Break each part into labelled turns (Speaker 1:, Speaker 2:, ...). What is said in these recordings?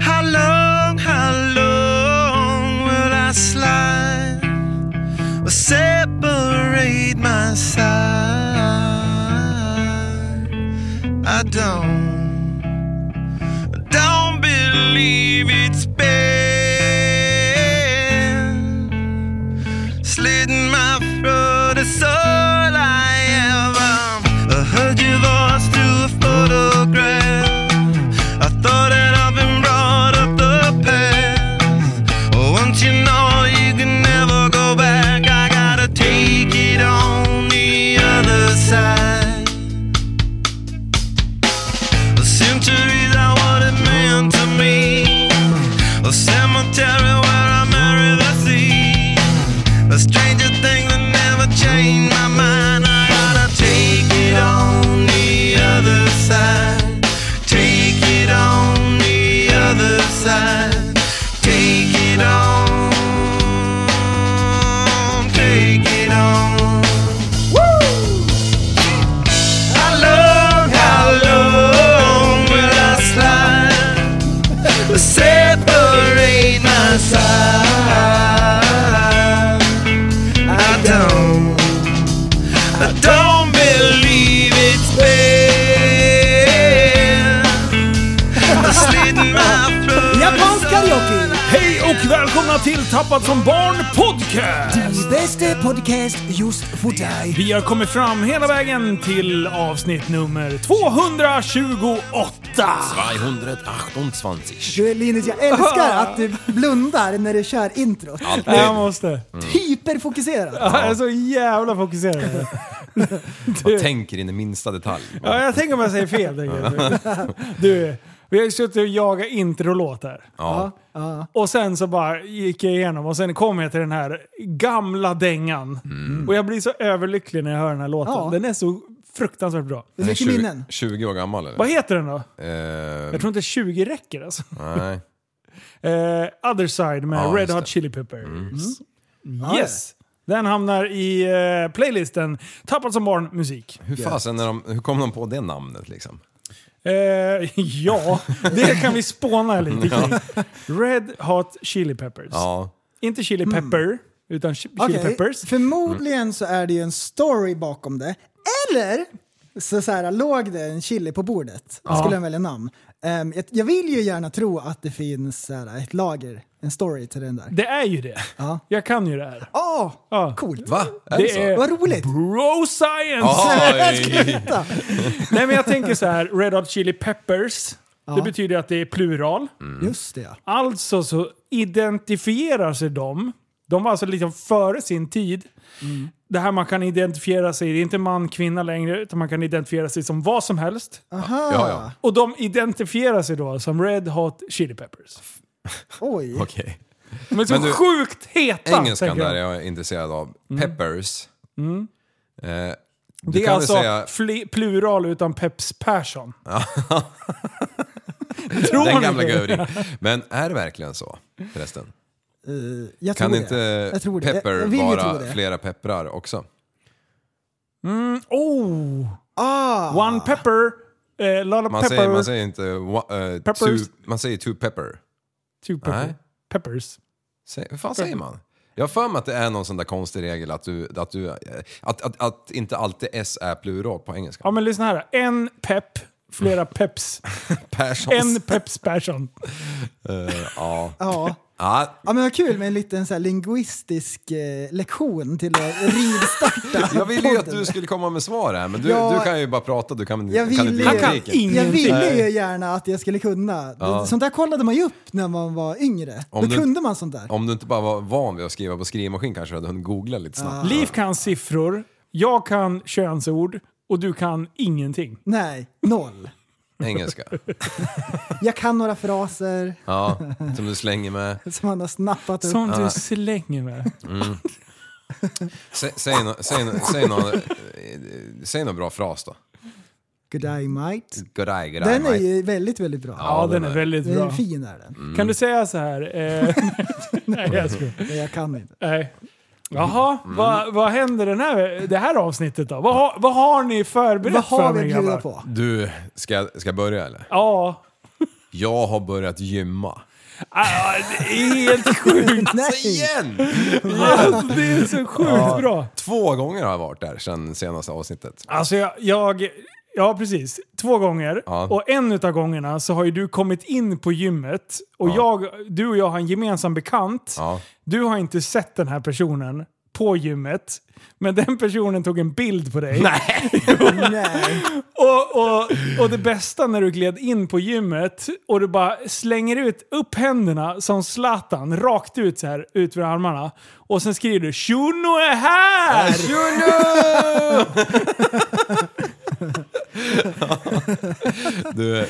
Speaker 1: How long, how long will I slide? Will separate my side? I don't, I don't believe it's been slitting my throat. It's all I am. I heard your voice through a photograph. I thought that I've been brought up the past. Oh, once you know you can never go back, I gotta take it on the other side. The centuries I wanted meant to me. A cemetery where I marry the sea. A stranger thing that never changed my mind. I gotta take it on the other side. Take it on the other side. Take it on. Take it on. How long, how long will I slide? Separate my side. I don't, I don't believe it's fair. I slid my throat.
Speaker 2: Japansk karaoke!
Speaker 3: Hej och välkomna till Tappad som barn podcast!
Speaker 2: Den bästa podcast just för dig.
Speaker 3: Vi har kommit fram hela vägen till avsnitt nummer 228.
Speaker 4: 228.
Speaker 2: Du Linus, jag älskar att du blundar när du kör introt.
Speaker 4: Mm.
Speaker 3: Nej, Jag måste.
Speaker 2: Hyperfokuserad.
Speaker 3: Jag är så jävla fokuserad.
Speaker 4: Jag tänker in i minsta detalj.
Speaker 3: Ja, jag tänker om jag säger fel. tänker jag. Du, vi har ju suttit och jagat introlåt här.
Speaker 4: Ja.
Speaker 3: Och sen så bara gick jag igenom och sen kom jag till den här gamla dängan.
Speaker 4: Mm.
Speaker 3: Och jag blir så överlycklig när jag hör den här låten.
Speaker 2: Ja.
Speaker 3: Den är så fruktansvärt bra.
Speaker 2: Det är mycket minnen.
Speaker 4: 20 år gammal eller?
Speaker 3: Vad heter den då?
Speaker 4: Eh,
Speaker 3: Jag tror inte 20 räcker alltså.
Speaker 4: nej.
Speaker 3: Eh, Other Side med
Speaker 4: Ja,
Speaker 3: Red Hot
Speaker 4: just det. Mm.
Speaker 3: Chili Peppers. Mm. Yes! Den hamnar i eh, playlisten Tappad som barn musik.
Speaker 4: Hur fasen är de, hur kom de på det namnet liksom?
Speaker 3: Eh, ja, det kan vi spåna lite kring. Red Hot Chili Peppers.
Speaker 4: Ja.
Speaker 3: Inte Chili Pepper, utan chi- Chili
Speaker 2: Mm. Okej,
Speaker 3: Peppers.
Speaker 2: Förmodligen så är det ju en story bakom det. Eller så, så här, låg det en chili på bordet. Skulle den välja namn. Ehm, jag, jag vill ju gärna tro att det finns så här, ett lager, en story till den där.
Speaker 3: Det är ju det.
Speaker 2: Ja.
Speaker 3: Jag kan ju det här.
Speaker 2: Åh,
Speaker 3: Ja.
Speaker 2: coolt!
Speaker 4: Va? Är det,
Speaker 3: Det
Speaker 4: så?
Speaker 3: är-
Speaker 2: Vad roligt!
Speaker 3: Bro science!
Speaker 4: Oj!
Speaker 2: Vänta.
Speaker 3: Nej men jag tänker så här, Red Hot Chili Peppers. Det betyder att det är plural.
Speaker 4: Mm.
Speaker 2: Just det ja.
Speaker 3: Alltså så identifierar sig de. De var alltså liksom före sin tid. Det här man kan identifiera sig, det är inte man, kvinna längre, utan man kan identifiera sig som vad som helst.
Speaker 2: Aha,
Speaker 4: Ja, ja.
Speaker 3: Och de identifierar sig då som Red Hot Chili Peppers.
Speaker 2: oj.
Speaker 4: Okej.
Speaker 3: De är så
Speaker 4: Men du,
Speaker 3: sjukt heta!
Speaker 4: Engelskan
Speaker 3: tänker
Speaker 4: där är
Speaker 3: jag.
Speaker 4: jag intresserad av.
Speaker 2: Mm.
Speaker 4: Peppers. Eh, du
Speaker 3: Det är
Speaker 4: kan väl
Speaker 3: alltså
Speaker 4: säga...
Speaker 3: fli- plural utan Peps Persson. Tror
Speaker 4: Den
Speaker 3: ni
Speaker 4: gamla
Speaker 3: det?
Speaker 4: Gauri. Men är det verkligen så? Förresten.
Speaker 2: Eh, jag tror
Speaker 4: Kan
Speaker 2: det.
Speaker 4: inte
Speaker 2: jag tror det. Jag-
Speaker 4: pepper
Speaker 2: jag vill ju tro
Speaker 4: vara
Speaker 2: det.
Speaker 4: flera pepprar också?
Speaker 3: Oh!
Speaker 2: Ah,
Speaker 3: One pepper, eh, lot of
Speaker 4: Man,
Speaker 3: pepper,
Speaker 4: Säger, man säger inte... Uh,
Speaker 3: Peppers.
Speaker 4: two, man säger two pepper.
Speaker 3: two pepper.
Speaker 4: Nej.
Speaker 3: peppers.
Speaker 4: Säg, hur fan säger man? Jag har för mig att det är någon sån där konstig regel att, du, att, du, eh, att, att, att inte alltid S är plural på engelska.
Speaker 3: Ja men lyssna här. En pepp flera peps.
Speaker 4: Perssons.
Speaker 3: En Peps Persson.
Speaker 4: Eh, ja. Ah,
Speaker 2: Ja.
Speaker 4: ja.
Speaker 2: ja, men vad kul med en liten så här linguistisk eh, lektion till att rivstarta
Speaker 4: Jag ville ju att
Speaker 2: podden.
Speaker 4: du skulle komma med svar här, men du,
Speaker 2: Ja.
Speaker 4: du kan ju bara prata. Du kan,
Speaker 2: Jag
Speaker 4: kan
Speaker 2: ville
Speaker 4: inte
Speaker 2: ju- Han kan
Speaker 4: tekniken.
Speaker 3: in-
Speaker 2: Jag ville ju
Speaker 4: Nej.
Speaker 2: gärna att jag skulle kunna.
Speaker 4: Ja.
Speaker 2: Sånt där kollade man ju upp när man var yngre.
Speaker 4: Om
Speaker 2: Då
Speaker 4: du-
Speaker 2: kunde man sånt där.
Speaker 4: Om du inte bara var van vid att skriva på skrivmaskin kanske du hade hunnit googla lite snabbt.
Speaker 3: Liv kan siffror, jag kan könsord och du kan ingenting.
Speaker 2: Nej, noll.
Speaker 4: Engelska.
Speaker 2: Jag kan några fraser
Speaker 4: Ja, som du slänger med.
Speaker 2: som han har snappat upp.
Speaker 3: Sånt
Speaker 4: Ah.
Speaker 3: du slänger med.
Speaker 4: Sä, säg någon säg, nå- säg, nå- eh, säg nå bra fras då.
Speaker 2: Good eye might.
Speaker 4: Good eye, good eye,
Speaker 2: Den är
Speaker 4: mate. Mm.
Speaker 2: ju väldigt, väldigt bra.
Speaker 4: Ja,
Speaker 3: Ja, den
Speaker 4: den
Speaker 3: är
Speaker 4: är-
Speaker 3: väldigt
Speaker 2: Den är
Speaker 3: bra.
Speaker 2: fin är den.
Speaker 3: Kan du säga så här? Eh, nej, jag skojar.
Speaker 2: Men jag kan inte.
Speaker 3: Nej. Jaha,
Speaker 4: Mm.
Speaker 3: vad, vad händer den här, det här avsnittet då? Vad, har- vad har ni förberett
Speaker 2: Vad har
Speaker 3: för
Speaker 2: vi
Speaker 3: mig
Speaker 2: att bjuda
Speaker 3: grabbar?
Speaker 2: på?
Speaker 4: Du, ska, jag- ska jag börja eller?
Speaker 3: Ja,
Speaker 4: Jag har börjat gymma.
Speaker 3: Ah, det är helt sjukt.
Speaker 4: Alltså
Speaker 2: Nej!
Speaker 4: igen!
Speaker 3: Alltså, det är så sjukt bra.
Speaker 4: Två gånger har jag varit där sedan senaste avsnittet.
Speaker 3: Alltså jag, jag, ja precis, två gånger.
Speaker 4: Ja.
Speaker 3: Och en utav gångerna så har ju du kommit in på gymmet och jag, du och jag har en gemensam bekant.
Speaker 4: Ja.
Speaker 3: Du har inte sett den här personen på gymmet. Men den personen tog en bild på dig.
Speaker 2: Nej.
Speaker 3: Och, och, och det bästa när du gled in på gymmet och du bara slänger ut upp händerna som Zlatan, rakt ut så här, ut ur armarna. Och sen skriver du “Shuno är här!”
Speaker 4: Du,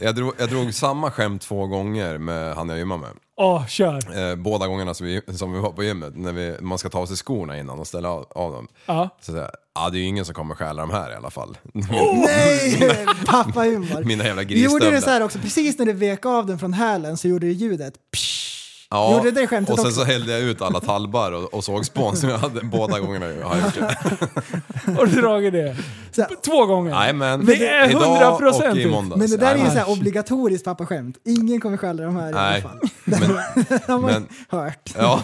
Speaker 4: jag, drog, jag drog samma skämt två gånger med han jag gymmar med.
Speaker 3: Åh, kör!
Speaker 4: Eh, båda gångerna som vi, som vi var på gymmet, när vi, man ska ta av sig skorna innan och ställa av, av dem.
Speaker 3: Ja.
Speaker 4: Så säger jag, ah, det är ju ingen som kommer stjäla de här i alla fall.
Speaker 2: Nej! Pappa humor.
Speaker 4: Mina jävla grisstövlar.
Speaker 2: Oh! Gjorde du så här också, precis när du vek av den från hälen så gjorde du ljudet psh.
Speaker 4: Ja,
Speaker 2: Gjorde du det skämtet
Speaker 4: och sen
Speaker 2: också?
Speaker 4: så hällde jag ut alla talbar och, och sågspån som jag hade båda gångerna. Har jag gjort det.
Speaker 3: Har du dragit det?
Speaker 2: Så här,
Speaker 3: Två gånger?
Speaker 4: Jajamän.
Speaker 3: Det är
Speaker 4: Idag och
Speaker 3: 100%.
Speaker 4: i måndags.
Speaker 2: Men det där är ju
Speaker 4: Jajamän.
Speaker 2: så här obligatoriskt pappaskämt. Ingen kommer stjäla de här i alla
Speaker 4: Nej,
Speaker 2: fall.
Speaker 4: men,
Speaker 2: Det har man
Speaker 4: men-
Speaker 2: hört.
Speaker 4: ja.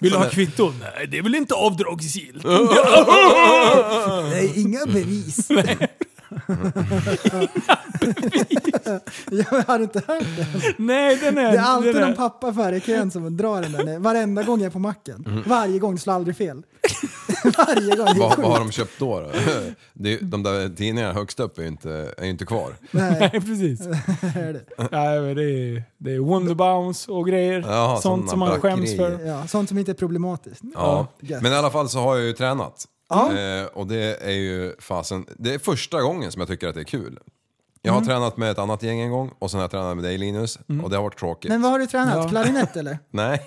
Speaker 3: Vill du ha kvitton? Nej, det är väl inte avdragsgillt?
Speaker 2: Nej, inga bevis. inga bevis. Jag har inte hört det.
Speaker 3: Nej, den är...
Speaker 2: Det är alltid
Speaker 3: den
Speaker 2: någon pappa före kön som drar den där. Varenda gång jag är på macken. Varje gång, du slår aldrig fel. Varje gång. Det är
Speaker 4: Vad, vad har
Speaker 2: sjukt.
Speaker 4: de köpt då? då? Det, är- de där tidningarna högst upp är ju inte, är ju inte kvar.
Speaker 2: Nej,
Speaker 3: Nej, precis.
Speaker 2: det är det.
Speaker 3: Nej, men det är, det är Wonderbounce och grejer.
Speaker 4: Jaha,
Speaker 3: Sånt
Speaker 4: såna
Speaker 3: som man
Speaker 4: bra
Speaker 3: skäms
Speaker 4: grejer.
Speaker 3: för.
Speaker 2: Ja, sånt som inte är problematiskt.
Speaker 4: Ja.
Speaker 2: Gött.
Speaker 4: Men i alla fall så har jag ju tränat.
Speaker 2: Ja.
Speaker 4: Eh, och det är ju fasen, det är första gången som jag tycker att det är kul. Jag har tränat med ett annat gäng en gång och sen har jag tränat med dig Linus och det har varit tråkigt.
Speaker 2: Men vad har du tränat?
Speaker 3: Ja.
Speaker 2: Klarinett eller?
Speaker 4: Nej.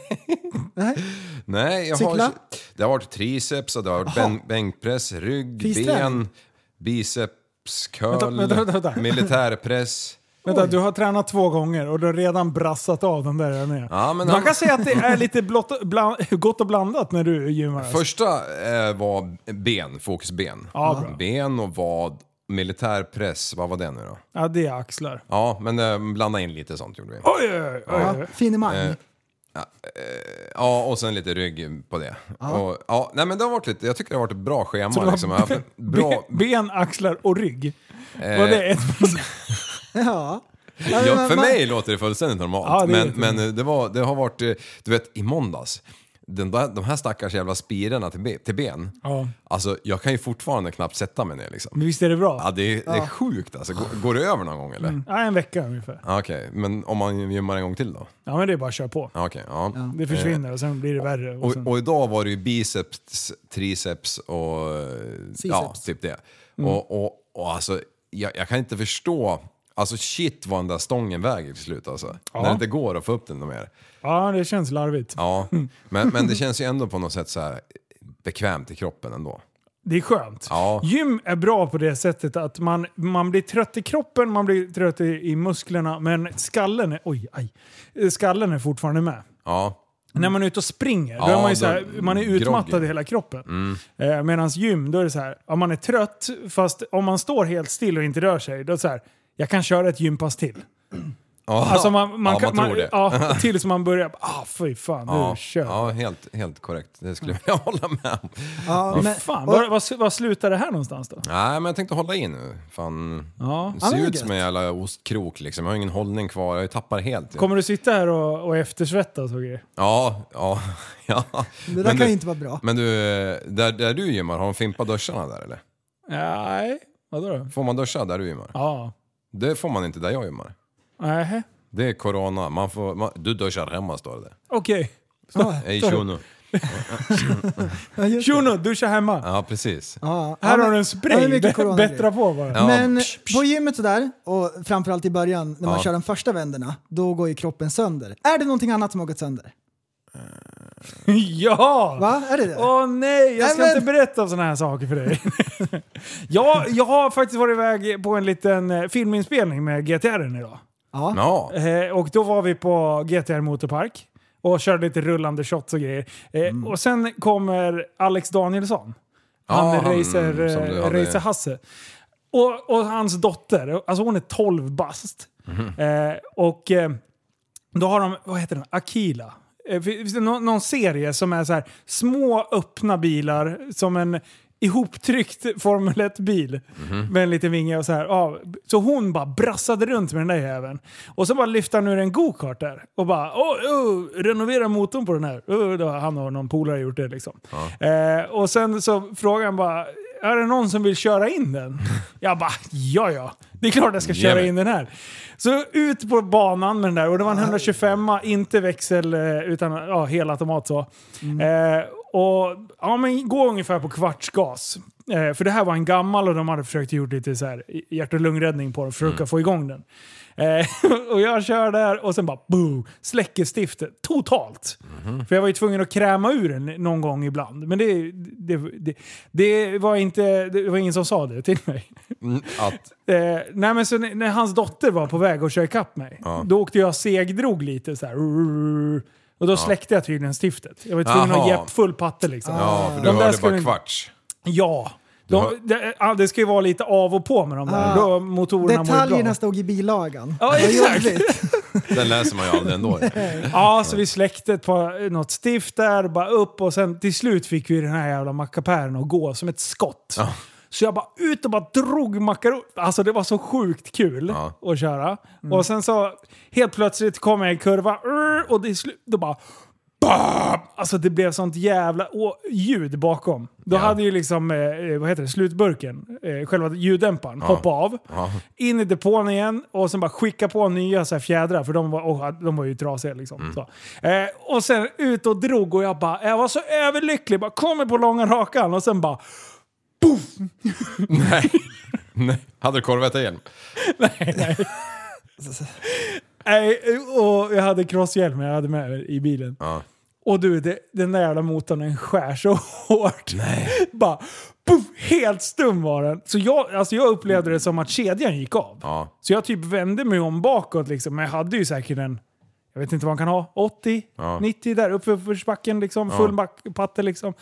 Speaker 2: Nej.
Speaker 4: Nej, jag
Speaker 2: Cykla?
Speaker 4: har, det har varit triceps och det har varit ben, bänkpress, rygg,
Speaker 2: Fysträning?
Speaker 4: ben, biceps, curl,
Speaker 3: Vänta, vänta, vänta, vänta.
Speaker 4: militärpress.
Speaker 3: Vänta, du har tränat två gånger och du har redan brassat av den där där nere.
Speaker 4: Ja, men
Speaker 3: Man
Speaker 4: han-
Speaker 3: kan säga att det är lite blott, bland, gott och blandat när du gymmar. alltså.
Speaker 4: Första eh, var ben, fokusben.
Speaker 3: Ja, bra.
Speaker 4: ben och vad, militärpress, vad var det nu då?
Speaker 3: Ja, det är axlar.
Speaker 4: Ja, men eh, blanda in lite sånt gjorde vi.
Speaker 3: Oj, oj, oj, oj.
Speaker 2: Ja, finemang.
Speaker 4: Eh. Ja, och sen lite rygg på det. Och, ja, nej, men det har varit lite, jag tycker det har varit ett bra
Speaker 3: Så
Speaker 4: schema.
Speaker 3: du har
Speaker 4: Liksom. Jag har haft ett bra, eh,
Speaker 3: Ben, ben, axlar och rygg. Var det ett
Speaker 2: Ja.
Speaker 4: Ja, för
Speaker 2: man-
Speaker 4: mig låter det fullständigt normalt.
Speaker 3: Ja, det är
Speaker 4: men
Speaker 3: jättemycket.
Speaker 4: men eh, det, var, det har varit, eh, du vet i måndags, den där, de här stackars jävla spirerna till, be, till ben.
Speaker 3: Ja.
Speaker 4: Alltså jag kan ju fortfarande knappt sätta mig ner liksom.
Speaker 3: Men Visst är det bra?
Speaker 4: Ja, det, är, det är sjukt alltså. Går, går det över någon gång eller?
Speaker 3: Ja, en vecka ungefär.
Speaker 4: Ja, Okej, men om man gymmar en gång till då?
Speaker 3: Ja, men det är bara att köra på.
Speaker 4: Ja, Okej, ja.
Speaker 3: Det försvinner och sen blir det värre. Och sen,
Speaker 4: Eh, Och, och idag var det ju biceps, triceps och... eh, Ja, typ det.
Speaker 3: Mm.
Speaker 4: Och, och, och alltså, jag, jag kan inte förstå... Alltså shit vad den där stången väger till slut alltså. När det inte går att få upp den mer.
Speaker 3: ja, det känns larvigt.
Speaker 4: Ja, men, men det känns ju ändå på något sätt så här bekvämt i kroppen ändå.
Speaker 3: Det är skönt.
Speaker 4: Ja.
Speaker 3: Gym är bra på det sättet att man, man blir trött i kroppen, man blir trött i, i musklerna, men skallen är, oj, aj, Eh, skallen är fortfarande med.
Speaker 4: Ja,
Speaker 3: När man är ute och springer, då
Speaker 4: Ja,
Speaker 3: är man, ju
Speaker 4: då-
Speaker 3: så här, man är utmattad
Speaker 4: groggy. Mm.
Speaker 3: i hela kroppen. Eh, Medan gym, då är det så här, ja, man är trött, fast om man står helt still och inte rör sig, då är det så här, jag kan köra ett gympass till.
Speaker 4: Ja,
Speaker 3: Alltså man, man,
Speaker 4: ja,
Speaker 3: kan-
Speaker 4: man tror det.
Speaker 3: Ja, tills man börjar, ah fy fan, nu
Speaker 4: Ja,
Speaker 3: kör vi."
Speaker 4: ja helt, helt korrekt. Det skulle jag hålla med om.
Speaker 2: Ja, men,
Speaker 3: Fan,
Speaker 2: och-
Speaker 3: var, var, var slutar det här någonstans då?
Speaker 4: Nej, men jag tänkte hålla i nu. Fan,
Speaker 3: Ja.
Speaker 4: det
Speaker 2: Ja,
Speaker 4: ser
Speaker 2: men det
Speaker 4: ju
Speaker 2: är
Speaker 4: ut som en jävla ostkrok liksom. Jag har ingen hållning kvar, jag tappar helt.
Speaker 3: Kommer du sitta här och, och eftersvettas och grejer?
Speaker 4: Ja, ja, ja.
Speaker 2: det där
Speaker 4: Men
Speaker 2: kan
Speaker 4: du-
Speaker 2: ju inte vara bra.
Speaker 4: Men du, där, där du gymmar, har de fimpat duscharna där eller?
Speaker 3: Nej, vadå då?
Speaker 4: Får man duscha där du gymmar?
Speaker 3: Ja,
Speaker 4: Det får man inte där jag gymmar.
Speaker 3: nej,
Speaker 4: Det är corona. Man får, man, du duschar hemma står det.
Speaker 3: okej.
Speaker 2: Ja,
Speaker 4: Ej shuno.
Speaker 2: ja, just det.
Speaker 3: Shuno, duscha hemma.
Speaker 4: Ja, precis.
Speaker 2: Ja, ja,
Speaker 3: Här har
Speaker 2: men- ja,
Speaker 3: du en
Speaker 2: det är
Speaker 3: spray,
Speaker 2: mycket
Speaker 3: Bä-
Speaker 2: coronagrejer.
Speaker 3: bättra på bara.
Speaker 4: Ja.
Speaker 2: Men
Speaker 4: psch, psch.
Speaker 2: på gymmet sådär, och framförallt i början när man
Speaker 4: Ja.
Speaker 2: kör de första vänderna, då går ju kroppen sönder. Är det någonting annat som har gått sönder?
Speaker 3: Ja!
Speaker 2: Va? Är det det?
Speaker 3: Åh nej, jag ska
Speaker 2: Nej, men-
Speaker 3: inte berätta sådana här saker för dig. jag, jag har faktiskt varit iväg på en liten eh, filminspelning med GTR idag.
Speaker 2: Ja.
Speaker 4: Ja,
Speaker 3: Eh, och då var vi på GTR Motorpark och körde lite rullande shots och grejer. Eh, Och sen kommer Alex Danielsson. Han
Speaker 4: Mm. Ja, han mm,
Speaker 3: racer,
Speaker 4: som du
Speaker 3: eh,
Speaker 4: hade-
Speaker 3: racer Hasse. Och, och hans dotter, alltså hon är 12 bast. Eh, och eh, då har de, vad heter den, Akila. Eh, fin- finns det någon, någon serie som är så här små öppna bilar som en ihoptryckt Formel 1-bil med en liten vinge och så här. Ja, så hon bara brassade runt med den där jäveln. Och så bara lyfte han ur en go-kart där och bara åh, åh, renovera motorn på den här. Åh, då har han och någon polare gjort det liksom. Eh, och sen så frågade han bara är det någon som vill köra in den? Jag bara, ja ja. Det är klart jag ska köra
Speaker 4: Jajamän.
Speaker 3: in den här. Så ut på banan med den där och det var en 125 inte växel eh, utan ja, hel automat så. Eh, och ja, men gå ungefär på kvartsgas. Eh, för det här var en gammal och de hade försökt gjort lite så här hjärt och lungräddning på den för att försöka få igång den. Eh, och jag kör där och sen bara boo, släcker stiftet totalt. För jag var ju tvungen att kräma ur den någon gång ibland. Men det, det, det, det, var, inte, det var ingen som sa det till mig.
Speaker 4: mm, att...
Speaker 3: Eh, nej men så när, när hans dotter var på väg att köra ikapp mig, då åkte jag och segdrog lite så här. Och då släckte jag tydligen stiftet. Jag var tvungen
Speaker 4: Jaha.
Speaker 3: att ge full patte liksom.
Speaker 4: Ja, för
Speaker 3: De
Speaker 4: du
Speaker 3: där
Speaker 4: hörde
Speaker 3: skulle
Speaker 4: bara
Speaker 3: inte-
Speaker 4: kvarts.
Speaker 3: Ja. De,
Speaker 4: har-
Speaker 3: det, ja, det ska ju vara lite av och på med de där. Då motorerna mår ju bra.
Speaker 2: Detaljerna stod i bilagan.
Speaker 3: Ja,
Speaker 2: Vad
Speaker 3: exakt.
Speaker 2: jobbigt.
Speaker 4: Den läser man ju aldrig ändå.
Speaker 3: Ja, så vi släckte ett par, något stift där, bara upp och sen till slut fick vi den här jävla mackapären att gå som ett skott. Så jag bara ut och bara drog makaron. Alltså det var så sjukt kul
Speaker 4: Ja.
Speaker 3: att köra. Och sen så helt plötsligt kom jag i en kurva "Urr", och det slut, då bara BAM! Alltså det blev sånt jävla å- ljud bakom. Då hade ju liksom, eh, vad heter det, slutburken, eh, själva ljuddämparen, hoppa av. In i depån igen och sen bara skicka på nya så här fjädrar för de var, oh, de var ju trasiga liksom. Så. Eh, och sen ut och drog och jag bara, jag var så överlycklig, bara kommer på långa rakan och sen bara
Speaker 4: Nej. Nej. Hade du Corvette-hjälm?
Speaker 3: Nej, och jag hade crosshjälm jag hade med i bilen.
Speaker 4: Ja.
Speaker 3: Och du, det, den där jävla motorn den skär så hårt. Bara, puff, helt stum var den. Så jag, alltså jag upplevde det som att kedjan gick av.
Speaker 4: Ja.
Speaker 3: Så jag typ vände mig om bakåt liksom. Men jag hade ju säkert en, jag vet inte vad man kan ha, 80,
Speaker 4: Ja.
Speaker 3: 90 där uppe uppförsbacken liksom. Full back, patte liksom.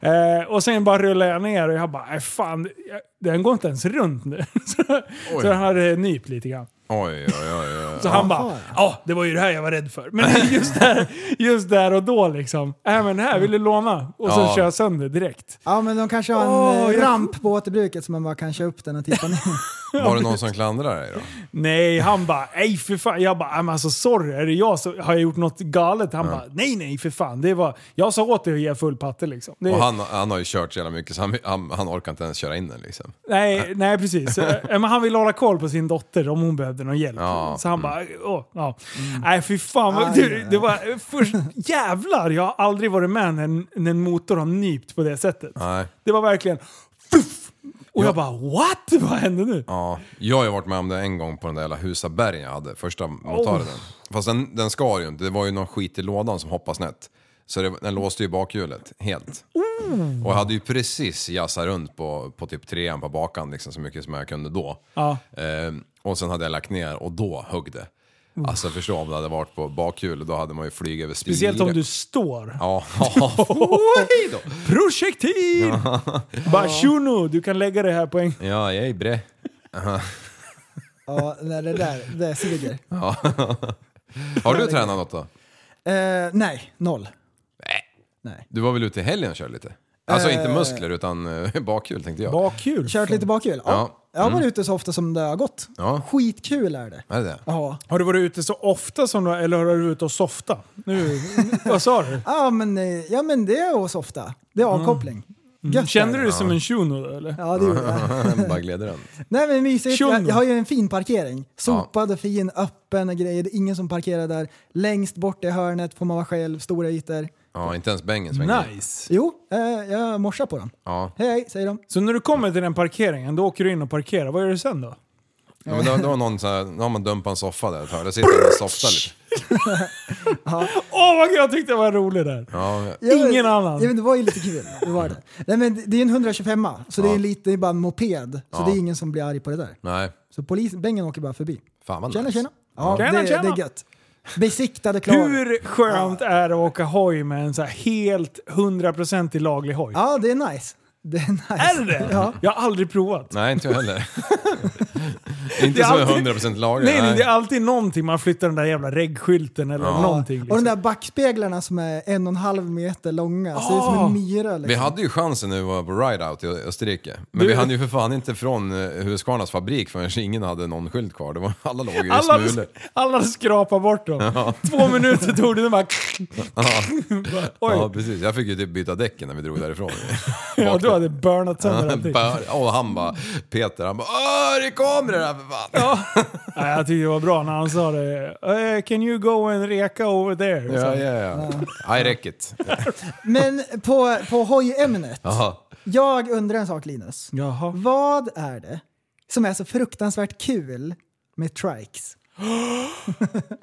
Speaker 3: Eh, och sen bara rullade jag ner och jag bara, "Nej, fan, jag- den går inte ens runt nu. så,
Speaker 4: Oj.
Speaker 3: så den hade nypt lite grann.
Speaker 4: Oj, oj, oj. oj.
Speaker 3: Så han bara, ja det var ju det här jag var rädd för. Men just där, just där och då liksom. Äh, men det här vill du låna. Och så
Speaker 4: Ja.
Speaker 3: kör jag sönder direkt.
Speaker 2: Ja, men de kanske har en
Speaker 3: Åh,
Speaker 2: eh,
Speaker 3: jag-
Speaker 2: ramp på återbruket som man bara kan köra upp den och tippa ner.
Speaker 4: Var det någon som klandrade dig då?
Speaker 3: Nej, han bara, nej för fan. Jag bara, "Äh, men alltså sorry, är det jag som har jag gjort något galet? Han bara, nej nej för fan. Det var, jag sa åt dig att ge full patte liksom. Det,
Speaker 4: Och han, han har ju kört så jävla mycket så han, han, han orkar inte ens köra in den liksom.
Speaker 3: nej, nej precis. Äh, men han ville hålla koll på sin dotter om hon behövde någon hjälp.
Speaker 4: Ja, mm.
Speaker 3: Så han bara, åh, ja. Nej fy fan. vad-
Speaker 2: Aj,
Speaker 3: Du,
Speaker 2: aj,
Speaker 3: det var, först, jävlar, jag har aldrig varit med när en, när en motor har nypt på det sättet.
Speaker 4: Nej.
Speaker 3: Det var verkligen... Fuff! Och jag bara what? Vad hände nu?
Speaker 4: Ja, jag har ju varit med om det en gång på den där jävla Husabergen jag hade, första motarden.
Speaker 3: Oh.
Speaker 4: Fast den, den skar ju inte, det var ju någon skit i lådan som hoppade snett. Så det, den låste ju bakhjulet helt.
Speaker 3: Oh.
Speaker 4: Och jag hade ju precis jassat runt på, på typ trean på bakan liksom, så mycket som jag kunde då.
Speaker 3: Ja.
Speaker 4: Ehm, och sen hade jag lagt ner och då högg det.
Speaker 3: Oh.
Speaker 4: Alltså förstå om det hade varit på bakhjulet, då hade man ju flugit över spillror.
Speaker 3: Speciellt om du står.
Speaker 4: Ja, Oj då.
Speaker 3: Projektil! bara shuno, du kan lägga det här på en...
Speaker 4: Ja, jag är bre.
Speaker 2: Ja, nej, det där det suger.
Speaker 4: Har du tränat något då?
Speaker 2: Eh, nej, noll.
Speaker 4: Du var väl ute i helgen och körde lite? Alltså inte muskler utan eh, bakhjul tänkte jag.
Speaker 3: kul.
Speaker 2: Kört lite bakhjul? Ja.
Speaker 4: Ja. Mm.
Speaker 2: Jag har varit ute så ofta som det har gått.
Speaker 4: Ja.
Speaker 2: Skitkul är det.
Speaker 4: Är det det?
Speaker 2: Ja.
Speaker 3: Har du varit ute så ofta som du eller har du varit ute och softa? Nu, vad sa du?
Speaker 2: Ja, men, eh, ja, men det är oss ofta. Det är avkoppling. Gött
Speaker 3: Kände
Speaker 2: är
Speaker 3: Mm. du
Speaker 2: det.
Speaker 3: dig som en shuno då eller?
Speaker 2: Ja, det gjorde jag.
Speaker 4: Bara gled den.
Speaker 2: Nej, men mysigt.
Speaker 3: Tjong.
Speaker 2: Jag, jag har ju en fin parkering. Sopad och fin, öppen och grejer. Det är ingen som parkerar där. Längst bort i hörnet får man vara själv, stora ytor.
Speaker 4: Ja, inte ens bängen svänger.
Speaker 3: Nice!
Speaker 2: Jo, eh, jag morsar på dem.
Speaker 4: Ja.
Speaker 2: Hej, hej, säger de.
Speaker 3: Så när du kommer till den parkeringen, då åker du in och parkerar. Vad gör du sen då?
Speaker 4: Ja, men då, då, har någon så här, då har man dumpat en soffa där ett hörn. Där sitter man och softar lite.
Speaker 3: Åh vad jag tyckte det var rolig där!
Speaker 4: Ja,
Speaker 2: Ja,
Speaker 3: Ingen
Speaker 2: men-
Speaker 3: annan.
Speaker 2: Ja, men det var ju lite kul. Det, var det. Nej, men det- det är en 125 så det är, lite, det är bara en moped. Så det är ingen som blir arg på det där.
Speaker 4: nej.
Speaker 2: Så polisen, Bengen åker bara förbi.
Speaker 4: Fan vad
Speaker 2: Tjena
Speaker 4: nice.
Speaker 2: tjena! Ja,
Speaker 3: Tjena,
Speaker 2: det,
Speaker 3: tjena.
Speaker 2: det är gött. Besiktade klar.
Speaker 3: Hur skönt är det att åka hoj med en så här helt 100% i laglig hoj?
Speaker 2: Ja, det är nice. Det är nice.
Speaker 3: Är det
Speaker 2: Ja.
Speaker 3: Jag har aldrig provat.
Speaker 4: Nej, inte jag heller. inte
Speaker 3: är
Speaker 4: som är
Speaker 3: alltid-
Speaker 4: 100% lager.
Speaker 3: Nej, nej, det är alltid någonting. Man flyttar den där jävla reggskylten eller någonting.
Speaker 2: Och de
Speaker 3: Liksom.
Speaker 2: där backspeglarna som är en och en halv meter långa, ser ut som
Speaker 3: Ah!
Speaker 2: en myra.
Speaker 4: Vi
Speaker 2: Liksom.
Speaker 4: hade ju chansen när vi var på ride-out i Österrike. Men vi hann ju för fan inte från eh, Husqvarnas fabrik förrän ingen hade någon skylt kvar. Det var, alla låg i
Speaker 3: Alla,
Speaker 4: smulor.
Speaker 3: alla skrapar bort dem. Två minuter tog det, de bara... Oj,
Speaker 4: Ja, precis. Jag fick ju typ byta däcken när vi drog därifrån.
Speaker 3: ja, du hade burnat sönder allting.
Speaker 4: Bara- Och han bara, Peter, han bara Åh, det kommer det där för fan!
Speaker 3: Nej, jag tyckte det var bra när han sa det. Eh, can you go and reka over there?
Speaker 4: Ja,
Speaker 3: Så.
Speaker 4: ja, ja. I wreck it.
Speaker 2: Men på, på hojämnet.
Speaker 4: Ja.
Speaker 2: Jag undrar en sak Linus.
Speaker 3: Jaha.
Speaker 2: Vad är det som är så fruktansvärt kul med trikes?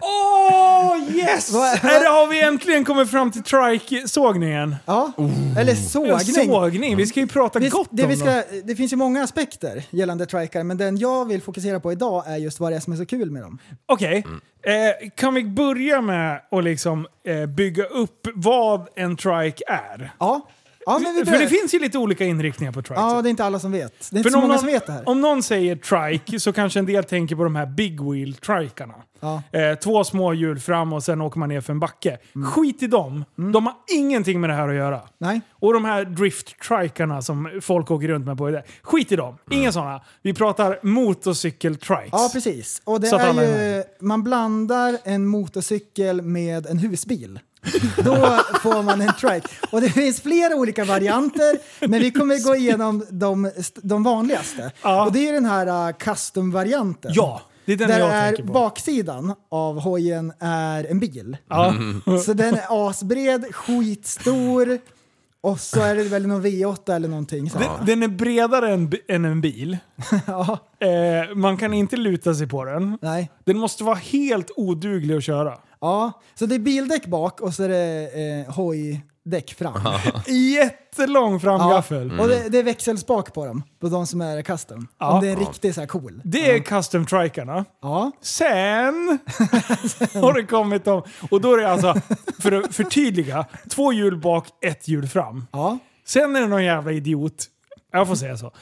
Speaker 3: Åh, oh, yes!
Speaker 2: Vad-
Speaker 3: Här har vi äntligen kommit fram till trike-sågningen.
Speaker 2: Ja, eller
Speaker 3: Ja,
Speaker 2: sågning.
Speaker 3: Sågning. Vi ska ju prata
Speaker 2: Vi,
Speaker 3: Oh! gott
Speaker 2: det,
Speaker 3: om
Speaker 2: vi
Speaker 3: dem.
Speaker 2: ska, det finns ju många aspekter gällande trikar, men den jag vill fokusera på idag är just vad det är som är så kul med dem.
Speaker 3: Okej, eh, kan vi börja med att liksom, eh, bygga upp vad en trike är?
Speaker 2: Ja, ja men vi
Speaker 3: För
Speaker 2: börjar.
Speaker 3: det finns ju lite olika inriktningar på trikes.
Speaker 2: Ja, det är inte alla som vet. Det är inte
Speaker 3: För
Speaker 2: så
Speaker 3: om,
Speaker 2: många
Speaker 3: någon,
Speaker 2: som vet det här.
Speaker 3: om någon säger trike så kanske en del tänker på de här big wheel trikarna.
Speaker 2: Ja.
Speaker 3: Eh, två små hjul fram och sen åker man ner för en backe.
Speaker 2: Mm.
Speaker 3: Skit i dem. De har ingenting med det här att göra.
Speaker 2: Nej.
Speaker 3: Och de här drift-trikarna som folk åker runt med på. det. Skit i dem. Inga sådana. Vi pratar motorcykel-trikes.
Speaker 2: Ja, precis. Och det
Speaker 3: Så att
Speaker 2: är
Speaker 3: alla är
Speaker 2: ju, man blandar en motorcykel med en husbil. Då får man en trike. Och det finns flera olika varianter, men vi kommer gå igenom de, de vanligaste.
Speaker 3: Ja.
Speaker 2: Och det är den här uh, custom-varianten.
Speaker 3: Ja, det är den
Speaker 2: Där
Speaker 3: jag
Speaker 2: är
Speaker 3: tänker på.
Speaker 2: baksidan av hojen är en bil.
Speaker 3: Ja.
Speaker 2: Så den är asbred, skitstor och så är det väl någon V8 eller någonting. Så.
Speaker 3: Den, den är bredare än, bi- än en bil. eh, man kan inte luta sig på den.
Speaker 2: Nej.
Speaker 3: Den måste vara helt oduglig att köra.
Speaker 2: Ja, så det är bildäck bak och så är det eh, hojdäck fram.
Speaker 3: Jättelång framgaffel.
Speaker 2: Och det, det är växelspak på dem, på de som är custom.
Speaker 3: Ja.
Speaker 2: Om det är en riktig så här cool.
Speaker 3: Det är custom trikarna.
Speaker 2: Mm. Ja.
Speaker 3: Sen har det kommit de... Och då är det alltså, för att förtydliga, två hjul bak, ett hjul fram.
Speaker 2: Ja.
Speaker 3: Sen är det någon jävla idiot, jag får säga så. Eh,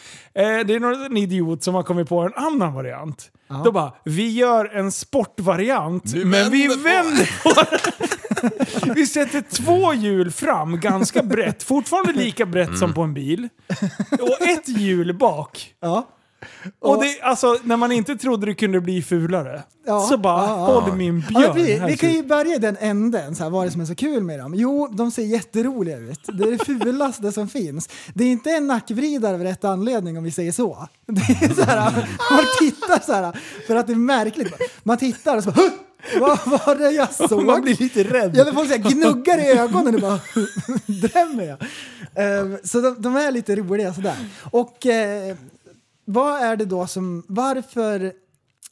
Speaker 3: det är någon en idiot som har kommit på en annan variant. Då bara, vi gör en sportvariant, men vi
Speaker 4: vänder på-
Speaker 3: vänder på den. Vi sätter två hjul fram, ganska brett, fortfarande lika brett som på en bil. Och ett hjul bak.
Speaker 2: ja.
Speaker 3: Och det, alltså, när man inte trodde det kunde bli fulare,
Speaker 2: Ja,
Speaker 3: så bara
Speaker 2: ja,
Speaker 3: håll min björn.
Speaker 2: Ja, vi,
Speaker 3: här typ."
Speaker 2: vi kan
Speaker 3: ser-
Speaker 2: ju börja i den änden, så här, vad är det som är så kul med dem? Jo, de ser jätteroliga ut. Det är det fulaste som finns. Det är inte en nackvridare av rätt anledning om vi säger så. Det är så här, man tittar så här, för att det är märkligt. Man tittar och så bara, "Huh! vad var det jag såg?
Speaker 3: Man blir lite rädd.
Speaker 2: Ja, men folk så här, gnuggar i ögonen och bara, drämmer jag? Ehm, så de, de är lite roliga sådär. Och eh, vad är det då som, varför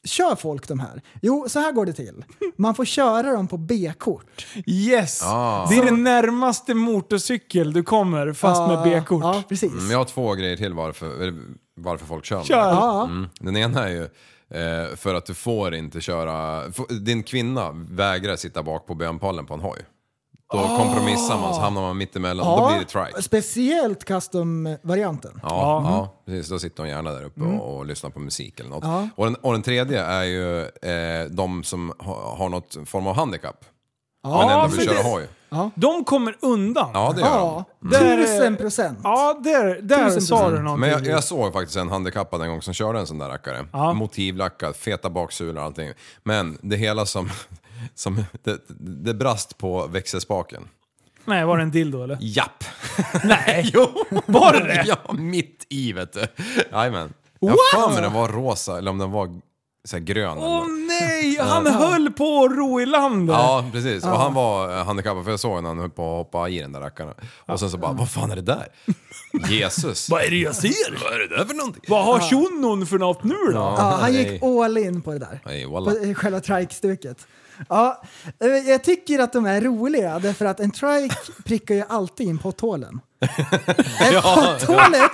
Speaker 2: kör folk de här? Jo, så här går det till. Man får köra dem på B-kort.
Speaker 3: Yes! Det är det närmaste motorcykel du kommer, fast med B-kort.
Speaker 2: Ja, precis.
Speaker 4: Men jag har två grejer till varför, eller varför folk kör. med
Speaker 3: Kör.
Speaker 4: det.
Speaker 2: Ja.
Speaker 4: Mm. Den ena är ju eh, för att du får inte köra... f- Din kvinna vägrar sitta bak på bönpallen på en hoj. Då
Speaker 3: Ah.
Speaker 4: kompromissar man så hamnar man mittemellan och då blir det trike.
Speaker 2: speciellt custom-varianten.
Speaker 4: Ja,
Speaker 3: Mm.
Speaker 4: ja, precis. Då sitter de gärna där uppe och, och lyssnar på musik eller något. Och, den, och den tredje är ju eh, de som ha, har något form av handikapp. men ändå vill köra
Speaker 3: precis.
Speaker 4: hoj.
Speaker 3: De kommer undan.
Speaker 4: Ja, det gör
Speaker 2: Ja,
Speaker 3: Där är-
Speaker 2: tusen procent.
Speaker 3: Ja, där, där
Speaker 2: Tusen
Speaker 3: sa
Speaker 2: procent.
Speaker 3: du någonting.
Speaker 4: Men jag, jag såg faktiskt en handikappad en gång som körde en sån där rackare. Motivlackad, feta baksulor och allting. Men det hela som... som det, det brast på växelspaken.
Speaker 3: Nej, var det en dildo eller?
Speaker 4: Japp!
Speaker 3: Nej!
Speaker 4: Jo!
Speaker 3: Var det det?
Speaker 4: Ja, mitt i vet du. Jajamän. Jag har för mig den var rosa, eller om den var så här grön. eller
Speaker 3: Åh
Speaker 4: något.
Speaker 3: nej! Han höll på att ro i land.
Speaker 4: Ja, precis. Och han var eh, handikappad, för jag såg när han höll på att hoppa i den där rackaren. Och sen så bara, vad fan är det där? Jesus!
Speaker 3: Vad är det jag ser?
Speaker 4: Vad är det där för någonting?
Speaker 3: Vad har tjonon för något nu då?
Speaker 2: Ja, han
Speaker 4: nej.
Speaker 2: gick all in på det där.
Speaker 4: Nej, walla.
Speaker 2: på eh, själva trike-stuket. Ja, eh, jag tycker att de är roliga därför att en trike prickar ju alltid in potthålen. En potthålet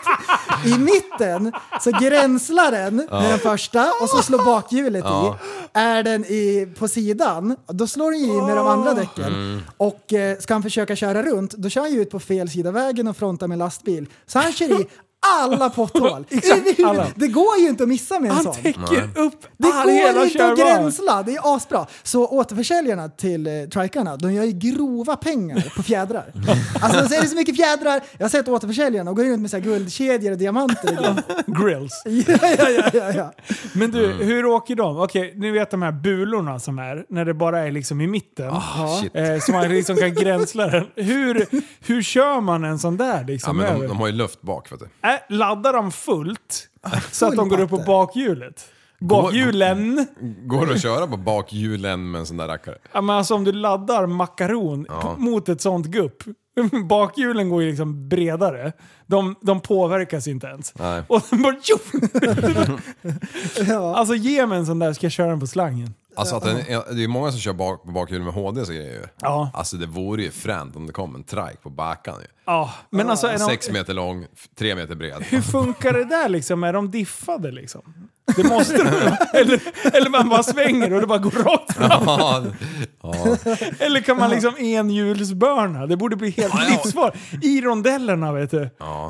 Speaker 2: i mitten så gränslar den med den första och så slår bakhjulet i. Är den i, på sidan, då slår den ju i med de andra däcken.
Speaker 3: Mm.
Speaker 2: Och eh, ska han försöka köra runt, då kör han ju ut på fel sida vägen och frontar med lastbil. Så han kör i alla potthål.
Speaker 3: Exakt, alla.
Speaker 2: Det går ju inte att missa med en
Speaker 3: Han
Speaker 2: sån.
Speaker 3: täcker upp
Speaker 2: Ah, Det
Speaker 3: all
Speaker 2: går
Speaker 3: hela
Speaker 2: inte att
Speaker 3: körbanan.
Speaker 2: gränsla, det är asbra. Så återförsäljarna till eh, trikarna, de gör ju grova pengar på fjädrar. Alltså så är det så mycket fjädrar, jag har sett återförsäljarna och går runt med så här guldkedjor och diamanter. och grejer.
Speaker 3: Grills.
Speaker 2: ja, ja, ja, ja, ja.
Speaker 3: Men du,
Speaker 4: Mm.
Speaker 3: hur åker de? Okej, ni vet de här bulorna som är, när det bara är liksom i mitten.
Speaker 4: Ah, shit.
Speaker 3: Eh, så man liksom kan gränsla den. Hur, hur kör man en sån där
Speaker 4: Ja,
Speaker 3: liksom?
Speaker 4: men de,
Speaker 3: över?
Speaker 4: de har ju luft bak vet du.
Speaker 3: Äh, laddar de fullt så att de går upp på
Speaker 2: patte.
Speaker 3: bakhjulet? Bakhjulen?
Speaker 4: Går det att köra på bakhjulen med en sån där rackare?
Speaker 3: Ja, men alltså om du laddar makaron p- mot ett sånt gupp. Bakhjulen går ju liksom bredare. De, de påverkas inte ens.
Speaker 4: Nej.
Speaker 3: Och sen bara tjoff! Alltså ge mig en sån där ska jag köra den på slangen.
Speaker 4: Alltså att den, det är ju många som kör bak, på bakhjulen med HD så grejer ju.
Speaker 3: Ja.
Speaker 4: Alltså det vore ju fränt om det kom en trike på backan ju.
Speaker 3: Ja, men alltså är de,
Speaker 4: Sex meter lång, f- tre meter bred.
Speaker 3: hur funkar det där liksom? Är de diffade liksom? Det måste de eller, eller man bara svänger och det bara går rakt fram.
Speaker 4: ja, ja.
Speaker 3: Eller kan man liksom enhjulsbörna? Det borde bli helt livsfarligt. I rondellerna vet du.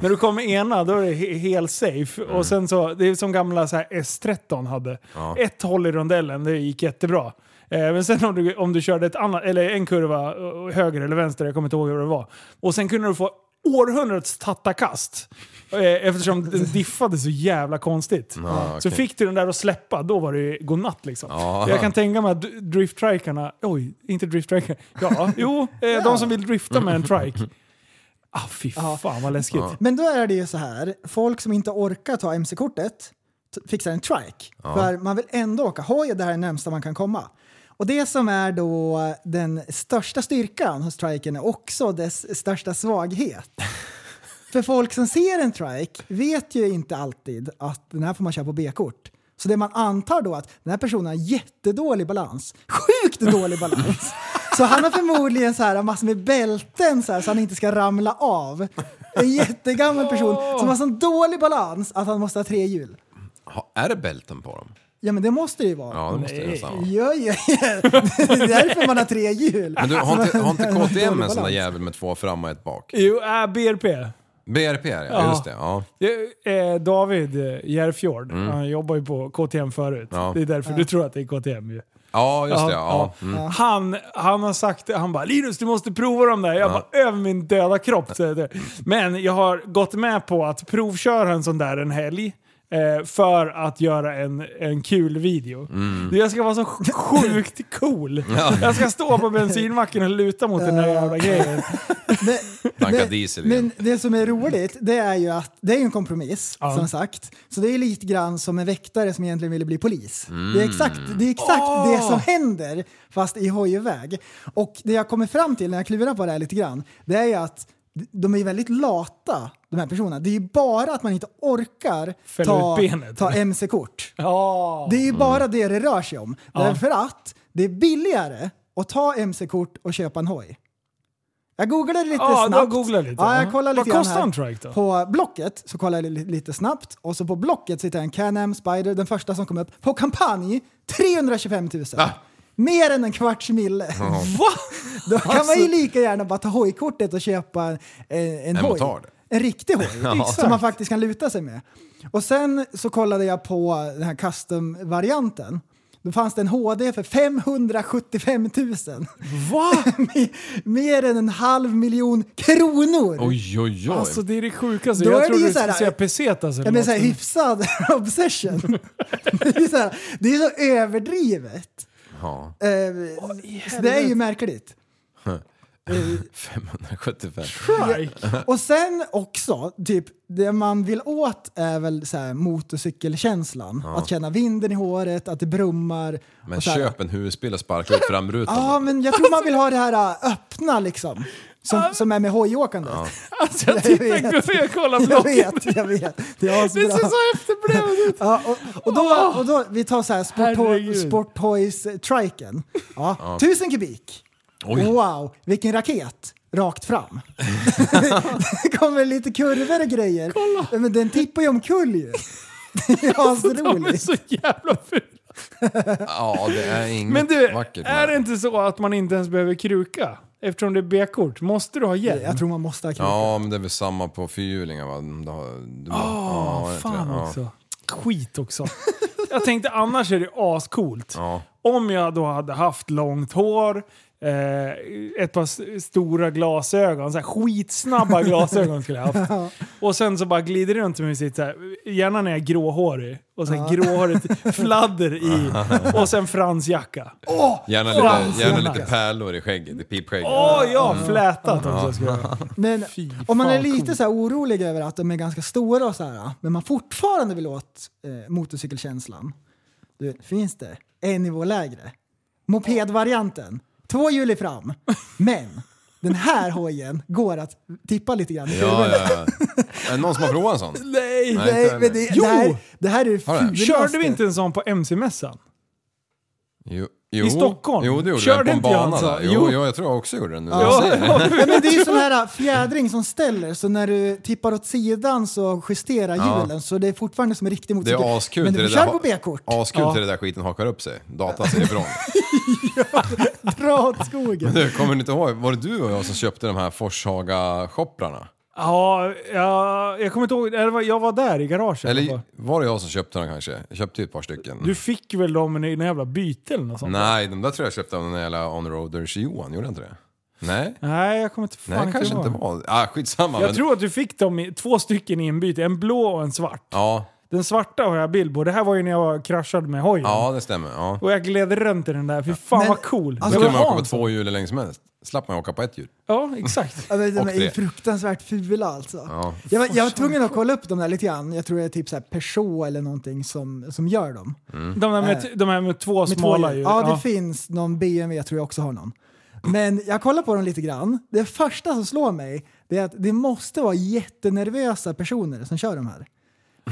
Speaker 3: När du kommer ena då är det he- helt safe.
Speaker 4: Mm.
Speaker 3: Och sen så, det är som gamla så här S13 hade. Ett håll i rondellen, det gick jättebra. Eh, Men sen om du, om du körde ett annat, eller en kurva eh, höger eller vänster, jag kommer inte ihåg hur det var. Och sen kunde du få århundradets tattakast. Eh, Eftersom den diffade så jävla konstigt. Så fick du den där att släppa, då var det ju godnatt liksom.
Speaker 4: Ja.
Speaker 3: Jag kan tänka mig att d- drifttrikarna, oj, inte drifttrikarna, ja, jo, eh, de som vill drifta med en trike. Ah, fy fan vad läskigt.
Speaker 2: Men då är det ju så här, folk som inte orkar ta MC-kortet t- fixar en trike. För man vill ändå åka hoj, det här är närmsta man kan komma. Och det som är då den största styrkan hos triken är också dess största svaghet. För folk som ser en trike vet ju inte alltid att den här får man köra på B-kort. Så det man antar då att den här personen har jättedålig balans. Sjukt dålig balans! Så han har förmodligen så här massor med bälten så, här, så han inte ska ramla av. En jättegammal person som har sån dålig balans att han måste ha tre hjul.
Speaker 4: Ha- Är det bälten på dem?
Speaker 2: Ja men det måste det ju vara.
Speaker 4: Ja, det måste det nästan vara.
Speaker 2: Ja, ja, ja. Det är därför man har tre hjul.
Speaker 4: Men du, har inte, har inte
Speaker 2: Man har dålig
Speaker 4: KTM en sån där
Speaker 2: balans.
Speaker 4: jävel med två fram och ett bak?
Speaker 3: Jo, äh, BRP.
Speaker 4: BRP är det,
Speaker 3: Ja.
Speaker 4: ja. just det. Ja.
Speaker 3: Det är, Eh, David eh, Järfjord, han jobbar ju på KTM förut.
Speaker 4: Ja.
Speaker 3: Det är därför du tror att det är KTM ju.
Speaker 4: ja, just det.
Speaker 3: Ja,
Speaker 4: Ja. Mm.
Speaker 3: ja. Han, han har sagt det, han bara “Linus, du måste prova dem där”. Jag bara “Över min döda kropp”. säger det. Men jag har gått med på att provköra en sån där en helg. eh, För att göra en, en kul video.
Speaker 4: Mm.
Speaker 3: Jag ska vara så sjukt cool. Jag ska stå på bensinmacken och luta mot den där jävla grejen.
Speaker 2: Men-
Speaker 4: Tanka
Speaker 2: men-
Speaker 4: diesel
Speaker 2: Men
Speaker 4: igen.
Speaker 2: det som är roligt, det är ju att det är ju en kompromiss,
Speaker 3: Ja.
Speaker 2: som sagt. Så det är lite grann som en väktare som egentligen ville bli polis. Det är exakt, det, är exakt det som händer, fast i hojväg. Och det jag kommer fram till när jag klurar på det här lite grann, det är ju att de är väldigt lata, de här personerna. Det är ju bara att man inte orkar
Speaker 3: Fälla
Speaker 2: ta,
Speaker 3: ut benet.
Speaker 2: ta MC-kort.
Speaker 3: Ja.
Speaker 2: Det är ju
Speaker 3: Mm.
Speaker 2: bara det det rör sig om. Därför att det är billigare att ta MC-kort och köpa en hoj. Jag googlade lite
Speaker 3: Ja, du
Speaker 2: snabbt.
Speaker 3: har googlat lite.
Speaker 2: Ja,
Speaker 3: Ja.
Speaker 2: jag kollade
Speaker 3: Vad
Speaker 2: lite grann
Speaker 3: kostar
Speaker 2: här.
Speaker 3: en trike då?
Speaker 2: På Blocket så kollade jag li- lite snabbt och så på Blocket så hittade jag en Can-Am Spider, den första som kom upp, på kampanj 325 000. Mer än en kvarts mille.
Speaker 3: Va?
Speaker 2: Då kan man
Speaker 3: Alltså.
Speaker 2: ju lika gärna bara ta hojkortet och köpa en, en, en hoj.
Speaker 4: motard.
Speaker 2: En riktig hoj som man faktiskt kan luta sig med. Och sen så kollade jag på den här custom-varianten. Då fanns det en HD för 575 000.
Speaker 3: Va?
Speaker 2: Me- Mer än en halv miljon kronor!
Speaker 4: Oj, oj, oj.
Speaker 3: Alltså det är det sjukaste.
Speaker 2: Då är
Speaker 3: jag
Speaker 2: det
Speaker 3: trodde
Speaker 2: ju
Speaker 3: du
Speaker 2: så här-
Speaker 3: skulle säga alltså. pesetas eller
Speaker 2: Ja, men så här,
Speaker 3: något.
Speaker 2: hyfsad obsession. det, är så här, det är så överdrivet.
Speaker 4: Ja,
Speaker 2: Eh, så det är ju märkligt.
Speaker 4: 575.
Speaker 2: Och sen också, typ, det man vill åt är väl så här, motorcykelkänslan. Att känna vinden i håret, att det brummar.
Speaker 4: Men
Speaker 2: och så här.
Speaker 4: köp en huvudspel och sparka ut framrutan.
Speaker 2: Ja, men jag tror man vill ha det här äh, öppna liksom. Som, som är med hojåkandet.
Speaker 3: Alltså jag
Speaker 2: Jag
Speaker 3: tittar
Speaker 2: vet.
Speaker 3: på jag kollar
Speaker 2: Jag
Speaker 3: bloggen.
Speaker 2: vet, jag vet. Det är
Speaker 3: Det ser
Speaker 2: asbra.
Speaker 3: så efterblivet ut.
Speaker 2: Ja, och, och, då, och då, vi tar så här sportho-
Speaker 3: Herregud.
Speaker 2: sporttoys-triken. eh, Ja, tusen kubik. Wow, vilken raket! Rakt fram. det kommer lite kurvor och grejer. Kolla. Men den tippar ju omkull ju. Det är
Speaker 3: De är
Speaker 2: asroligt.
Speaker 3: så jävla fula.
Speaker 4: Ja, det är inget
Speaker 3: Men du,
Speaker 4: Mm, vackert. med
Speaker 3: är det inte så att man inte ens behöver kruka? Eftersom det är B-kort. Måste du ha hjälm?
Speaker 2: Jag tror man måste ha kul.
Speaker 4: Ja, men det är väl samma på fyrhjulingar va? Du har, du har, ja, jag tror
Speaker 3: Fan
Speaker 4: det. Ja.
Speaker 3: också. Skit också. Jag tänkte annars är det ascoolt.
Speaker 4: Ja.
Speaker 3: Om jag då hade haft långt hår, eh, ett par s- stora glasögon, så här skitsnabba glasögon skulle jag haft. Och sen så bara glider det runt med sitt, så här, gärna när jag är gråhårig, och sen gråhårigt fladder i, och sen fransjacka. Åh
Speaker 4: Gärna,
Speaker 3: Fan,
Speaker 4: lite, gärna
Speaker 3: tjena.
Speaker 4: lite pärlor i skägget, i pipskägget.
Speaker 3: ja, flätat också skulle jag ha.
Speaker 2: Men
Speaker 3: Fy
Speaker 2: om man är
Speaker 3: fan,
Speaker 2: lite
Speaker 3: coolt.
Speaker 2: så här orolig över att de är ganska stora och så här, men man fortfarande vill åt eh, motorcykelkänslan. Du, finns det en nivå lägre? Mopedvarianten. Två hjul i fram. Men den här hojen går att tippa lite grann. i
Speaker 4: Ja,
Speaker 2: kurvorna.
Speaker 4: ja, ja. Är det någon som har provat en sån?
Speaker 3: Nej!
Speaker 4: Nej,
Speaker 2: Nej,
Speaker 4: inte
Speaker 2: men det, det, här,
Speaker 3: Jo!
Speaker 2: det här är det
Speaker 4: Har den?
Speaker 2: fulaste.
Speaker 3: Körde vi inte en sån på MC-mässan?
Speaker 4: Jo, jo.
Speaker 3: I Stockholm?
Speaker 4: Jo, det gjorde
Speaker 3: Körde
Speaker 4: jag. På
Speaker 3: inte
Speaker 4: en
Speaker 3: jag en
Speaker 4: bana
Speaker 3: sån?
Speaker 4: där.
Speaker 3: Jo.
Speaker 4: Jo, jo, jag tror jag också gjorde den. nu.
Speaker 3: Ja.
Speaker 4: Jag säger det.
Speaker 2: Ja, men det är ju sån här fjädring som ställer, så när du tippar åt sidan så justerar hjulen så det är fortfarande som en riktig
Speaker 4: Det
Speaker 2: motorcykel.
Speaker 4: är askul
Speaker 2: men
Speaker 4: till
Speaker 2: du
Speaker 4: det
Speaker 2: kör
Speaker 4: där,
Speaker 2: på B-kort.
Speaker 4: askul till det där skiten hakar upp sig. Datan säger ifrån.
Speaker 2: Dra åt skogen.
Speaker 4: Du, kommer du inte ihåg? Var det du och jag som köpte de här Forshaga-shopprarna?
Speaker 3: Ja, jag, jag kommer inte ihåg. Eller, vad- jag var där i garaget. Alltså,
Speaker 4: Eller var det jag som köpte dem kanske? Jag köpte ju ett par stycken.
Speaker 3: Du fick väl dem i någon jävla byte eller något sånt?
Speaker 4: Nej, de där tror jag köpte av den där jävla Onroaders-Johan, gjorde jag inte det? Nej,
Speaker 3: Nej, jag kommer inte fan
Speaker 4: Nej kanske
Speaker 3: ihåg.
Speaker 4: inte var. Ah, skitsamma.
Speaker 3: Jag
Speaker 4: men-
Speaker 3: tror att du fick dem i, två stycken i en byte. En blå och en svart.
Speaker 4: Ja,
Speaker 3: Den svarta har jag bild på. Det här var ju när jag var kraschad med hojen.
Speaker 4: ja, det stämmer. Ja.
Speaker 3: Och jag gled runt i den där. Fy fan
Speaker 2: Men-
Speaker 3: vad cool.
Speaker 2: alltså,
Speaker 4: Då
Speaker 3: Jag vill
Speaker 4: kunde man
Speaker 3: ha
Speaker 4: åka
Speaker 3: en
Speaker 4: på
Speaker 3: sån.
Speaker 4: två hjul hur länge som helst. slapp man åka på ett hjul.
Speaker 3: Ja, exakt.
Speaker 2: Ja, men de
Speaker 4: Och
Speaker 2: är ju
Speaker 4: det.
Speaker 2: fruktansvärt fula alltså.
Speaker 4: Ja.
Speaker 2: Jag, var, jag var tvungen att kolla upp dem där lite grann. Jag tror det är typ så här Peugeot eller någonting som, som gör dem.
Speaker 4: Mm.
Speaker 3: De här med, de här Äh. med två
Speaker 2: Med två
Speaker 3: smala
Speaker 2: hjul.
Speaker 3: hjul.
Speaker 2: Ja, det finns någon BMW tror jag också har någon. Men jag kollar på dem lite grann. Det första som slår mig det är att det måste vara jättenervösa personer som kör de här.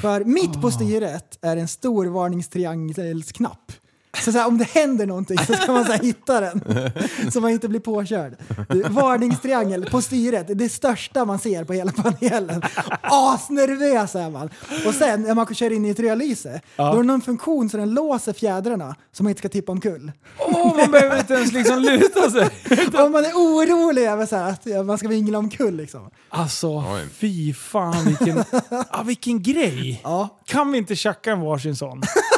Speaker 2: För mitt på styret är en stor varningstriangelsknapp. Så, så här, om det händer någonting så ska man så här, hitta den så man inte blir påkörd. Du, varningstriangel på styret, det är det största man ser på hela panelen. Asnervös är man. Och sen när man kör in i ett rödlyse, då är det någon funktion så den låser fjädrarna så man inte ska tippa omkull.
Speaker 3: Åh, man behöver inte ens liksom luta sig.
Speaker 2: Om man är orolig över så här, att ja, man ska vingla omkull liksom.
Speaker 3: Alltså,
Speaker 4: Oj.
Speaker 3: fy fan vilken, ah, vilken grej!
Speaker 2: Ja.
Speaker 3: Kan vi inte tjacka en varsin sån?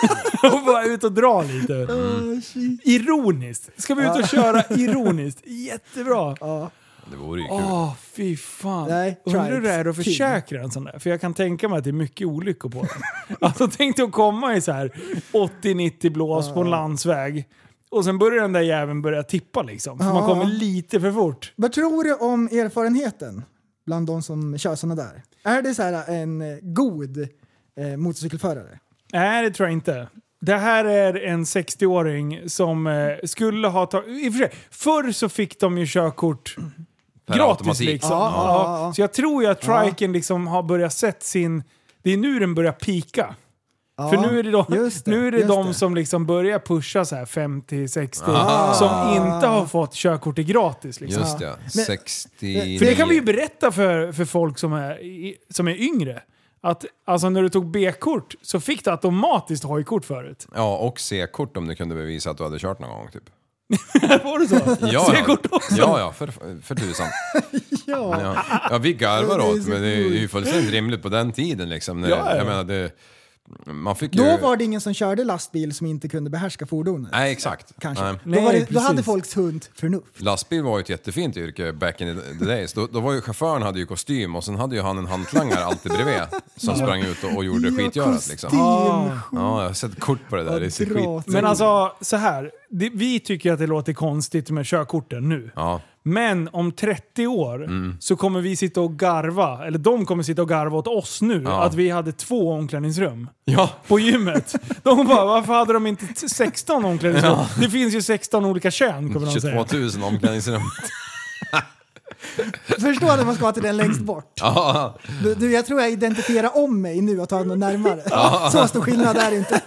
Speaker 3: och bara ut och dra lite.
Speaker 2: Mm.
Speaker 3: Ironiskt! Ska vi ut och köra ironiskt? Jättebra!
Speaker 4: Det vore ju kul.
Speaker 3: Åh, fy fan.
Speaker 2: Nej,
Speaker 3: Undrar hur
Speaker 2: Tribes
Speaker 3: det är att
Speaker 2: King.
Speaker 3: försäkra en sån där? För jag kan tänka mig att det är mycket olyckor på den. alltså tänk dig att komma i så här 80-90 blås på en landsväg. Och sen börjar den där jäveln börja tippa liksom. För man
Speaker 2: Ja.
Speaker 3: kommer lite för fort.
Speaker 2: Vad tror du om erfarenheten bland de som kör sådana där? Är det så här en eh, god eh, motorcykelförare?
Speaker 3: Nej, det tror jag inte. Det här är en 60-åring som eh, skulle ha tagit... I och för sig, förr så fick de ju körkort
Speaker 4: Per
Speaker 3: gratis
Speaker 4: automatik.
Speaker 3: liksom.
Speaker 2: Ja, ja, ja.
Speaker 3: Så jag tror ju att triken liksom har börjat sett sin... Det är nu den börjar pika.
Speaker 2: Ja,
Speaker 3: För nu är det de,
Speaker 2: just
Speaker 3: nu är det
Speaker 2: just
Speaker 3: de som liksom börjar pusha så här 50-60
Speaker 4: Ah.
Speaker 3: som inte har fått körkortet gratis. Liksom.
Speaker 4: Just det,
Speaker 2: Men-
Speaker 4: 60...
Speaker 3: För det kan vi ju berätta för, för folk som är, i- som är yngre. Att alltså, när du tog B-kort så fick du automatiskt hojkort förut.
Speaker 4: Ja, och C-kort om du kunde bevisa att du hade kört någon gång typ.
Speaker 3: Var det så?
Speaker 4: Ja, ja.
Speaker 3: Segert också.
Speaker 4: ja, ja för, för tusan.
Speaker 2: Ja.
Speaker 4: Ja. ja, vi garvar
Speaker 2: Det är
Speaker 4: åt
Speaker 2: så
Speaker 4: men det är ju
Speaker 2: coolt.
Speaker 4: fullständigt rimligt på den tiden liksom. När,
Speaker 3: Ja, ja.
Speaker 4: Jag menar, det, man fick ju...
Speaker 2: Då var det ingen som körde lastbil som inte kunde behärska fordonet.
Speaker 4: Nej, exakt.
Speaker 2: Kanske.
Speaker 4: Nej.
Speaker 2: Då, var
Speaker 3: Nej,
Speaker 2: det, då hade
Speaker 3: precis.
Speaker 2: folks hund förnuft.
Speaker 4: Lastbil var ju ett jättefint yrke back in the days. Då, då var ju chauffören hade ju kostym och sen hade ju han en hantlangare alltid bredvid som sprang ut och, och gjorde skitgörat liksom.
Speaker 2: Kostym,
Speaker 4: Ja, jag har sett kort på det där. Det ser
Speaker 2: dra
Speaker 4: skit...
Speaker 2: åt-
Speaker 3: Men alltså, så här. Det, vi tycker att det låter konstigt med körkorten nu.
Speaker 4: Ja.
Speaker 3: Men om 30 år så kommer vi sitta och garva, eller de kommer sitta och garva åt oss nu,
Speaker 4: Ja.
Speaker 3: att vi hade två omklädningsrum.
Speaker 4: Ja,
Speaker 3: På gymmet. De bara, varför hade de inte t- 16 omklädningsrum? Det finns ju 16 olika kön kommer de
Speaker 4: 22
Speaker 3: säga.
Speaker 4: 000 omklädningsrum.
Speaker 2: Förstå när man ska till den längst bort.
Speaker 4: Ja,
Speaker 2: Du, du, jag tror jag identifierar om mig nu och tar någon närmare. Så stor skillnad är det inte.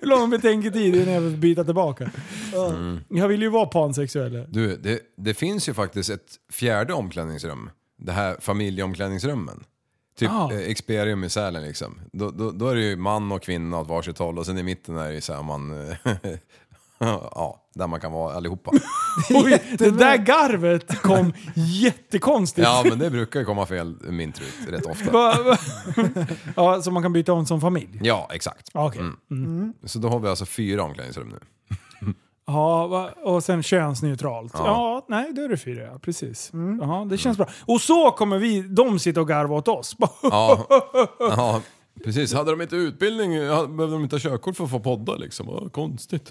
Speaker 3: Hur lång betänketid innan jag vill byta tillbaka?
Speaker 4: Mm.
Speaker 3: Jag vill ju vara pansexuell.
Speaker 4: du, det, det finns ju faktiskt ett fjärde omklädningsrum. Det här familjeomklädningsrummen. Typ
Speaker 3: Ah.
Speaker 4: eh, Experium i Sälen liksom. Då, då, då är det ju man och kvinna åt varsitt håll och sen i mitten är det ju så här man... eh, ja, där man kan vara allihopa.
Speaker 3: Oj, det där garvet kom jättekonstigt.
Speaker 4: Ja, men det brukar ju komma fel mint ut rätt ofta.
Speaker 3: Va- va- ja, så man kan byta om som familj?
Speaker 4: Ja, exakt.
Speaker 3: Ja, Okej.
Speaker 4: Så då har vi alltså fyra omklädningsrum nu.
Speaker 3: Ja, va- och sen könsneutralt. Ja, nej då är det fyra, ja. precis.
Speaker 2: Mm.
Speaker 3: Ja, det känns bra. Och så kommer vi, de sitta och garva åt oss.
Speaker 4: Ja, ja precis. Hade de inte utbildning ja, behövde de inte ha körkort för att få podda liksom. Ja, konstigt.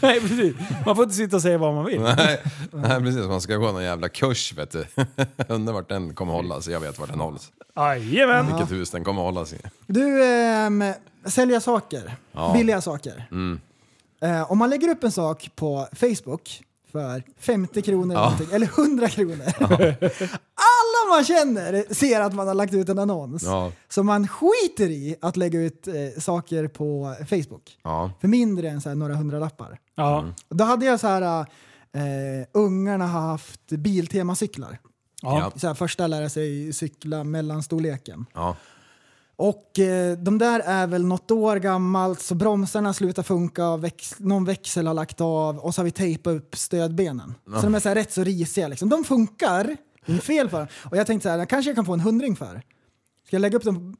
Speaker 3: nej, precis. Man får inte sitta och säga vad man vill.
Speaker 4: Nej, nej, precis. Man ska gå någon jävla kurs vet du. Undrar vart den kommer hållas. Jag vet vart den hålls.
Speaker 3: Jajamän!
Speaker 4: Vilket hus den kommer hållas i.
Speaker 2: Du, ehm, sälja saker. Billiga saker.
Speaker 4: Mm.
Speaker 2: Eh, om man lägger upp en sak på Facebook för 50 kronor någonting, eller 100 kronor. Alla man känner ser att man har lagt ut en annons.
Speaker 4: Ja.
Speaker 2: Så man skiter i att lägga ut eh, saker på Facebook.
Speaker 4: Ja.
Speaker 2: För mindre än så här, några hundralappar.
Speaker 3: Ja.
Speaker 4: Mm.
Speaker 2: Då hade jag så här, eh, ungarna har haft Biltema-cyklar.
Speaker 3: Ja.
Speaker 2: Så här, första lära sig cykla mellanstorleken.
Speaker 4: Ja.
Speaker 2: Och eh, de där är väl något år gammalt så bromsarna slutar funka, och väx- någon växel har lagt av och så har vi tejpat upp stödbenen. Så de är så här rätt så risiga liksom. De funkar, det är inget fel på dem. Och jag tänkte så här, kanske jag kan få en hundring för. Ska jag lägga upp dem?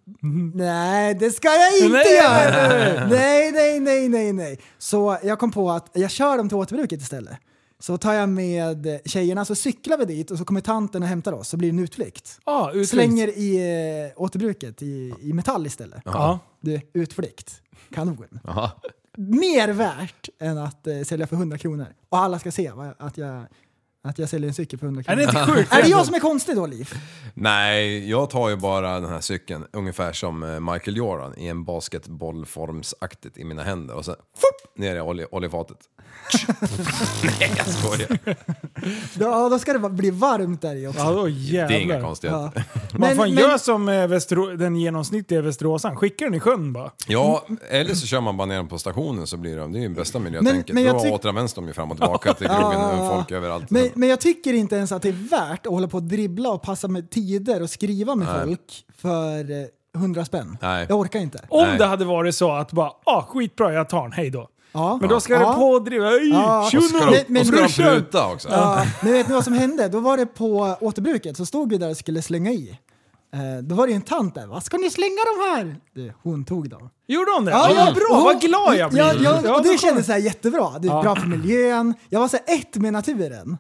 Speaker 2: Nej, det ska jag inte
Speaker 3: Nej,
Speaker 2: göra! Nej, nej, nej, nej, nej. Så jag kom på att jag kör dem till återbruket istället. Så tar jag med tjejerna så cyklar vi dit och så kommer tanten och hämtar oss så blir det en utflykt.
Speaker 3: Ja, utflykt.
Speaker 2: Slänger i eh, återbruket i, i metall istället.
Speaker 3: Ja.
Speaker 2: Du, utflykt. Kanon. Mer värt än att eh, sälja för 100 kronor. Och alla ska se vad, att, jag, att jag säljer en cykel för 100
Speaker 3: Är
Speaker 2: kronor.
Speaker 3: det inte sjukt?
Speaker 2: Är det jag som är konstig då, Liv?
Speaker 4: Nej, jag tar ju bara den här cykeln ungefär som eh, Michael Jordan i en basketbollformsaktigt i mina händer och sen fupp, ner i olje, oljefatet. Nej, jag skojar.
Speaker 2: Då, då ska det bara bli varmt där i också.
Speaker 3: Ja, då
Speaker 4: Det är inga
Speaker 3: jävlar.
Speaker 4: konstigheter.
Speaker 2: Ja.
Speaker 3: Man
Speaker 2: Men,
Speaker 3: fan
Speaker 2: men,
Speaker 3: gör som eh, Västerå- den genomsnittliga västeråsaren, skickar den i sjön bara.
Speaker 4: Ja, eller så kör man bara ner dem på stationen så blir de, det är ju bästa miljötänket.
Speaker 2: men jag
Speaker 4: Då
Speaker 2: tyck-
Speaker 4: återanvänds de ju fram och tillbaka till krogen och folk överallt.
Speaker 2: men, men jag tycker inte ens att det är värt att hålla på och dribbla och passa med tider och skriva med folk för eh, 100 spänn.
Speaker 4: Nej.
Speaker 2: Jag orkar inte.
Speaker 3: Om
Speaker 4: Nej.
Speaker 3: det hade varit så att bara, ah skitbra jag tar den, hej då.
Speaker 2: Ja.
Speaker 3: Men då ska
Speaker 2: Ja.
Speaker 3: det på och driva, ej,
Speaker 2: Ja.
Speaker 3: tjono!
Speaker 2: Och ska de-
Speaker 4: Och
Speaker 2: men-
Speaker 4: ska
Speaker 2: men
Speaker 4: de
Speaker 2: brorsan-
Speaker 4: pruta också?
Speaker 2: Ja, men vet ni vad som hände? Då var det på återbruket, så stod vi där och skulle slänga i. Eh, då var det ju en tant där. Vad ska ni slänga de här? Du, hon tog dem.
Speaker 3: Gjorde hon det?
Speaker 2: Ja, ja, bra!
Speaker 3: Vad glad jag blir!
Speaker 2: Ja, ja, och
Speaker 3: då
Speaker 2: det
Speaker 3: kommer-
Speaker 2: kändes så här jättebra. Det är bra för miljön. Jag var så här ett med naturen.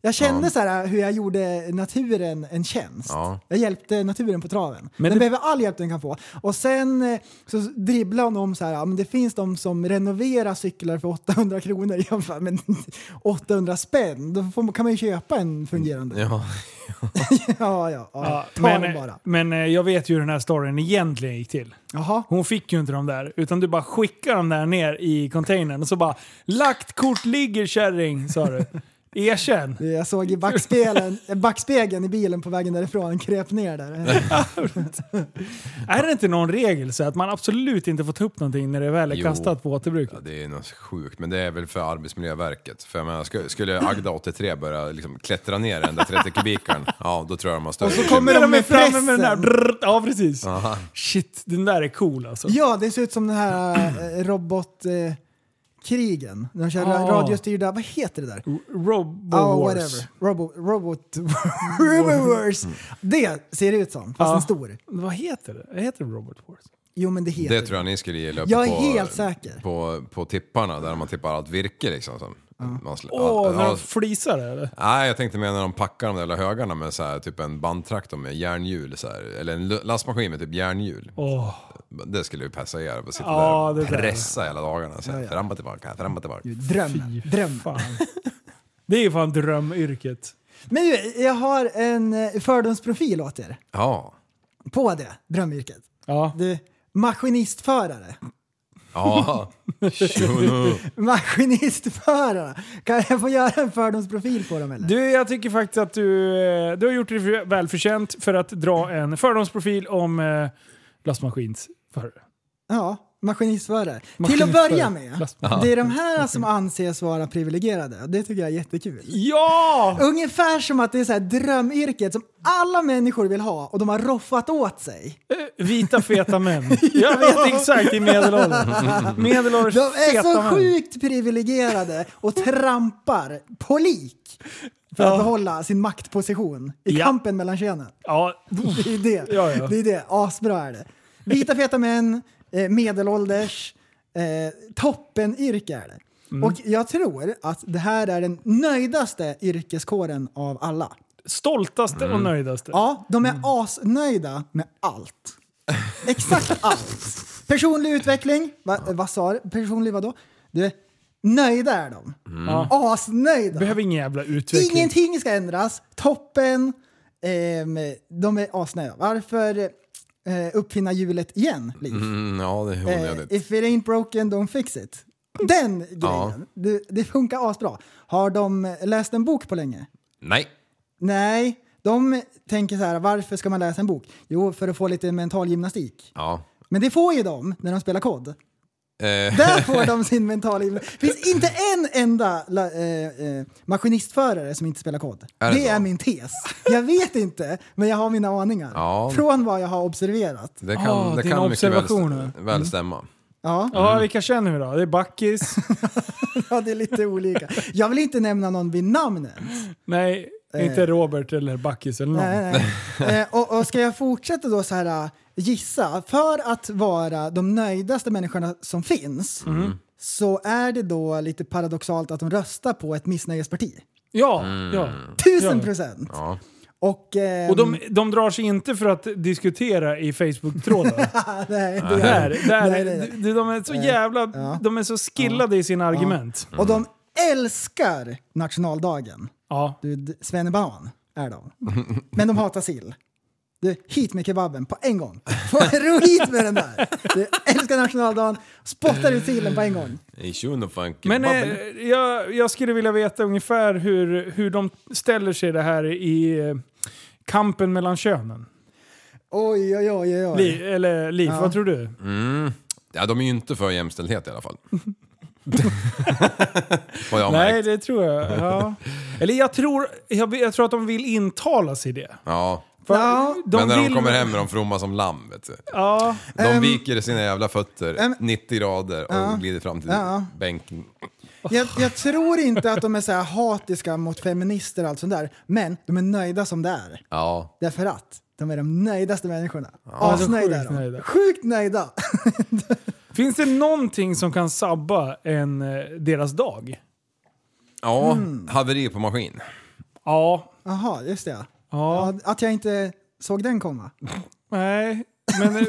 Speaker 2: Jag kände så här hur jag gjorde naturen en tjänst.
Speaker 4: Ja.
Speaker 2: Jag hjälpte naturen på traven.
Speaker 3: Men
Speaker 2: den
Speaker 3: det-
Speaker 2: behöver all hjälp den kan få. Och sen eh, så dribblade hon om så här, ja, men det finns de som renoverar cyklar för 800 kronor. Jag bara, men 800 spänn, då får, man- kan man ju köpa en fungerande.
Speaker 4: Ja.
Speaker 2: Ja, ja, ja.
Speaker 3: Ja,
Speaker 2: Ta den
Speaker 3: men,
Speaker 2: bara.
Speaker 3: men eh, jag vet ju hur den här storyn egentligen gick till.
Speaker 2: Jaha.
Speaker 3: Hon fick ju inte de där, utan du bara skickar dem där ner i containern och så bara “Lagt kort ligger kärring” sa du. Erkänn!
Speaker 2: Jag såg i backspegeln, backspegeln i bilen på vägen därifrån, kröp ner där.
Speaker 3: Är det inte någon regel så att man absolut inte får ta upp någonting när det väl är
Speaker 4: Jo.
Speaker 3: kastat på återbruket?
Speaker 4: Ja, det är något sjukt, men det är väl för Arbetsmiljöverket. För jag menar, skulle- skulle Agda 83 börja liksom klättra ner den där 30 kubikaren, ja då tror jag de har större
Speaker 2: så kommer-
Speaker 3: När
Speaker 2: de
Speaker 3: de är
Speaker 2: med
Speaker 3: framme med den där...
Speaker 2: pressen.
Speaker 3: brrr, Ja, precis. Shit, den där är cool alltså.
Speaker 2: Ja, det ser ut som den här eh, robot... Eh, krigen. De kör
Speaker 3: Ah.
Speaker 2: radiostyrda, vad heter det där?
Speaker 3: Robo
Speaker 2: Ja,
Speaker 3: Wars.
Speaker 2: whatever. Robo, robot... Robo Wars. Det ser det ut som, fast
Speaker 3: Ja.
Speaker 2: en stor.
Speaker 3: Vad heter det? Det heter Robot Wars.
Speaker 2: Jo men det heter
Speaker 4: Det tror jag ni skulle gilla.
Speaker 2: Jag är
Speaker 4: på,
Speaker 2: helt säker.
Speaker 4: På, på tipparna där man tippar allt virke liksom. Som man slä-
Speaker 3: Åh,
Speaker 4: ja,
Speaker 3: när
Speaker 4: ja,
Speaker 3: de flisar det eller?
Speaker 4: Nej, jag tänkte mer när de packar de där jävla högarna med så här, typ en bandtraktor med järnhjul. Så här, eller en l- lastmaskin med typ järnhjul.
Speaker 3: Åh,
Speaker 4: Det skulle ju passa er att sitta
Speaker 3: Ja,
Speaker 4: där
Speaker 3: det
Speaker 4: och
Speaker 3: där.
Speaker 4: pressa hela dagarna. Så här, Fram och tillbaka, fram och tillbaka.
Speaker 2: Drömmen. Drömmen.
Speaker 3: fan. Det är ju fan drömyrket.
Speaker 2: Men du, jag har en eh, fördomsprofil åt er.
Speaker 4: Ja,
Speaker 2: På det, drömyrket.
Speaker 3: Ja.
Speaker 2: Du, maskinistförare.
Speaker 4: ja. Tjono.
Speaker 2: Maskinistförare. Kan jag få göra en fördomsprofil på dem eller?
Speaker 3: Du, jag tycker faktiskt att du, eh, du har gjort dig för- välförtjänt för att dra en fördomsprofil om eh, lastmaskinsförare.
Speaker 2: Ja, maskinistförare. Till att
Speaker 3: Maskinistförare.
Speaker 2: börja med,
Speaker 3: Lastbil.
Speaker 2: det är de här som anses vara privilegierade. Och Det tycker jag är jättekul.
Speaker 3: Ja!
Speaker 2: Ungefär som att det är så här drömyrket som alla människor vill ha och de har roffat åt sig.
Speaker 3: Vita feta män. Jag vet exakt i medelåldern. Medelålders
Speaker 2: De är
Speaker 3: feta
Speaker 2: så
Speaker 3: män.
Speaker 2: sjukt privilegierade och trampar på lik för att
Speaker 3: Ja.
Speaker 2: behålla sin maktposition i
Speaker 3: Ja.
Speaker 2: kampen mellan könen.
Speaker 3: Ja,
Speaker 2: Det är det.
Speaker 3: Ja, ja.
Speaker 2: Det är det. Asbra är det. Vita feta män, eh, medelålders, eh, toppenyrke är det.
Speaker 3: Mm.
Speaker 2: Och jag tror att det här är den nöjdaste yrkeskåren av alla.
Speaker 3: stoltaste
Speaker 4: Mm.
Speaker 3: och nöjdaste.
Speaker 2: Ja, de
Speaker 3: Mm.
Speaker 2: är asnöjda med allt. Exakt allt. Personlig utveckling, Va- eh, vad sa du? Personlig vadå? Du, nöjda är de.
Speaker 3: Mm. Ja.
Speaker 2: Asnöjda.
Speaker 3: Behöver ingen jävla utveckling.
Speaker 2: Ingenting ska ändras. Toppen. Ehm, de är asnöjda. Varför eh, uppfinna hjulet igen, Liv?
Speaker 4: Mm, ja, det är
Speaker 2: Eh,
Speaker 4: onödigt.
Speaker 2: if it ain't broken, don't fix it. Den grejen.
Speaker 4: Ja.
Speaker 2: Det, det funkar asbra. Har de läst en bok på länge?
Speaker 4: Nej.
Speaker 2: Nej, de tänker så här, varför ska man läsa en bok? Jo, för att få lite mental gymnastik.
Speaker 4: Ja.
Speaker 2: Men det får ju de när de spelar kod.
Speaker 4: Eh,
Speaker 2: Där får de sin mentala gymnastik. Det finns inte en enda la, eh, eh, maskinistförare som inte spelar kod.
Speaker 4: Är det
Speaker 2: det
Speaker 4: så?
Speaker 2: är min tes. Jag vet inte, men jag har mina aningar.
Speaker 4: Ja.
Speaker 2: Från vad jag har observerat.
Speaker 4: det kan,
Speaker 3: Ah,
Speaker 4: det
Speaker 3: dina
Speaker 4: kan mycket väl,
Speaker 3: observationer.
Speaker 4: väl
Speaker 2: Mm.
Speaker 4: stämma.
Speaker 2: Ja,
Speaker 3: Ja, vilka känner vi då? Det är Backis.
Speaker 2: ja, det är lite olika. Jag vill inte nämna någon vid namn än.
Speaker 3: Nej, inte Robert eller Backis eller någon.
Speaker 2: Eh. Nej, nej. Eh, och, och ska jag fortsätta då så här äh, gissa, för att vara de nöjdaste människorna som finns
Speaker 4: Mm.
Speaker 2: så är det då lite paradoxalt att de röstar på ett missnöjesparti.
Speaker 3: Ja, ja.
Speaker 2: Tusen
Speaker 3: Ja.
Speaker 2: procent!
Speaker 4: Ja.
Speaker 2: Och, ehm,
Speaker 3: Och de, de drar sig inte för att diskutera i Facebook-trådar.
Speaker 2: nej, det-
Speaker 3: Där, där,
Speaker 2: Nej, nej, Eh, nej.
Speaker 3: De, de är så jävla... De är så skillade i sina argument.
Speaker 2: Och de älskar nationaldagen.
Speaker 3: Ja.
Speaker 2: Du, d- svennebanan är de. Men de hatar sill. Du, hit med kebaben på en gång. Få- Ro hit med den där. Du älskar nationaldagen, spottar ut sillen på en gång.
Speaker 4: I tjono funk.
Speaker 3: Men eh,
Speaker 4: Babbel.
Speaker 3: jag, jag skulle vilja veta ungefär hur, hur de ställer sig det här i eh, kampen mellan könen.
Speaker 2: Oj, oj, oj, oj. oj.
Speaker 3: Li, eller Liv, vad tror du?
Speaker 4: Ja, de är ju inte för jämställdhet i alla fall. Vad jag har
Speaker 3: Nej,
Speaker 4: märkt.
Speaker 3: det tror jag. Ja. Eller jag tror, jag, jag tror att de vill intala sig det.
Speaker 4: Ja.
Speaker 3: För
Speaker 2: Ja.
Speaker 3: de
Speaker 4: Men när
Speaker 3: vill-
Speaker 4: de kommer hem är de fromma som lamm. Vet du.
Speaker 3: Ja,
Speaker 4: De
Speaker 2: Ehm,
Speaker 4: viker sina jävla fötter
Speaker 2: ehm,
Speaker 4: 90 grader och glider fram till
Speaker 2: Ja.
Speaker 4: bänken.
Speaker 2: Jag, jag tror inte att de är så här hatiska mot feminister och allt sånt där, men de är nöjda som det är.
Speaker 4: Ja.
Speaker 2: Därför att de är de nöjdaste människorna.
Speaker 3: de är
Speaker 2: Asnöjda är
Speaker 3: sjukt
Speaker 2: de.
Speaker 3: nöjda.
Speaker 2: Sjukt nöjda.
Speaker 3: Finns det någonting som kan sabba en, eh, deras dag?
Speaker 4: Ja,
Speaker 2: Mm.
Speaker 4: haveri på maskin.
Speaker 3: Ja,
Speaker 2: Jaha, just det.
Speaker 3: Ja.
Speaker 2: Ja, Att jag inte såg den komma.
Speaker 3: nej. Men, eh,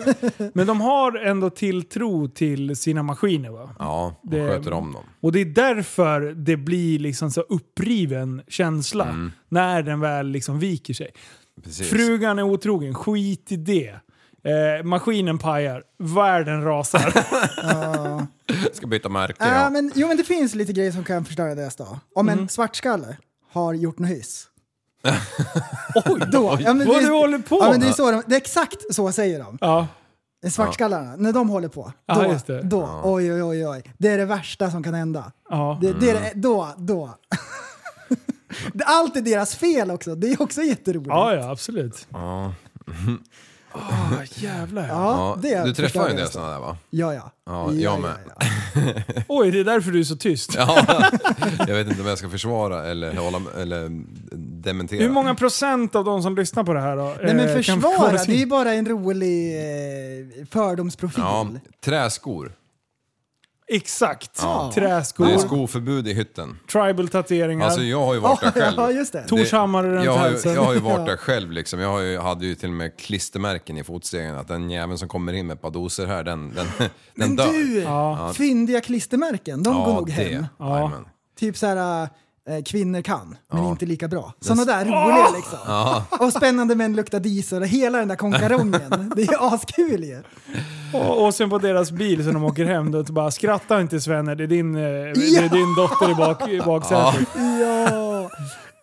Speaker 3: men de har ändå tilltro till sina maskiner va?
Speaker 4: Ja, de
Speaker 3: Det-
Speaker 4: sköter om dem.
Speaker 3: Och det är därför det blir liksom så uppriven känsla när den väl liksom viker sig.
Speaker 4: Mm. Precis.
Speaker 3: Frugan är otrogen, skit i det. Eh, maskinen pajar, världen rasar.
Speaker 4: Ska byta märke.
Speaker 2: Ja.
Speaker 4: Ja.
Speaker 2: men, jo, men det finns lite grejer som kan förstöra deras dag. Om en svartskalle har gjort något hyss. Oj, då. Ja, men
Speaker 3: vad
Speaker 2: det är-
Speaker 3: du håller på
Speaker 2: ja, men det, är
Speaker 3: med.
Speaker 2: så de, det är exakt så säger de.
Speaker 3: ja.
Speaker 2: Svartskallarna, när de håller på. Då,
Speaker 3: Ja, just det.
Speaker 2: då oj, oj, oj, oj. Det är det värsta som kan hända.
Speaker 3: Ja.
Speaker 2: Det, det är det, då, då. Det- Allt är deras fel också. Det är också jätteroligt.
Speaker 3: ja, ja absolut. Ah, jävlar ja.
Speaker 2: Ja, det
Speaker 4: du
Speaker 2: förstår
Speaker 4: träffar ju
Speaker 2: jag
Speaker 4: en del
Speaker 2: nästan.
Speaker 4: sådana där va?
Speaker 2: Ja, ja.
Speaker 4: Ja, jag med.
Speaker 3: Oj, det är därför du är så tyst.
Speaker 4: Ja. Jag vet inte om jag ska försvara eller, hålla, eller dementera.
Speaker 3: Hur många procent av de som lyssnar på det här då?
Speaker 2: Nej men
Speaker 3: eh, kan
Speaker 2: försvara,
Speaker 3: sin-
Speaker 2: det är ju bara en rolig eh, fördomsprofil.
Speaker 4: Ja, träskor.
Speaker 3: Exakt.
Speaker 2: Ja.
Speaker 3: Träskor,
Speaker 4: Det är skoförbud i hytten.
Speaker 3: tribal-tatueringar.
Speaker 4: Alltså jag har ju varit där själv.
Speaker 2: ja, just det.
Speaker 3: To- Torshammar runt
Speaker 4: jag, har ju,
Speaker 3: halsen.
Speaker 4: jag har ju varit där
Speaker 2: Ja.
Speaker 4: själv liksom. Jag har ju, hade ju till och med klistermärken i fotstegen att den jäveln som kommer in med ett par doser här, den, den, den
Speaker 2: Men
Speaker 4: dör.
Speaker 2: du, fyndiga klistermärken, de går nog hem.
Speaker 4: Ja. Jajamän.
Speaker 2: Typ såhär, eh, kvinnor kan, men inte lika bra. Sådana där roliga
Speaker 3: Ah!
Speaker 2: liksom. Och spännande män luktar diesel och hela den där konkarongen. det är ju askul ju.
Speaker 3: Och, och sen på deras bil sen de åker hem, då bara skratta inte Svenne, det är din, eh, det är din dotter i bak, i baksätet.
Speaker 2: Ja.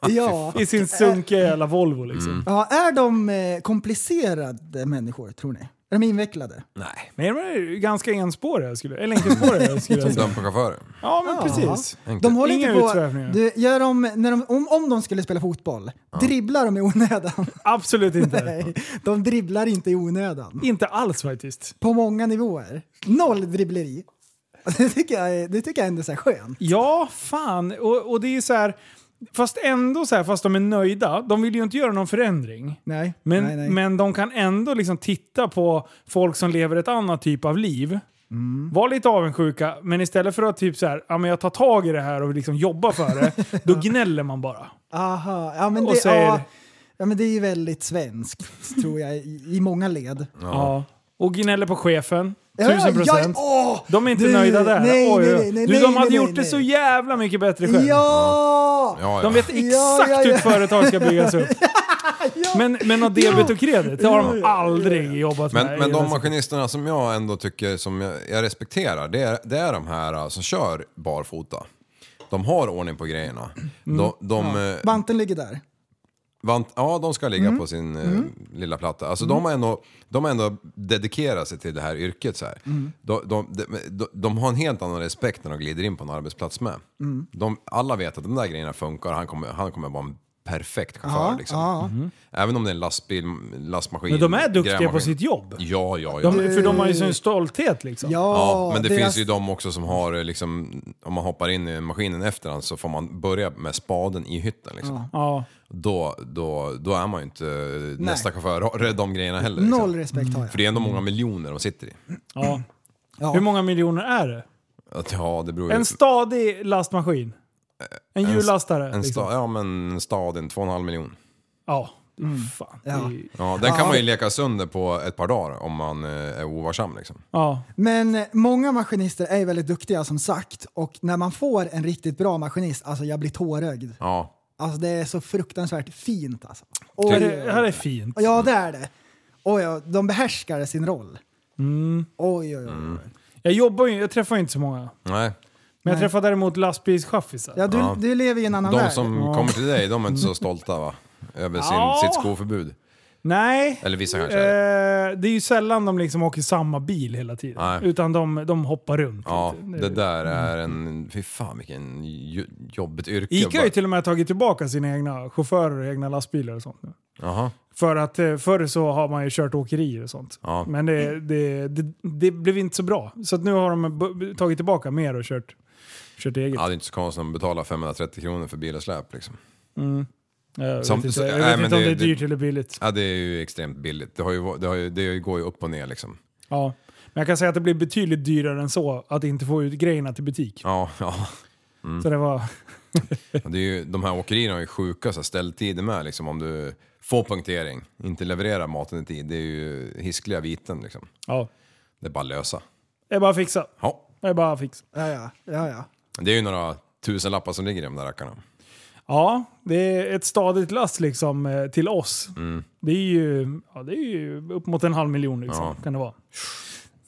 Speaker 2: Ja.
Speaker 3: I sin sunkiga jävla Volvo liksom.
Speaker 4: Mm.
Speaker 2: ja. Är de eh, komplicerade människor, tror ni? Är de invecklade?
Speaker 4: Nej.
Speaker 3: Men de är ju ganska enspåriga, skulle, eller enkelspåriga skulle jag säga.
Speaker 4: Döm på chaufförer.
Speaker 3: Ja men precis.
Speaker 2: De håller
Speaker 3: Inga
Speaker 2: inte på...
Speaker 3: utsvävningar.
Speaker 2: Du, gör de, när de, om, om de skulle spela fotboll, dribblar de i onödan?
Speaker 3: Absolut inte.
Speaker 2: Nej, de dribblar inte i onödan.
Speaker 3: Inte alls faktiskt.
Speaker 2: På många nivåer. Noll dribbleri. Det tycker jag, är- det tycker jag ändå är så här skönt.
Speaker 3: Ja, fan. Och, och det är ju så här, fast ändå så här, fast de är nöjda. De vill ju inte göra någon förändring.
Speaker 2: Nej,
Speaker 3: Men,
Speaker 2: nej, nej.
Speaker 3: men de kan ändå liksom titta på folk som lever ett annat typ av liv.
Speaker 2: Mm.
Speaker 3: Var lite avundsjuka, men istället för att typ så här, ja, men jag tar tag i det här och liksom jobbar för det, då gnäller man bara.
Speaker 2: Aha, ja men
Speaker 3: Och
Speaker 2: det,
Speaker 3: säger-
Speaker 2: ja, ja, men det är ju väldigt svenskt tror jag i, i många led.
Speaker 3: Ja. Och gnäller på chefen,
Speaker 2: Ja, ja,
Speaker 3: tusen
Speaker 2: ja,
Speaker 3: procent.
Speaker 2: åh,
Speaker 3: De är inte
Speaker 2: du,
Speaker 3: nöjda där.
Speaker 2: nej,
Speaker 3: oj,
Speaker 2: nej,
Speaker 3: oj.
Speaker 2: nej, nej,
Speaker 3: du, de
Speaker 2: nej,
Speaker 3: hade
Speaker 2: nej,
Speaker 3: gjort det
Speaker 2: nej.
Speaker 3: så jävla mycket bättre själv.
Speaker 2: Ja!
Speaker 4: Ja, ja.
Speaker 3: De vet
Speaker 2: Ja,
Speaker 3: exakt
Speaker 2: ja, ja.
Speaker 3: hur ett företag ska byggas upp. Men, men något debet och kredit, det har de aldrig jobbat med.
Speaker 4: Men, men
Speaker 3: i
Speaker 4: de
Speaker 3: hela sitt-
Speaker 4: maskinisterna som jag ändå tycker som jag, jag respekterar, det är, det är de här eh, som kör barfota. De har ordning på grejerna.
Speaker 3: Mm.
Speaker 4: De, de, eh,
Speaker 2: Vanten ligger där.
Speaker 4: vant, ja, de ska
Speaker 3: Mm.
Speaker 4: ligga på sin eh, lilla platta. Alltså, de, har ändå, de har ändå dedikerat sig till det här yrket. Så här.
Speaker 3: Mm.
Speaker 4: De, de, de, de, de har en helt annan respekt när de glider in på en arbetsplats med.
Speaker 3: Mm.
Speaker 4: De, alla vet att de där grejerna funkar, han kommer, han kommer vara en perfekt chaufför.
Speaker 2: Ja,
Speaker 4: liksom.
Speaker 2: ja.
Speaker 3: Mm.
Speaker 4: Även om det är en lastbil, lastmaskin,
Speaker 3: Men de är duktiga på
Speaker 4: grävmaskin.
Speaker 3: sitt jobb.
Speaker 4: Ja, ja, ja.
Speaker 3: De, för de har ju sån stolthet liksom.
Speaker 2: Ja,
Speaker 4: Ja, men det
Speaker 2: deras-
Speaker 4: finns ju de också som har eh, liksom, om man hoppar in i maskinen efterhand så får man börja med spaden i hytten liksom.
Speaker 3: Ja.
Speaker 4: Då, då, då är man ju inte eh, nästa chaufför har- rädd om grejerna heller. Liksom.
Speaker 2: Noll respekt har jag.
Speaker 3: Mm.
Speaker 4: För det är ändå många miljoner de sitter i.
Speaker 3: Ja.
Speaker 2: Ja.
Speaker 3: Hur många miljoner är det?
Speaker 4: Att, ja, det beror ju...
Speaker 3: En stadig lastmaskin? En hjullastare? liksom.
Speaker 4: en sta, ja men en stad, en två och en halv miljon.
Speaker 3: Ja. Mm. Fan. det är ju-
Speaker 4: Ja, den kan man ju leka sönder på ett par dagar om man eh, är ovarsam liksom.
Speaker 3: Ja.
Speaker 2: Men eh, många maskinister är ju väldigt duktiga som sagt och när man får en riktigt bra maskinist, alltså jag blir tårögd.
Speaker 4: Ja.
Speaker 2: Alltså det är så fruktansvärt fint alltså.
Speaker 3: Det
Speaker 2: Oj,
Speaker 3: här är- det här är fint.
Speaker 2: Ja, det är det. Oj, ja, de behärskar sin roll. Mm. Oj, oj, oj.
Speaker 4: Mm.
Speaker 3: Jag jobbar ju, jag träffar ju inte så många.
Speaker 4: Nej.
Speaker 3: Men jag träffar däremot lastbilschaffisar.
Speaker 2: Ja, du, du lever i en annan
Speaker 4: De
Speaker 2: värld.
Speaker 4: som kommer till dig, de är inte så stolta va? Över sin,
Speaker 3: Ja.
Speaker 4: sitt skoförbud.
Speaker 3: Nej.
Speaker 4: Eller vissa Typ, kanske är det.
Speaker 3: Eh, det är ju sällan de liksom åker samma bil hela tiden.
Speaker 4: Nej.
Speaker 3: Utan de, de hoppar runt.
Speaker 4: Ja,
Speaker 3: lite.
Speaker 4: det Mm. där är en... Fy fan vilken jo- jobbigt yrke.
Speaker 3: Ica har
Speaker 4: Bara-
Speaker 3: ju till och med tagit tillbaka sina egna chaufförer och egna lastbilar och sånt. nu.
Speaker 4: Jaha.
Speaker 3: För att eh, förr så har man ju kört åkerier och sånt.
Speaker 4: Ja.
Speaker 3: Men det, det, det, det blev inte så bra. Så att nu har de bu- tagit tillbaka mer och kört, kört eget.
Speaker 4: Ja, det är inte så konstigt om man betalar 530 kronor för bil och släp liksom.
Speaker 3: jag vet
Speaker 4: som-
Speaker 3: inte,
Speaker 4: så-
Speaker 3: jag
Speaker 4: nej,
Speaker 3: vet
Speaker 4: men
Speaker 3: inte om
Speaker 4: det-
Speaker 3: det är
Speaker 4: det-
Speaker 3: dyrt eller billigt.
Speaker 4: Ja, det är ju extremt billigt. Det, har ju, va- det, har ju, det går ju upp och ner liksom.
Speaker 3: Ja. Men jag kan säga att det blir betydligt dyrare än så att inte få ut grejerna till butik.
Speaker 4: Ja, ja. Mm.
Speaker 3: Så det var...
Speaker 4: Det är ju, de här åkerierna har ju sjuka så här ställtider med liksom. Om du får punktering, inte levererar maten i tid. Det är ju hiskliga viten liksom.
Speaker 3: Ja.
Speaker 4: Det är bara lösa.
Speaker 3: Det är bara att fixa.
Speaker 4: Ja.
Speaker 3: Det är bara att fixa.
Speaker 2: Ja, ja, ja, ja.
Speaker 4: Det är ju några tusen lappar som ligger i de där rackarna.
Speaker 3: Ja, det är ett stadigt last liksom eh, till oss.
Speaker 4: Mm.
Speaker 3: Det, är ju, ja, det är ju upp mot en halv miljon liksom,
Speaker 4: Ja.
Speaker 3: kan det vara.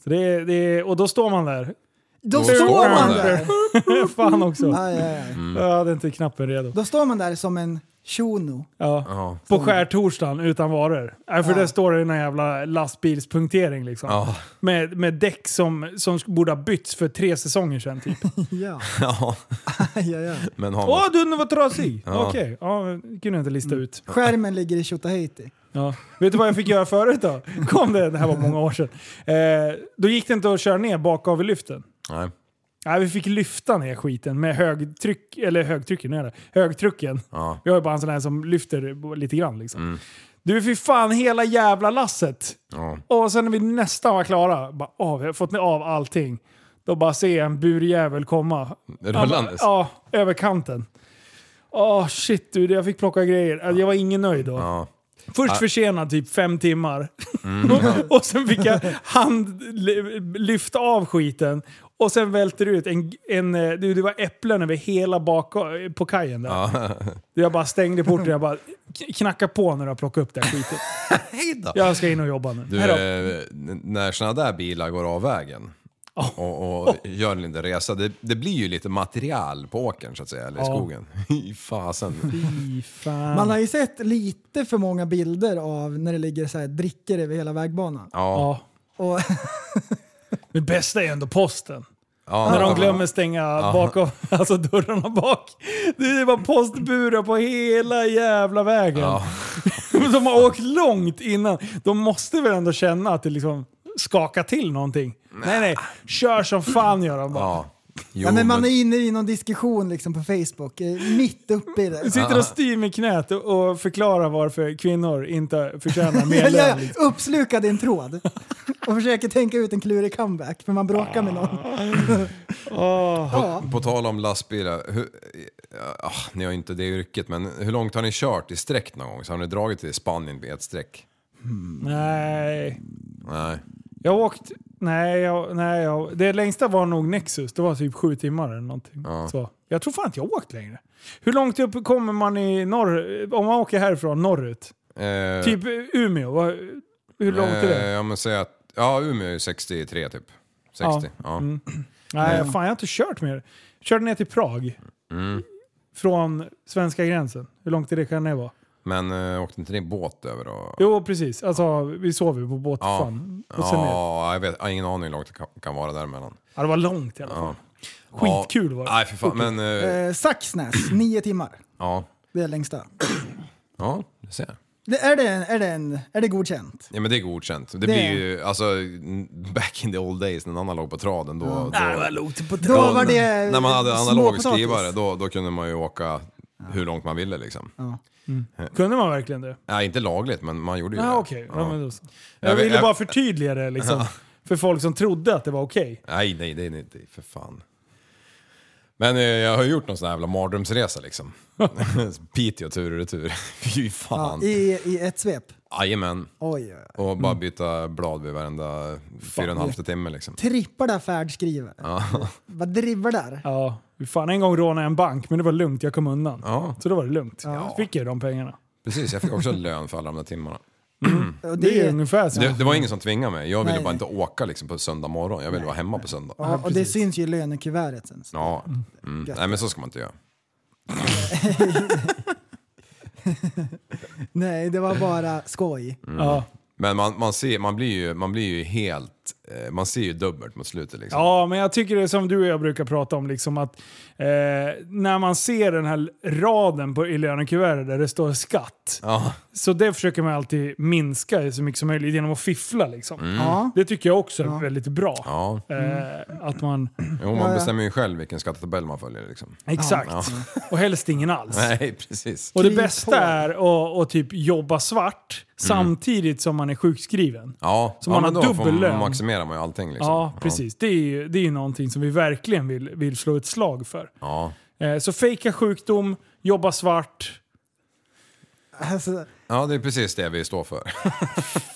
Speaker 3: Så det, är- det, är- och då står man där.
Speaker 2: Då
Speaker 4: står
Speaker 2: står man
Speaker 4: man
Speaker 2: där.
Speaker 3: Fan också.
Speaker 2: Ja, ja, ja.
Speaker 4: Mm.
Speaker 3: Jag hade inte knappen redo.
Speaker 2: Då står man där som en Tjono.
Speaker 3: Ja.
Speaker 4: Ja.
Speaker 3: På skärtorsdagen utan varor. Äh, för
Speaker 2: Ja.
Speaker 3: där står det en jävla lastbilspunktering liksom.
Speaker 4: Ja.
Speaker 3: Med, med däck som, som borde ha bytts för tre säsonger sedan typ.
Speaker 2: Ja,
Speaker 4: Ja,
Speaker 2: ja, ja.
Speaker 4: men har man...
Speaker 3: Åh, du var trasig!
Speaker 4: Ja. Mm.
Speaker 3: Okej, ja, men det kunde jag inte lista ut.
Speaker 2: Skärmen ligger i Tjotahejti.
Speaker 3: Ja. Vet du vad jag fick göra förut då? Kom det, det här var många år sedan. Eh, då gick det inte att köra ner bakgavellyften.
Speaker 4: Nej.
Speaker 3: Nej, vi fick lyfta ner skiten med högtryck, eller högtrycken, är det? högtrycken.
Speaker 4: Ja. Mm.
Speaker 3: Vi har ju bara en sån här som lyfter lite grann liksom. Du, fy fan hela jävla lasset.
Speaker 4: Ja.
Speaker 3: Och sen när vi nästan var klara, bara, åh, vi har fått av allting. Då bara se en burjävel komma.
Speaker 4: Rullandes?
Speaker 3: Ja, över kanten. Åh shit du, jag fick plocka grejer. Alltså, Jag var ingen nöjd då.
Speaker 4: Ja. Mm.
Speaker 3: Först försenad typ fem timmar. och sen fick jag hand, ly- lyfta av skiten. Och sen välter det ut en, en... eh, du, Det var äpplen över hela bak eh, på kajen där. Jag bara stängde porten jag bara k- knacka på när du har plockat upp den skiten.
Speaker 4: Hej då!
Speaker 3: Jag ska in och jobba nu.
Speaker 4: Du,
Speaker 3: Hejdå.
Speaker 4: eh, n- när såna där bilar går av vägen och, och gör en liten resa, det, det blir ju lite material på åkern så att säga, eller i
Speaker 3: Ja.
Speaker 4: skogen. Fy fasen.
Speaker 3: Fy fan.
Speaker 2: Man har ju sett lite för många bilder av när det ligger så här drickor över hela vägbanan.
Speaker 4: Ja.
Speaker 3: Ja.
Speaker 2: Och
Speaker 3: Det bästa är ändå posten.
Speaker 4: Ja,
Speaker 3: När
Speaker 4: men-
Speaker 3: de glömmer stänga bakom, alltså dörrarna bak. Det var postburar på hela jävla vägen.
Speaker 4: Ja.
Speaker 3: De har åkt långt innan. De måste väl ändå känna att det liksom skakar till någonting. Nej nej, kör som fan gör de bara.
Speaker 4: ja. Jo,
Speaker 2: ja, men man
Speaker 4: men-
Speaker 2: är inne i någon diskussion liksom på Facebook, eh, mitt uppe i det.
Speaker 3: Sitter och styr med knät och och förklarar varför kvinnor inte förtjänar mer
Speaker 2: Jag,
Speaker 3: lön.
Speaker 2: jag
Speaker 3: liksom.
Speaker 2: uppslukad i en tråd och försöker tänka ut en klurig comeback för man bråkar med någon. Ja.
Speaker 4: På tal om lastbilar, hur, ah, ni har ju inte det yrket, men hur långt har ni kört i sträck någon gång? Så har ni dragit till Spanien i ett sträck?
Speaker 3: Nej,
Speaker 4: Nej.
Speaker 3: jag har åkt... Nej, jag, nej jag, det längsta var nog Nexus. Det var typ sju timmar eller någonting. Så. Jag tror fan inte jag har åkt längre. Hur långt upp kommer man i norr... Om man åker härifrån norrut?
Speaker 4: Eh,
Speaker 3: Typ Umeå? vad- Hur långt är det?
Speaker 4: Eh, ja, men säg att, ja Umeå är ju 63 typ. 60. Ja.
Speaker 3: Mm. Nej, fan jag har inte kört mer. Körde ner till Prag.
Speaker 4: Mm.
Speaker 3: Från svenska gränsen. Hur långt är det kan det vara?
Speaker 4: Men eh, åkte inte ni båt över då?
Speaker 3: Jo, precis. Alltså, vi sov ju på båtfan. Och sen ner.
Speaker 4: Ja, jag, vet, jag har ingen aning hur långt det kan, kan vara däremellan.
Speaker 3: Ja, det var långt i alla fall. Skitkul var det.
Speaker 4: Nej, för fan. Men, eh,
Speaker 2: Eh, Saxnäs, nio timmar.
Speaker 4: ja.
Speaker 2: Det är längsta.
Speaker 4: Ja, det ser jag.
Speaker 2: Det, är, det, är, det en, är det godkänt?
Speaker 4: Ja men det är godkänt. Det, blir ju, alltså back in the old days när Anna låg på traden då... då
Speaker 2: Mm. Då var det
Speaker 4: när man hade analog
Speaker 2: småpotatis.
Speaker 4: skrivare då, då kunde man ju åka hur långt man ville liksom.
Speaker 3: Kunde man verkligen det?
Speaker 4: Nej, inte lagligt men man gjorde ju
Speaker 3: Ja,
Speaker 4: det.
Speaker 3: Ah, okej. Ja, men då så.
Speaker 4: Jag
Speaker 3: Jag
Speaker 4: vet-
Speaker 3: ville
Speaker 4: jag-
Speaker 3: bara förtydliga det liksom. För folk som trodde att det var okej.
Speaker 4: Nej, nej, det är inte för fan. Men eh, jag har ju gjort någon sån här jävla mardrömsresa liksom. Piteå tur och retur. Fy
Speaker 2: Ja,
Speaker 4: fan.
Speaker 2: i, I ett svep.
Speaker 4: Jajamän.
Speaker 2: Oj, oj, oj.
Speaker 4: Och bara
Speaker 3: Mm.
Speaker 4: byta blad vid varenda fyra och en halv timme liksom.
Speaker 2: Trippla färdskrivare. Vad dribblar?
Speaker 3: Ja, fy fan en gång rånade jag en bank, men det var lugnt. Jag kom undan.
Speaker 4: Ja.
Speaker 3: Så då var det lugnt. Så fick jag ju de pengarna.
Speaker 4: Precis, jag fick också lön för alla de där timmarna.
Speaker 2: Och
Speaker 3: Det är ju
Speaker 2: det,
Speaker 3: ungefär så.
Speaker 4: Det, det var ingen som tvingade mig. Jag ville
Speaker 2: Nej,
Speaker 4: bara
Speaker 2: nej.
Speaker 4: inte åka liksom, på söndag morgon. Jag ville vara hemma på söndag.
Speaker 2: ja, och det syns ju i lönekuvertet sen.
Speaker 4: Ja. Mm.
Speaker 2: Gött.
Speaker 4: Nej men så ska man inte göra.
Speaker 2: Nej, det var
Speaker 3: Mm.
Speaker 2: bara skoj.
Speaker 4: Mm.
Speaker 3: Ja.
Speaker 4: Men man, man, ser, man, blir, ju, man blir ju helt... eh, Man ser ju dubbelt mot slutet liksom.
Speaker 3: Ja, men jag tycker det är som du och jag brukar prata om, liksom att eh, när man ser den här raden på, i lönekuvertet där det står skatt,
Speaker 4: Ja.
Speaker 3: så det försöker man alltid minska så mycket som möjligt genom att fiffla. Liksom.
Speaker 2: Ja.
Speaker 3: Det tycker jag också är väldigt bra.
Speaker 4: Mm. ja.
Speaker 3: Eh, att man,
Speaker 4: Jo, man bestämmer ju själv vilken skattetabell man följer liksom.
Speaker 3: exakt. Och helst ingen alls.
Speaker 4: Nej, precis.
Speaker 3: Och det
Speaker 2: Kryp på.
Speaker 3: bästa är att, att typ jobba svart
Speaker 4: Mm.
Speaker 3: samtidigt som man är sjukskriven.
Speaker 4: Ja,
Speaker 3: Så
Speaker 4: ja
Speaker 3: man
Speaker 4: men
Speaker 3: har
Speaker 4: då
Speaker 3: dubbel
Speaker 4: får-
Speaker 3: lön.
Speaker 4: maximerar man ju allting liksom.
Speaker 3: Ja, precis. Det är ju det är ju någonting som vi verkligen vill, vill slå ett slag för.
Speaker 4: Ja.
Speaker 3: Eh, så fejka sjukdom, jobba svart.
Speaker 2: Alltså,
Speaker 4: ja, det är precis det vi står för.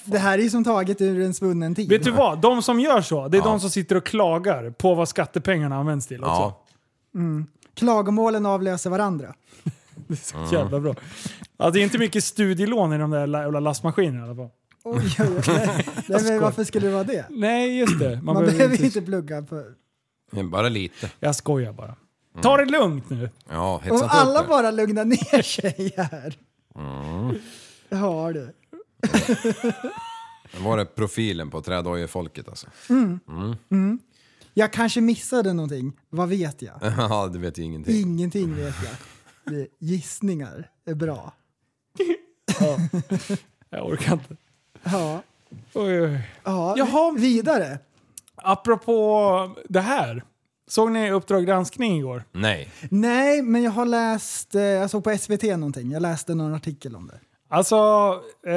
Speaker 2: det här är ju som taget ur en svunnen tid.
Speaker 3: Vet du vad? De som gör så, det är de som sitter och klagar på vad skattepengarna används till också.
Speaker 4: Ja.
Speaker 2: Klagomålen avlöser varandra.
Speaker 3: Det är
Speaker 4: Mm.
Speaker 3: så jävla bra. Ja, det är inte mycket studielån i de där la- jävla lastmaskinerna i alla fall.
Speaker 2: Oj, oj, oj. Nej, men varför skulle det vara det?
Speaker 3: Nej, just det. Man,
Speaker 2: Man
Speaker 3: behöver inte...
Speaker 2: plugga. På.
Speaker 4: Bara lite.
Speaker 3: Jag skojar bara.
Speaker 4: Mm.
Speaker 3: Ta det lugnt nu.
Speaker 4: Ja,
Speaker 2: Om
Speaker 4: hetsa inte Liksom, upp
Speaker 2: alla
Speaker 4: det.
Speaker 2: bara lugnar ner sig här. Ja du.
Speaker 4: Var det profilen på trädojefolket alltså?
Speaker 2: Jag kanske missade någonting. Vad vet jag?
Speaker 4: Ja, det vet ju ingenting.
Speaker 2: Ingenting vet jag. Det- Gissningar är bra.
Speaker 3: Jag orkar inte.
Speaker 2: Ja.
Speaker 3: Oj, oj.
Speaker 2: ja.
Speaker 3: Jaha.
Speaker 2: Vidare.
Speaker 3: Apropå det här. Såg ni Uppdrag granskning igår?
Speaker 4: Nej.
Speaker 2: Nej, men jag har läst, eh, jag såg på SVT någonting, jag läste någon artikel om det.
Speaker 3: Alltså, eh,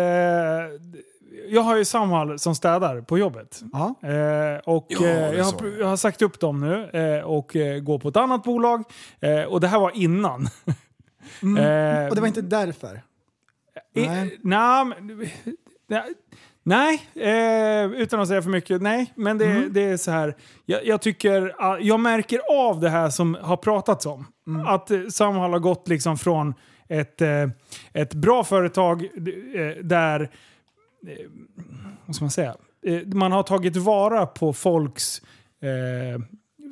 Speaker 3: jag har ju Samhall som städar på jobbet.
Speaker 2: Ja.
Speaker 3: Eh, och,
Speaker 4: Ja, det
Speaker 3: eh, jag,
Speaker 4: sa
Speaker 3: har,
Speaker 4: jag.
Speaker 3: jag har sagt upp dem nu eh, och eh, går på ett annat bolag. Eh, och det här var innan. Eh,
Speaker 2: Mm. Och det var inte därför.
Speaker 3: I-
Speaker 2: Nej.
Speaker 3: Nej, men- nej eh, utan att säga för mycket. Nej, men det, det är så här. Jag, jag, tycker, ah, jag märker av det här som har pratats om. Att eh, Samhall har gått liksom från ett, eh, ett bra företag d- eh, där, eh, vad ska man säga, eh, man har tagit vara på folks eh,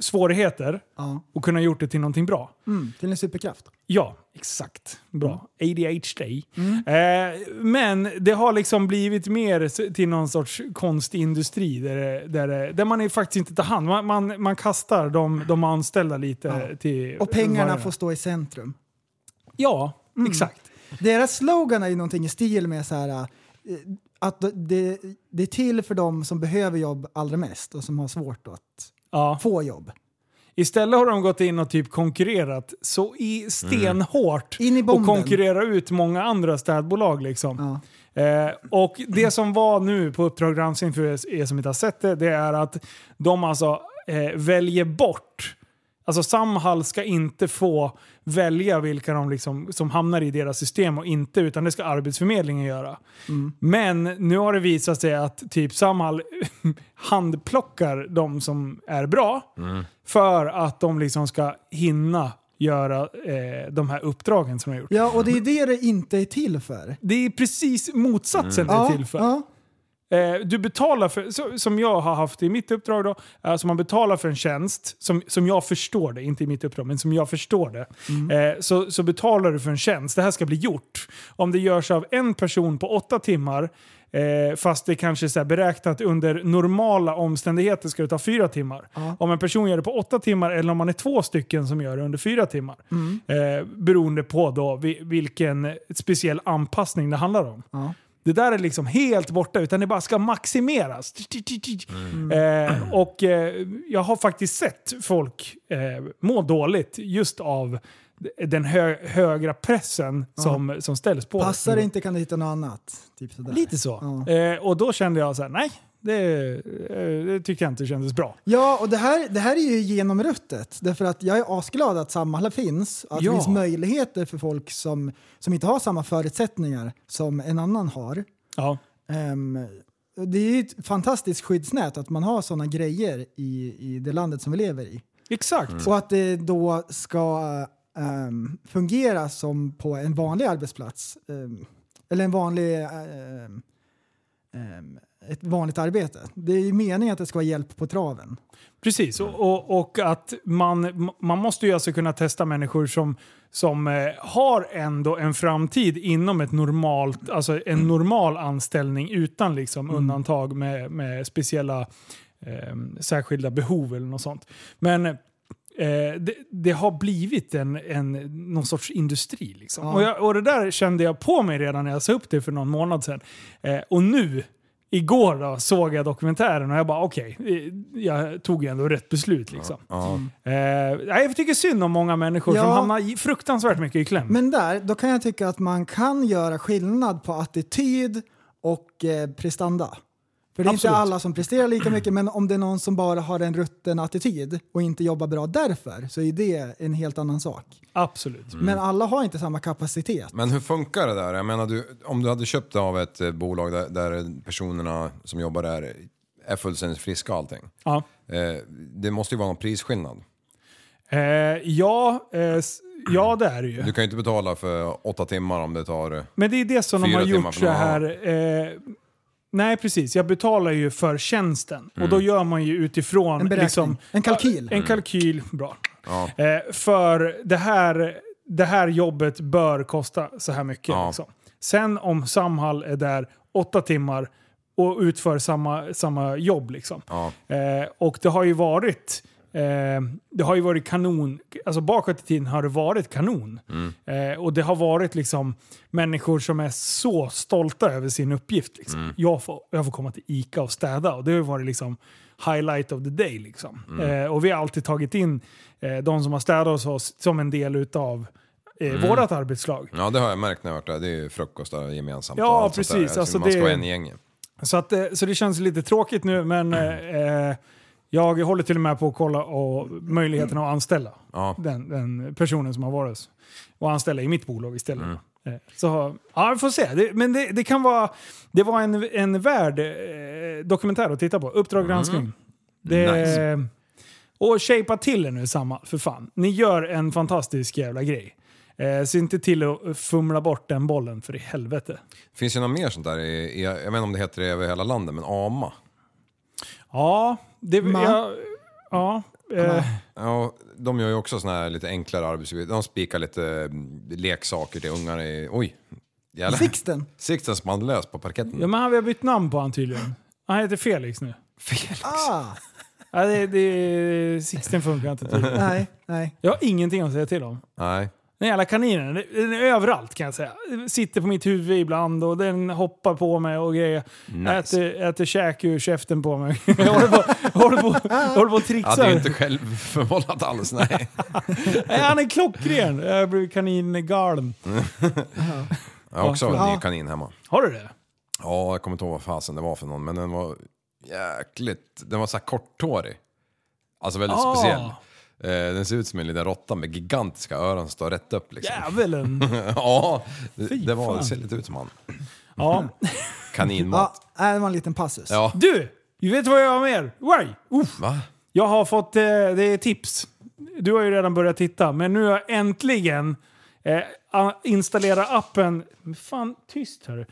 Speaker 3: svårigheter
Speaker 2: Ja.
Speaker 3: och kunnat gjort det till någonting bra.
Speaker 2: Mm, till en superkraft.
Speaker 3: Ja, exakt. Bra.
Speaker 2: Mm.
Speaker 3: ADHD. Eh, men det har liksom blivit mer s- till någon sorts konstig där, det- där, det- där man är faktiskt inte tar hand. Man, man, man kastar de, de anställda lite till...
Speaker 2: Och pengarna
Speaker 3: vargarna.
Speaker 2: får Mm. stå i centrum.
Speaker 3: Ja, exakt.
Speaker 2: Deras slogan är ju någonting i stil med så här eh, att det, det är till för de som behöver jobb allra mest och som har svårt att
Speaker 3: Ja.
Speaker 2: få jobb.
Speaker 3: Istället har de gått in och typ konkurrerat så i stenhårt
Speaker 2: Mm. In i
Speaker 3: och
Speaker 2: bomben.
Speaker 3: konkurrera ut många andra städbolag. Liksom. Eh, och det som var nu på Uppdrag granskning för er- er som inte har sett det, det är att de alltså eh, väljer bort Alltså Samhall ska inte få välja vilka de liksom, som hamnar i deras system och inte, utan det ska Arbetsförmedlingen göra. Men nu har det visat sig att typ Samhall handplockar de som är bra för att de liksom ska hinna göra eh, de här uppdragen som de har gjort.
Speaker 2: Ja, och det är det det inte är till för.
Speaker 3: Det är precis motsatsen det är till för.
Speaker 2: Mm. ja.
Speaker 3: Eh, du betalar för, så, som jag har haft i mitt uppdrag då, alltså man betalar för en tjänst, som, som jag förstår det, inte i mitt uppdrag, men som jag förstår det, eh, så, så betalar du för en tjänst. Det här ska bli gjort. Om det görs av en person på åtta timmar, eh, fast det kanske är så här beräknat under normala omständigheter ska det ta fyra timmar. Om en person gör det på åtta timmar eller om man är två stycken som gör det under fyra timmar. Eh, beroende på då vi- vilken speciell anpassning det handlar om. Det där är liksom helt borta, utan det bara ska maximeras. Eh, och eh, jag har faktiskt sett folk eh, må dåligt just av den hö högra pressen som, som ställs på
Speaker 2: Passar det inte kan du hitta något annat. Typ sådär.
Speaker 3: Lite så. Eh, och då kände jag så här, nej, det, eh, det tyckte jag inte kändes bra.
Speaker 2: Ja, och det här, det här är ju genomruttet. Därför att jag är asglad att Samhall finns. Att
Speaker 3: Ja.
Speaker 2: det finns möjligheter för folk som, som inte har samma förutsättningar som en annan har.
Speaker 3: Ja.
Speaker 2: Ehm, det är ju ett fantastiskt skyddsnät att man har sådana grejer i, i det landet som vi lever i.
Speaker 3: Exakt.
Speaker 2: Och att det då ska ehm, fungera som på en vanlig arbetsplats. ehm, eller en vanlig... ehm, ehm, ett vanligt arbete. Det är ju meningen att det ska vara hjälp på traven.
Speaker 3: Precis, och, och, och att man, man måste ju alltså kunna testa människor som, som eh, har ändå en framtid inom ett normalt, alltså en normal anställning utan liksom undantag med, med speciella eh, särskilda behov eller något sånt. Men eh, det, det har blivit en, en, någon sorts industri. Liksom. Och, jag, och det där kände jag på mig redan när jag sa upp det för någon månad sedan. Eh, och nu Igår då såg jag dokumentären och jag bara okej, eh, jag tog ju ändå rätt beslut liksom.
Speaker 4: Ja.
Speaker 3: Eh, nej, jag tycker synd om många människor som
Speaker 2: Ja.
Speaker 3: hamnar i- fruktansvärt mycket i kläm.
Speaker 2: Men där, då kan jag tycka att man kan göra skillnad på attityd och eh, prestanda. För det är
Speaker 3: Absolut.
Speaker 2: inte alla som presterar lika mycket, men om det är någon som bara har en rutten attityd och inte jobbar bra därför, så är det en helt annan sak.
Speaker 3: Mm. Absolut.
Speaker 2: Men alla har inte samma kapacitet.
Speaker 4: Men hur funkar det där? Jag menar, du, om du hade köpt det av ett eh, bolag där, där personerna som jobbar där är fullständigt friska och allting.
Speaker 3: Ja,
Speaker 4: Eh, det måste ju vara någon prisskillnad.
Speaker 3: eh, ja, eh, s- ja det är det ju.
Speaker 4: Du kan ju inte betala för åtta timmar om det tar... eh,
Speaker 3: Men det är det som de
Speaker 4: Fyra
Speaker 3: har
Speaker 4: timmar
Speaker 3: gjort
Speaker 4: för
Speaker 3: så
Speaker 4: någon
Speaker 3: här. Eh, nej, precis. Jag betalar
Speaker 4: Mm.
Speaker 3: ju för tjänsten. Och då gör man ju utifrån...
Speaker 2: En beräkning.
Speaker 3: Liksom,
Speaker 2: En kalkyl.
Speaker 3: En kalkyl. Bra. Eh, för det här, det här jobbet bör kosta så här mycket.
Speaker 4: Ja.
Speaker 3: Liksom. Sen om Samhall är där åtta timmar och utför samma, samma jobb. Liksom.
Speaker 4: Ja.
Speaker 3: Eh, och det har ju varit eh, det har ju varit kanon, alltså bakåt i tiden har det varit kanon. Eh, och det har varit liksom människor som är så stolta över sin uppgift. Liksom. Jag, får, jag får komma till ICA och städa och det har ju varit liksom highlight of the day. Liksom. Eh, och vi har alltid tagit in eh, de som har städat hos oss som en del utav eh, vårt arbetslag.
Speaker 4: Ja, det har jag märkt när jag har varit där. Det är ju frukostar gemensamt
Speaker 3: Ja,
Speaker 4: och allt sånt där.
Speaker 3: precis.
Speaker 4: Jag tror
Speaker 3: Alltså,
Speaker 4: man ska
Speaker 3: det-
Speaker 4: vara en i gänget.
Speaker 3: Så, att, eh, så det känns lite tråkigt nu, men eh, eh, jag håller till och med på att kolla och möjligheten att anställa
Speaker 4: Ja.
Speaker 3: den, den personen som har varit hos- och anställa i mitt bolag istället.
Speaker 4: Mm.
Speaker 3: Eh, Så, ja, vi får se. Det, men det, det kan vara... Det var en, en värd eh, dokumentär att titta på. Uppdrag granskning. Det,
Speaker 4: Mm. Nice.
Speaker 3: Och shapea till er nu samma, för fan. Ni gör en fantastisk jävla grej. Eh, se inte till att fumla bort den bollen, för i helvete.
Speaker 4: Finns det något mer sånt där? I, i, jag vet inte om det heter det över hela landet, men AMA.
Speaker 3: Ja, det...
Speaker 2: Ma.
Speaker 3: Ja, ja, eh,
Speaker 4: Ja, de gör ju också såna här lite enklare arbetsuppgifter. De spikar lite mm, leksaker till ungar i... Oj! Jävlar.
Speaker 2: Sixten.
Speaker 4: Sixten som hade löst på parketten.
Speaker 3: ja, men han- vi har bytt namn på han tydligen. Han heter Felix nu.
Speaker 4: Felix.
Speaker 2: Ah,
Speaker 3: Ja, det, det, Sixten funkar inte tydligen.
Speaker 2: nej, nej.
Speaker 3: Jag har ingenting att säga till om.
Speaker 4: Nej.
Speaker 3: Den jävla kaninen, den- den är överallt kan jag säga. Den Sitter på mitt huvud ibland och den hoppar på mig och grejer. Äter, äter käk ur käften på mig. Jag håller på, håller på, håller på och
Speaker 4: Ja,
Speaker 3: trixar.
Speaker 4: det är ju inte självförvållat alls, nej.
Speaker 3: Nej, han är klockren. Jag blir kaningalen.
Speaker 4: Jag har också en
Speaker 2: Ja.
Speaker 4: ny kanin hemma.
Speaker 3: Har du det?
Speaker 4: Ja, jag kommer inte ihåg vad fasen det var för någon, men den var jäkligt... Den var så här korthårig. Alltså väldigt
Speaker 3: Ah.
Speaker 4: speciell. Eh, Den ser ut som en liten råtta med gigantiska öron som står rätt upp liksom.
Speaker 3: Djävulen.
Speaker 4: ja, det,
Speaker 3: Fy
Speaker 4: det, var, det
Speaker 3: fan.
Speaker 4: ser lite ut som han.
Speaker 3: Ja.
Speaker 4: Kaninmat.
Speaker 2: Ja, nej, det var en lliten passus.
Speaker 4: Ja.
Speaker 3: Du! Du vet vad jag har mer? Why? Uff.
Speaker 4: Va?
Speaker 3: Jag har fått eh, det är tips. Du har ju redan börjat titta, men nu har jag äntligen eh, a- installerat appen. Men Fan, tyst hörru.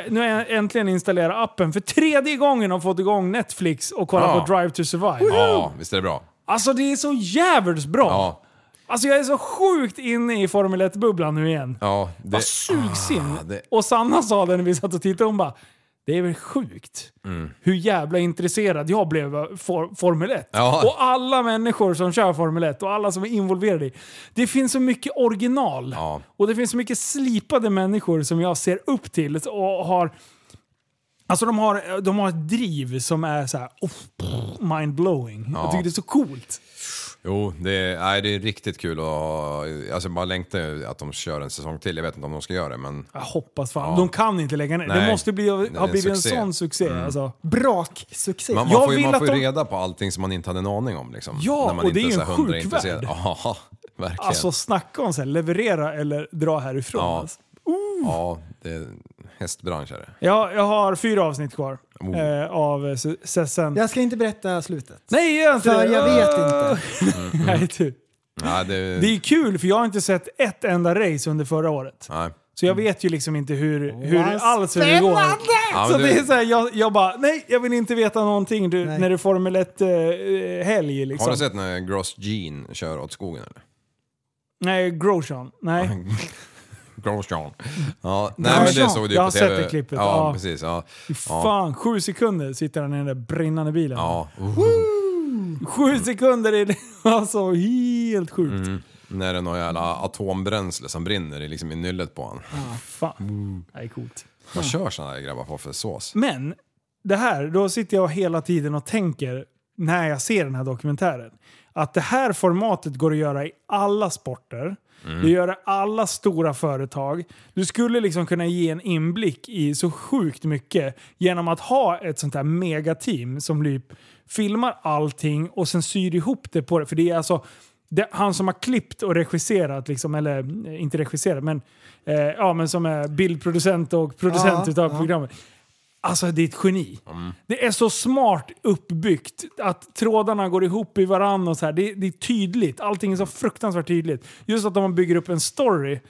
Speaker 3: Eh, nu har jag äntligen installerat appen för tredje gången och fått igång Netflix och kollat
Speaker 4: Ja.
Speaker 3: på Drive to Survive.
Speaker 4: Ja, visst är det bra?
Speaker 3: Alltså det är så jävligt bra!
Speaker 4: Ja,
Speaker 3: Alltså jag är så sjukt inne i Formel 1-bubblan nu igen.
Speaker 4: ja. Det,
Speaker 3: Vad sugs in.
Speaker 4: Ah, det-
Speaker 3: Och Sanna sa det när vi satt och tittade, hon bara det är väl sjukt
Speaker 4: Mm.
Speaker 3: hur jävla intresserad jag blev av for, Formel 1.
Speaker 4: Ja.
Speaker 3: Och alla människor som kör Formel 1 och alla som är involverade i. Det finns så mycket original.
Speaker 4: Ja.
Speaker 3: Och det finns så mycket slipade människor som jag ser upp till och har... Alltså de har, de har ett driv som är så här, oh, pff, mind-blowing. Jag
Speaker 4: Ja.
Speaker 3: tycker det är så coolt.
Speaker 4: jo, det, är- nej, det är riktigt kul och alltså, jag bara längtar ju att de kör en säsong till. Jag vet inte om de ska göra det, men
Speaker 3: Jag hoppas fan.
Speaker 4: Ja.
Speaker 3: De kan inte lägga ner. Det
Speaker 4: Nej.
Speaker 3: måste bli,
Speaker 4: är
Speaker 3: ha
Speaker 4: en
Speaker 3: blivit en
Speaker 4: succé. Mm.
Speaker 3: sån succé. Alltså.
Speaker 2: Braksuccé.
Speaker 4: man,
Speaker 3: Jag
Speaker 4: man får ju,
Speaker 3: vill
Speaker 4: man
Speaker 3: att
Speaker 4: får ju
Speaker 3: de-
Speaker 4: reda på allting som man inte hade en aning om. Liksom,
Speaker 3: Ja,
Speaker 4: när man
Speaker 3: och
Speaker 4: inte
Speaker 3: det är ju
Speaker 4: så
Speaker 3: en
Speaker 4: här hundra
Speaker 3: sjuk
Speaker 4: intresserad.
Speaker 3: värld.
Speaker 4: Ja, verkligen.
Speaker 3: Alltså snacka om så här, leverera eller dra härifrån.
Speaker 4: Ja.
Speaker 3: Alltså.
Speaker 4: Ja, det är hästbransch är det.
Speaker 3: Jag, jag har fyra avsnitt kvar
Speaker 4: Oh.
Speaker 3: eh, av eh, se- säsong...
Speaker 2: Jag ska inte berätta slutet.
Speaker 3: Nej, gör inte
Speaker 2: För
Speaker 3: det.
Speaker 2: jag vet inte.
Speaker 3: inte. Nej, du.
Speaker 4: Nej, det,
Speaker 3: Det är kul för jag har inte sett ett enda race under förra året.
Speaker 4: nej.
Speaker 3: Så jag vet ju liksom inte hur, hur
Speaker 2: Vad
Speaker 3: alls hur det går.
Speaker 4: Mm. Ja,
Speaker 3: Så
Speaker 4: men
Speaker 3: det
Speaker 4: du,
Speaker 3: är så här, jag, jag bara, nej jag vill inte veta någonting du,
Speaker 2: Nej.
Speaker 3: när det är Formel 1-helg. liksom.
Speaker 4: har du sett när Gross Jean kör åt skogen eller?
Speaker 3: Nej, Grosjean. Nej.
Speaker 4: Ah, Gross Jean. Ja, nej,
Speaker 3: Gross
Speaker 4: men det
Speaker 3: Jean.
Speaker 4: såg du ju
Speaker 3: Jag
Speaker 4: på
Speaker 3: har
Speaker 4: TV.
Speaker 3: sett det klippet,
Speaker 4: Ja,
Speaker 3: ja.
Speaker 4: precis. Ja.
Speaker 3: Fan, sju sekunder sitter han i den där brinnande bilen.
Speaker 4: Ja, uh,
Speaker 3: Sju sekunder är det alltså helt sjukt.
Speaker 4: Mm. när det är någon jävla atombränsle som brinner i, liksom, i nyllet på honom. Mm.
Speaker 3: Fan. Det är coolt.
Speaker 4: Vad kör såna där grabbar på för sås?
Speaker 3: Men det här, då sitter jag hela tiden och tänker när jag ser den här dokumentären. Att det här formatet går att göra i alla sporter.
Speaker 2: Mm.
Speaker 3: Det gör det i alla stora företag. Du skulle liksom kunna ge en inblick i så sjukt mycket genom att ha ett sånt här megateam som lyp filmar allting och sen syr ihop det på det. För det är alltså det, han som har klippt och regisserat, liksom, eller eh, inte regisserat, men, eh, ja, men som är bildproducent och producent
Speaker 2: Ja,
Speaker 3: utav programmet. Alltså det är ett geni. Det är så smart uppbyggt att trådarna går ihop i varandra och så här. Det, det är tydligt. Allting är så fruktansvärt tydligt. Just att de bygger upp en story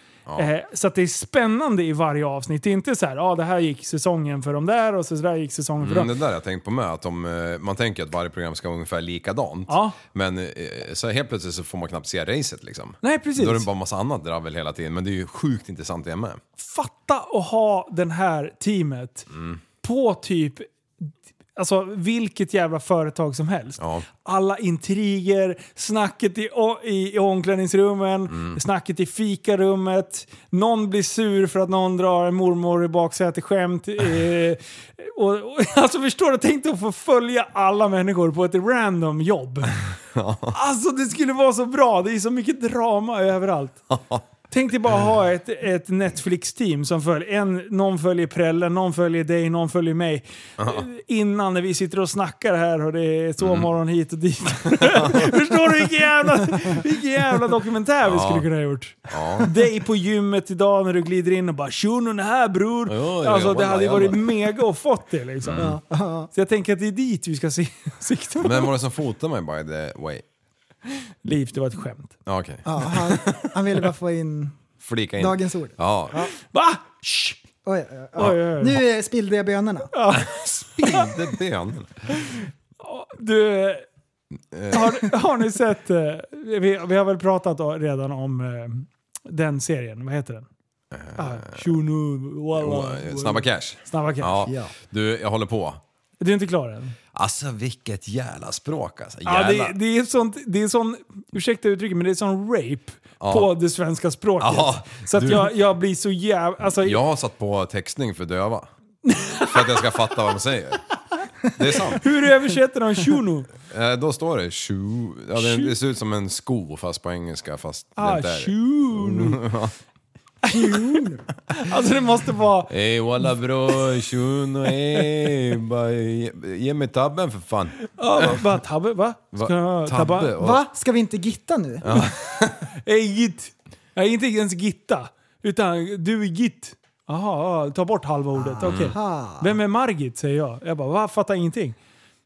Speaker 3: Eh, så att det är spännande i varje avsnitt. Det är inte så här, ah, det här gick säsongen för de där och så där gick säsongen för
Speaker 4: Mm,
Speaker 3: dem.
Speaker 4: det där har jag tänkt på med, att de, eh, man tänker att varje program ska vara ungefär likadant.
Speaker 3: Ja.
Speaker 4: Men eh, så helt plötsligt så får man knappt se racet liksom.
Speaker 3: Nej, precis.
Speaker 4: Då är det bara massa annat dravel hela tiden, men det är ju sjukt intressant det med.
Speaker 3: Fatta att ha den här teamet på typ Alltså vilket jävla företag som helst.
Speaker 4: Ja.
Speaker 3: Alla intriger, snacket i, o- i, i omklädningsrummen, snacket i fikarummet, någon blir sur för att någon drar en mormor i baksätet skämt. Eh, och, och, alltså förstår du? Tänk dig att få följa alla människor på ett random jobb. Alltså det skulle vara så bra, det är så mycket drama överallt. Tänk dig bara ha ett, ett Netflix-team som följer, en, någon följer prällen, någon följer dig, någon följer mig. Innan när vi sitter och snackar här och det är sovmorgon hit och dit. Förstår du vilken jävla, vilken jävla dokumentär vi skulle kunna ha gjort? Dig på gymmet idag när du glider in och bara “tjonen här bror”.
Speaker 4: Ja, jag
Speaker 3: alltså det
Speaker 4: jobbar,
Speaker 3: hade ju
Speaker 4: jag
Speaker 3: varit
Speaker 4: jobbar.
Speaker 3: mega att fått det liksom. Så jag tänker att det är dit vi ska se- sikta.
Speaker 4: Men vem var det som fotade mig by the way?
Speaker 3: Liv, det var ett skämt.
Speaker 4: Ja, okej.
Speaker 2: Ja, han, han ville bara få in
Speaker 4: Flika in.
Speaker 2: dagens ord.
Speaker 4: Ja.
Speaker 3: Va? Shh!
Speaker 2: Oj, oj, oj.
Speaker 3: Oj, oj, oj.
Speaker 2: Nu eh, spillde jag bönorna.
Speaker 4: Det är bön.
Speaker 3: Du, har, har ni sett, eh, vi, vi har väl pratat o- redan om eh, den serien, vad heter den? Ah, Shunu, walla,
Speaker 4: Eh, Snabba cash.
Speaker 3: Snabba Cash.
Speaker 4: Ja.
Speaker 2: Ja.
Speaker 4: Du, jag håller på.
Speaker 3: Du är inte klar än?
Speaker 4: Alltså vilket jävla språk alltså.
Speaker 3: Ja,
Speaker 4: Jävla.
Speaker 3: det, det är sånt, det är sån, ursäkta uttrycket, men det är sån rape på det svenska språket.
Speaker 4: Ja,
Speaker 3: så att
Speaker 4: du-
Speaker 3: jag, jag blir så jävla... Alltså,
Speaker 4: Jag har satt på textning för döva. för att jag ska fatta vad de säger. Det är sant.
Speaker 3: Hur översätter de Shunu?
Speaker 4: Eh, då står det shoe. Ja, det, det ser ut som en sko fast på engelska fast det
Speaker 3: Ah,
Speaker 4: inte är
Speaker 3: Shunu. alltså det måste vara...
Speaker 4: Ey walla bror, shuno ey. Bara Ge, ge mig tabben för fan.
Speaker 3: Ja, ah, va, va, tabbe, va? Ska
Speaker 4: Va-
Speaker 3: jag ha tabba?
Speaker 4: tabbe och-
Speaker 2: Va? Ska vi inte gitta nu?
Speaker 3: Ey Git. Nej, inte ens Gitta. Utan du är Git. Jaha, ja, ta bort halva ordet. Okej.
Speaker 2: Ah.
Speaker 3: Vem är Margit, säger jag. Jag bara, va? Fattar ingenting.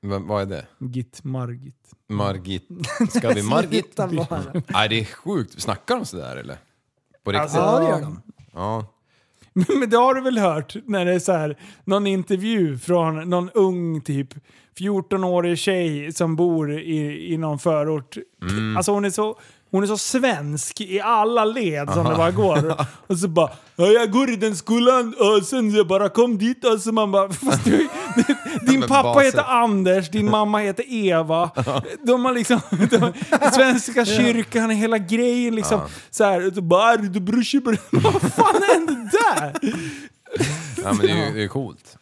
Speaker 4: Vem- vad är det?
Speaker 3: Git, Margit.
Speaker 4: Margit. Ska vi Margit?
Speaker 2: Gitta bara.
Speaker 4: Nej det är sjukt. Snackar de sådär eller? På riktigt?
Speaker 2: Ja, det gör de.
Speaker 4: Ja.
Speaker 3: Men det har du väl hört när det är så här, någon intervju från någon ung typ 14-årig tjej som bor i, i någon förort.
Speaker 4: Mm.
Speaker 3: Alltså hon är så... Hon är så svensk i alla led som det bara går. Och så bara "Ja, “Jag går i den skolan och sen jag bara kom dit” och så man bara Fast du, Din
Speaker 4: Men
Speaker 3: pappa
Speaker 4: basen.
Speaker 3: heter Anders, din mamma heter Eva. De har liksom... De, svenska kyrkan, hela grejen liksom. Så här, och så bara "Är du brorsa, bror?" Vad fan hände där?
Speaker 4: ja men det är ju det är coolt.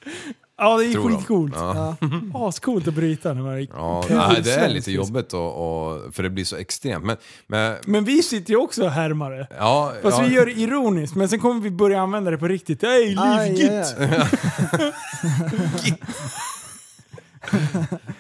Speaker 3: Ja, det är
Speaker 4: Tror de.
Speaker 3: skitcoolt.
Speaker 4: Ja.
Speaker 3: Ascoolt att bryta när man är
Speaker 4: Ja,
Speaker 3: pur
Speaker 4: nej, det är
Speaker 3: svensk.
Speaker 4: lite jobbigt och, och, för det blir så extremt. Men, men
Speaker 3: Men vi sitter ju också och härmar det.
Speaker 4: ja,
Speaker 3: Fast
Speaker 4: ja,
Speaker 3: vi gör det ironiskt, men sen kommer vi börja använda det på riktigt. Ey,
Speaker 2: Aj,
Speaker 3: livgit!
Speaker 2: aj, aj.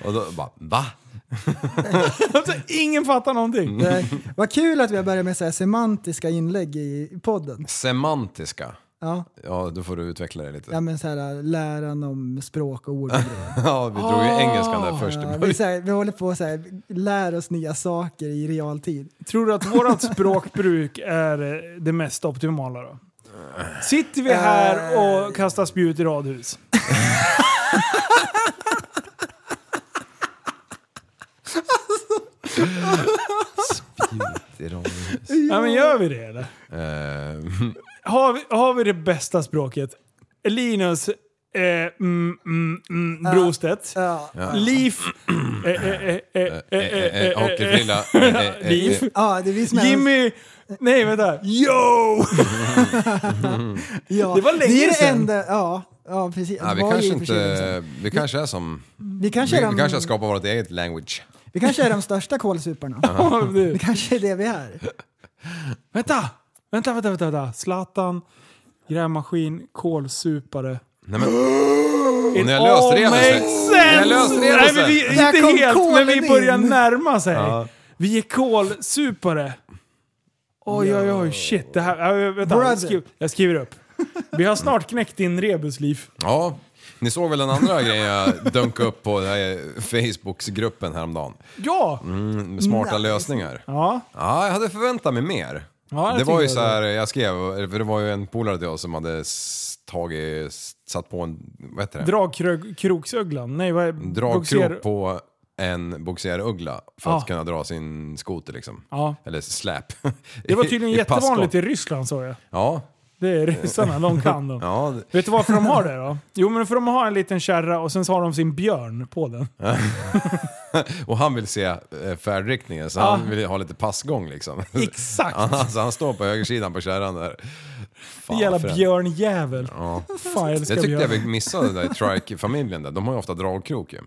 Speaker 4: och då bara va?
Speaker 3: Alltså, ingen fattar någonting.
Speaker 2: Nej. Vad kul att vi har börjat med så här semantiska inlägg i i podden.
Speaker 4: Semantiska.
Speaker 2: Ja.
Speaker 4: Ja, då får du utveckla det lite.
Speaker 2: Ja men så här, äh, läran om språk och ord och grejer.
Speaker 4: Ja, vi drog ju engelskan där först.
Speaker 2: Ja, vi, så här, vi håller på att lära oss nya saker i realtid.
Speaker 3: Tror du att vårt språkbruk är eh, det mest optimala då? Sitter vi här och kastar spjut i radhus? Ja, men gör vi det eller?
Speaker 4: Eh,
Speaker 3: Har vi, har vi det bästa språket? Linus eh, mm, mm, mm, Brostedt.
Speaker 2: Ja.
Speaker 3: Liv. eh, eh, eh, eh, eh,
Speaker 4: eh, eh,
Speaker 3: eh, eh,
Speaker 4: eh, Hockeyfrilla. Eh, eh, eh, eh.
Speaker 3: Liv.
Speaker 2: Ja, det är vi som är-
Speaker 3: Jimmy. Nej vänta. Yo!
Speaker 2: ja.
Speaker 3: det var länge
Speaker 2: det är det
Speaker 3: sedan.
Speaker 2: enda, ja, ja precis.
Speaker 4: Nej,
Speaker 2: Det
Speaker 4: vi
Speaker 2: var
Speaker 4: kanske
Speaker 2: ju i och för sig länge sedan.
Speaker 4: inte... Vi kanske är som...
Speaker 2: Vi kanske
Speaker 4: Vi,
Speaker 2: är
Speaker 4: vi
Speaker 2: de,
Speaker 4: kanske har skapat vårt eget language.
Speaker 2: vi kanske är de största kålsuparna.
Speaker 3: Ja, du.
Speaker 2: Det kanske är det vi är.
Speaker 3: Vänta! Vänta, vänta, vänta. vänta. Zlatan, grävmaskin, kolsupare.
Speaker 4: Nej, men, och ni har
Speaker 3: All
Speaker 4: löst
Speaker 3: makes
Speaker 4: regelsen! Ni har
Speaker 3: sense!
Speaker 4: löst
Speaker 3: Nej, men vi,
Speaker 4: regelsen!
Speaker 2: Där kom
Speaker 3: inte helt, men
Speaker 2: kolen
Speaker 3: vi börjar
Speaker 2: in.
Speaker 3: närma sig. Vi är kolsupare. Oj, oj, oj, shit. Det här, äh, vänta,
Speaker 2: Brother.
Speaker 3: jag, skriver, jag skriver upp. Vi har snart knäckt din rebusliv.
Speaker 4: Ja, ni såg väl den andra grejen jag dunkade upp på den här Facebooksgruppen häromdagen?
Speaker 3: Ja!
Speaker 4: Mm, smarta lösningar.
Speaker 3: ja.
Speaker 4: Ja, jag hade förväntat mig mer.
Speaker 3: Ja, jag
Speaker 4: det var ju
Speaker 3: tycker
Speaker 4: så här, jag skrev, för det var ju en polare till oss som hade s- tagit, s- satt på en, vad heter det?
Speaker 3: Dragkroksöglan? Nej, vad är bogser-
Speaker 4: Dragkrok på en bogseruggla för
Speaker 3: Ja.
Speaker 4: att kunna dra sin skoter liksom.
Speaker 3: Ja.
Speaker 4: Eller släp.
Speaker 3: Ah. Det var tydligen
Speaker 4: I- i passgång.
Speaker 3: jättevanligt i Ryssland såg jag.
Speaker 4: Ja.
Speaker 3: Det är ryssarna, de kan dem.
Speaker 4: ja. det-
Speaker 3: Vet du varför de har det då? Jo men för de har en liten kärra och sen så har de sin björn på den.
Speaker 4: Och han vill se eh, färdriktningen så han vill ha lite passgång liksom.
Speaker 3: Ah. Exakt!
Speaker 4: Alltså, han står på högersidan på kärran där. Fan,
Speaker 3: Jävla
Speaker 4: för en-
Speaker 3: björnjävel. Fan jag älskar
Speaker 4: Jag tyckte jag
Speaker 3: björn.
Speaker 4: vi missade det där i trike-familjen där. De har ju ofta dragkrok ju.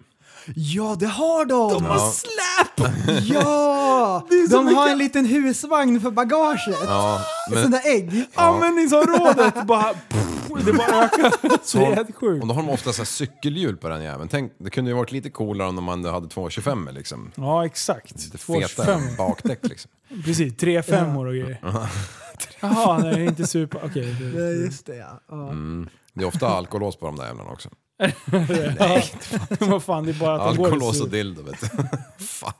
Speaker 2: Ja, det har de! De har släp! Ja!
Speaker 3: så
Speaker 2: De har
Speaker 3: mycket-
Speaker 2: en liten husvagn för bagaget.
Speaker 4: Ja,
Speaker 3: Alltså,
Speaker 2: Ett
Speaker 4: men
Speaker 2: sånt där ägg.
Speaker 3: Användningsområdet bara... Pff, det bara ökar. Så det är helt sjukt.
Speaker 4: och då har de ofta så här cykelhjul på den jäveln. Tänk, det kunde ju varit lite coolare om man hade 225 liksom.
Speaker 3: Ja exakt.
Speaker 4: Lite
Speaker 3: 225.
Speaker 4: fetare bakdäck liksom.
Speaker 3: Precis, tre femmor och grejer. Jaha, nej inte super... Okej. det-
Speaker 2: Ja, just det ja. ja.
Speaker 4: Det är ofta alkolås på de där jävlarna också.
Speaker 3: Vad fan, det är bara att de går i
Speaker 4: Alkolås
Speaker 3: sur.
Speaker 4: och dildo vet du. Fan.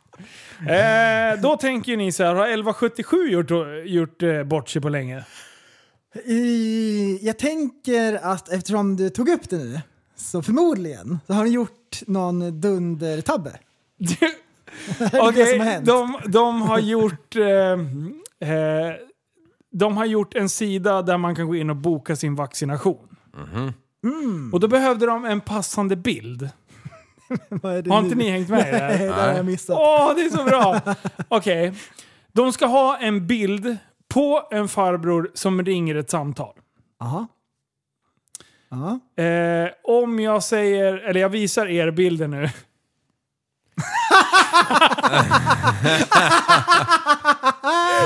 Speaker 3: Eh, då tänker ni så här, har 1177 gjort, gjort eh, bort sig på länge?
Speaker 2: I, jag tänker att eftersom du tog upp det nu, så förmodligen så har de gjort någon dundertabbe. det som har
Speaker 3: Okej,
Speaker 2: hänt.
Speaker 3: de, de har gjort... Eh, eh, de har gjort en sida där man kan gå in och boka sin vaccination.
Speaker 2: Mm.
Speaker 3: Och då behövde de en passande bild.
Speaker 2: Vad är det
Speaker 3: Har
Speaker 2: nu?
Speaker 3: inte ni hängt med i det
Speaker 2: Nej,
Speaker 3: här?
Speaker 2: det har jag missat.
Speaker 3: Åh, det är så bra! Okej. De ska ha en bild på en farbror som ringer ett samtal.
Speaker 2: Aha. Ja.
Speaker 3: Eh, om jag säger, eller jag visar er bilden nu.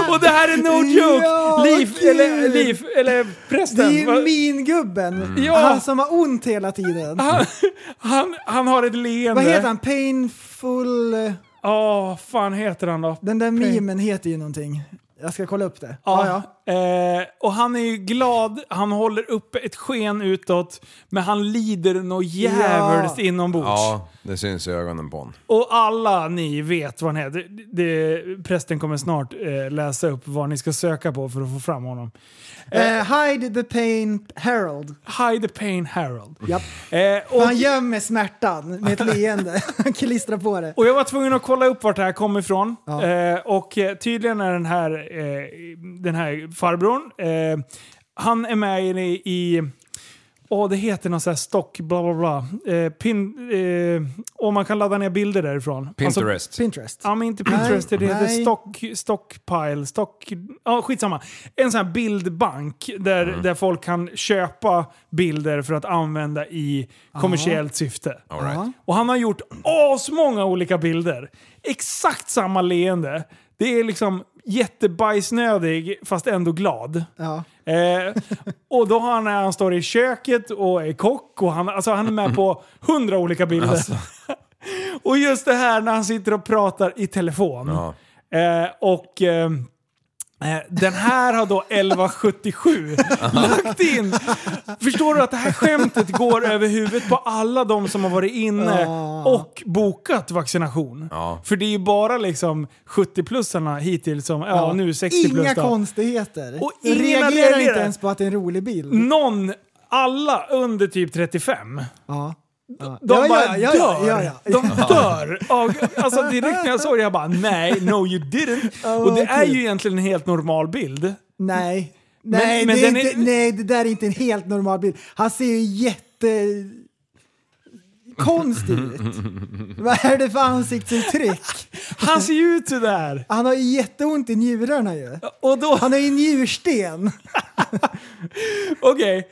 Speaker 3: Och det här är no joke!
Speaker 2: Ja,
Speaker 3: Liv,
Speaker 2: kul!
Speaker 3: eller, liv, eller
Speaker 2: Det
Speaker 3: prästen.
Speaker 2: är Alltså- ju
Speaker 3: vad- Mm.
Speaker 2: mingubben.
Speaker 3: Ja.
Speaker 2: Han som har ont hela tiden.
Speaker 3: han, han, han har ett leende.
Speaker 2: Vad heter han? Painful...
Speaker 3: Ja, fan heter han då?
Speaker 2: Den där memen heter ju någonting. Jag ska kolla upp det.
Speaker 3: Ja.
Speaker 2: Ja, ja.
Speaker 3: Eh, och han är ju glad, han håller uppe ett sken utåt, men han lider nog jävligt
Speaker 2: Ja.
Speaker 3: inombords.
Speaker 4: Ja, det syns i ögonen på honom.
Speaker 3: Och alla ni vet vad han är. Det, det, prästen kommer snart eh, läsa upp vad ni ska söka på för att få fram honom.
Speaker 2: Eh, hide the pain Herald.
Speaker 3: Hide the pain Harold.
Speaker 2: Japp.
Speaker 3: Eh, och,
Speaker 2: Han gömmer smärtan med ett leende. Han klistrar på det.
Speaker 3: och jag var tvungen att kolla upp vart det här kom ifrån. Eh, och eh, tydligen är den här, eh, den här farbrorn, eh, han är med i... i Åh, det heter någon sån här stock, bla bla bla. Eh, pin, eh, och man kan ladda ner bilder därifrån. Alltså,
Speaker 4: Pinterest.
Speaker 2: Pinterest.
Speaker 3: Ja, men inte Pinterest. Det heter
Speaker 2: nej.
Speaker 3: stock, Stockpile. Stock, ja, skitsamma. En sån här bildbank där, där folk kan köpa bilder för att använda i kommersiellt syfte.
Speaker 4: All right.
Speaker 3: Och han har gjort asmånga olika bilder. Exakt samma leende. Det är liksom jättebajsnödig fast ändå glad.
Speaker 2: Ja.
Speaker 3: Eh, och då har han när han står i köket och är kock och han, alltså han är med på hundra olika bilder.
Speaker 4: Alltså.
Speaker 3: och just det här när han sitter och pratar i telefon.
Speaker 4: Ja.
Speaker 3: Eh, och eh, eh, den här har då 1177 lagt in. Förstår du att det här skämtet går över huvudet på alla de som har varit inne och bokat vaccination?
Speaker 4: Ja.
Speaker 3: För det är ju bara liksom 70-plussarna hittills som, ja, nu 60-plus
Speaker 2: Inga
Speaker 3: då.
Speaker 2: konstigheter.
Speaker 3: Och Mm, ingen
Speaker 2: Reagerar
Speaker 3: reagerar.
Speaker 2: inte ens på att det är en rolig bild.
Speaker 3: någon, alla under typ 35,
Speaker 2: Ja. Ja.
Speaker 3: de
Speaker 2: ja,
Speaker 3: bara
Speaker 2: ja,
Speaker 3: dör.
Speaker 2: ja, ja, ja.
Speaker 3: De dör. av- Alltså direkt när jag såg det, jag bara nej, no you didn't. och det är
Speaker 2: kul.
Speaker 3: ju egentligen en helt normal bild.
Speaker 2: Nej. Nej,
Speaker 3: men
Speaker 2: det är
Speaker 3: den är-
Speaker 2: inte, nej, det där är inte en helt normal bild. Han ser ju jätte... konstig ut. Vad är det för ansiktsuttryck?
Speaker 3: Han ser ju ut sådär.
Speaker 2: Han har ju jätteont i njurarna ju.
Speaker 3: Och då,
Speaker 2: Han har ju njursten.
Speaker 3: okej.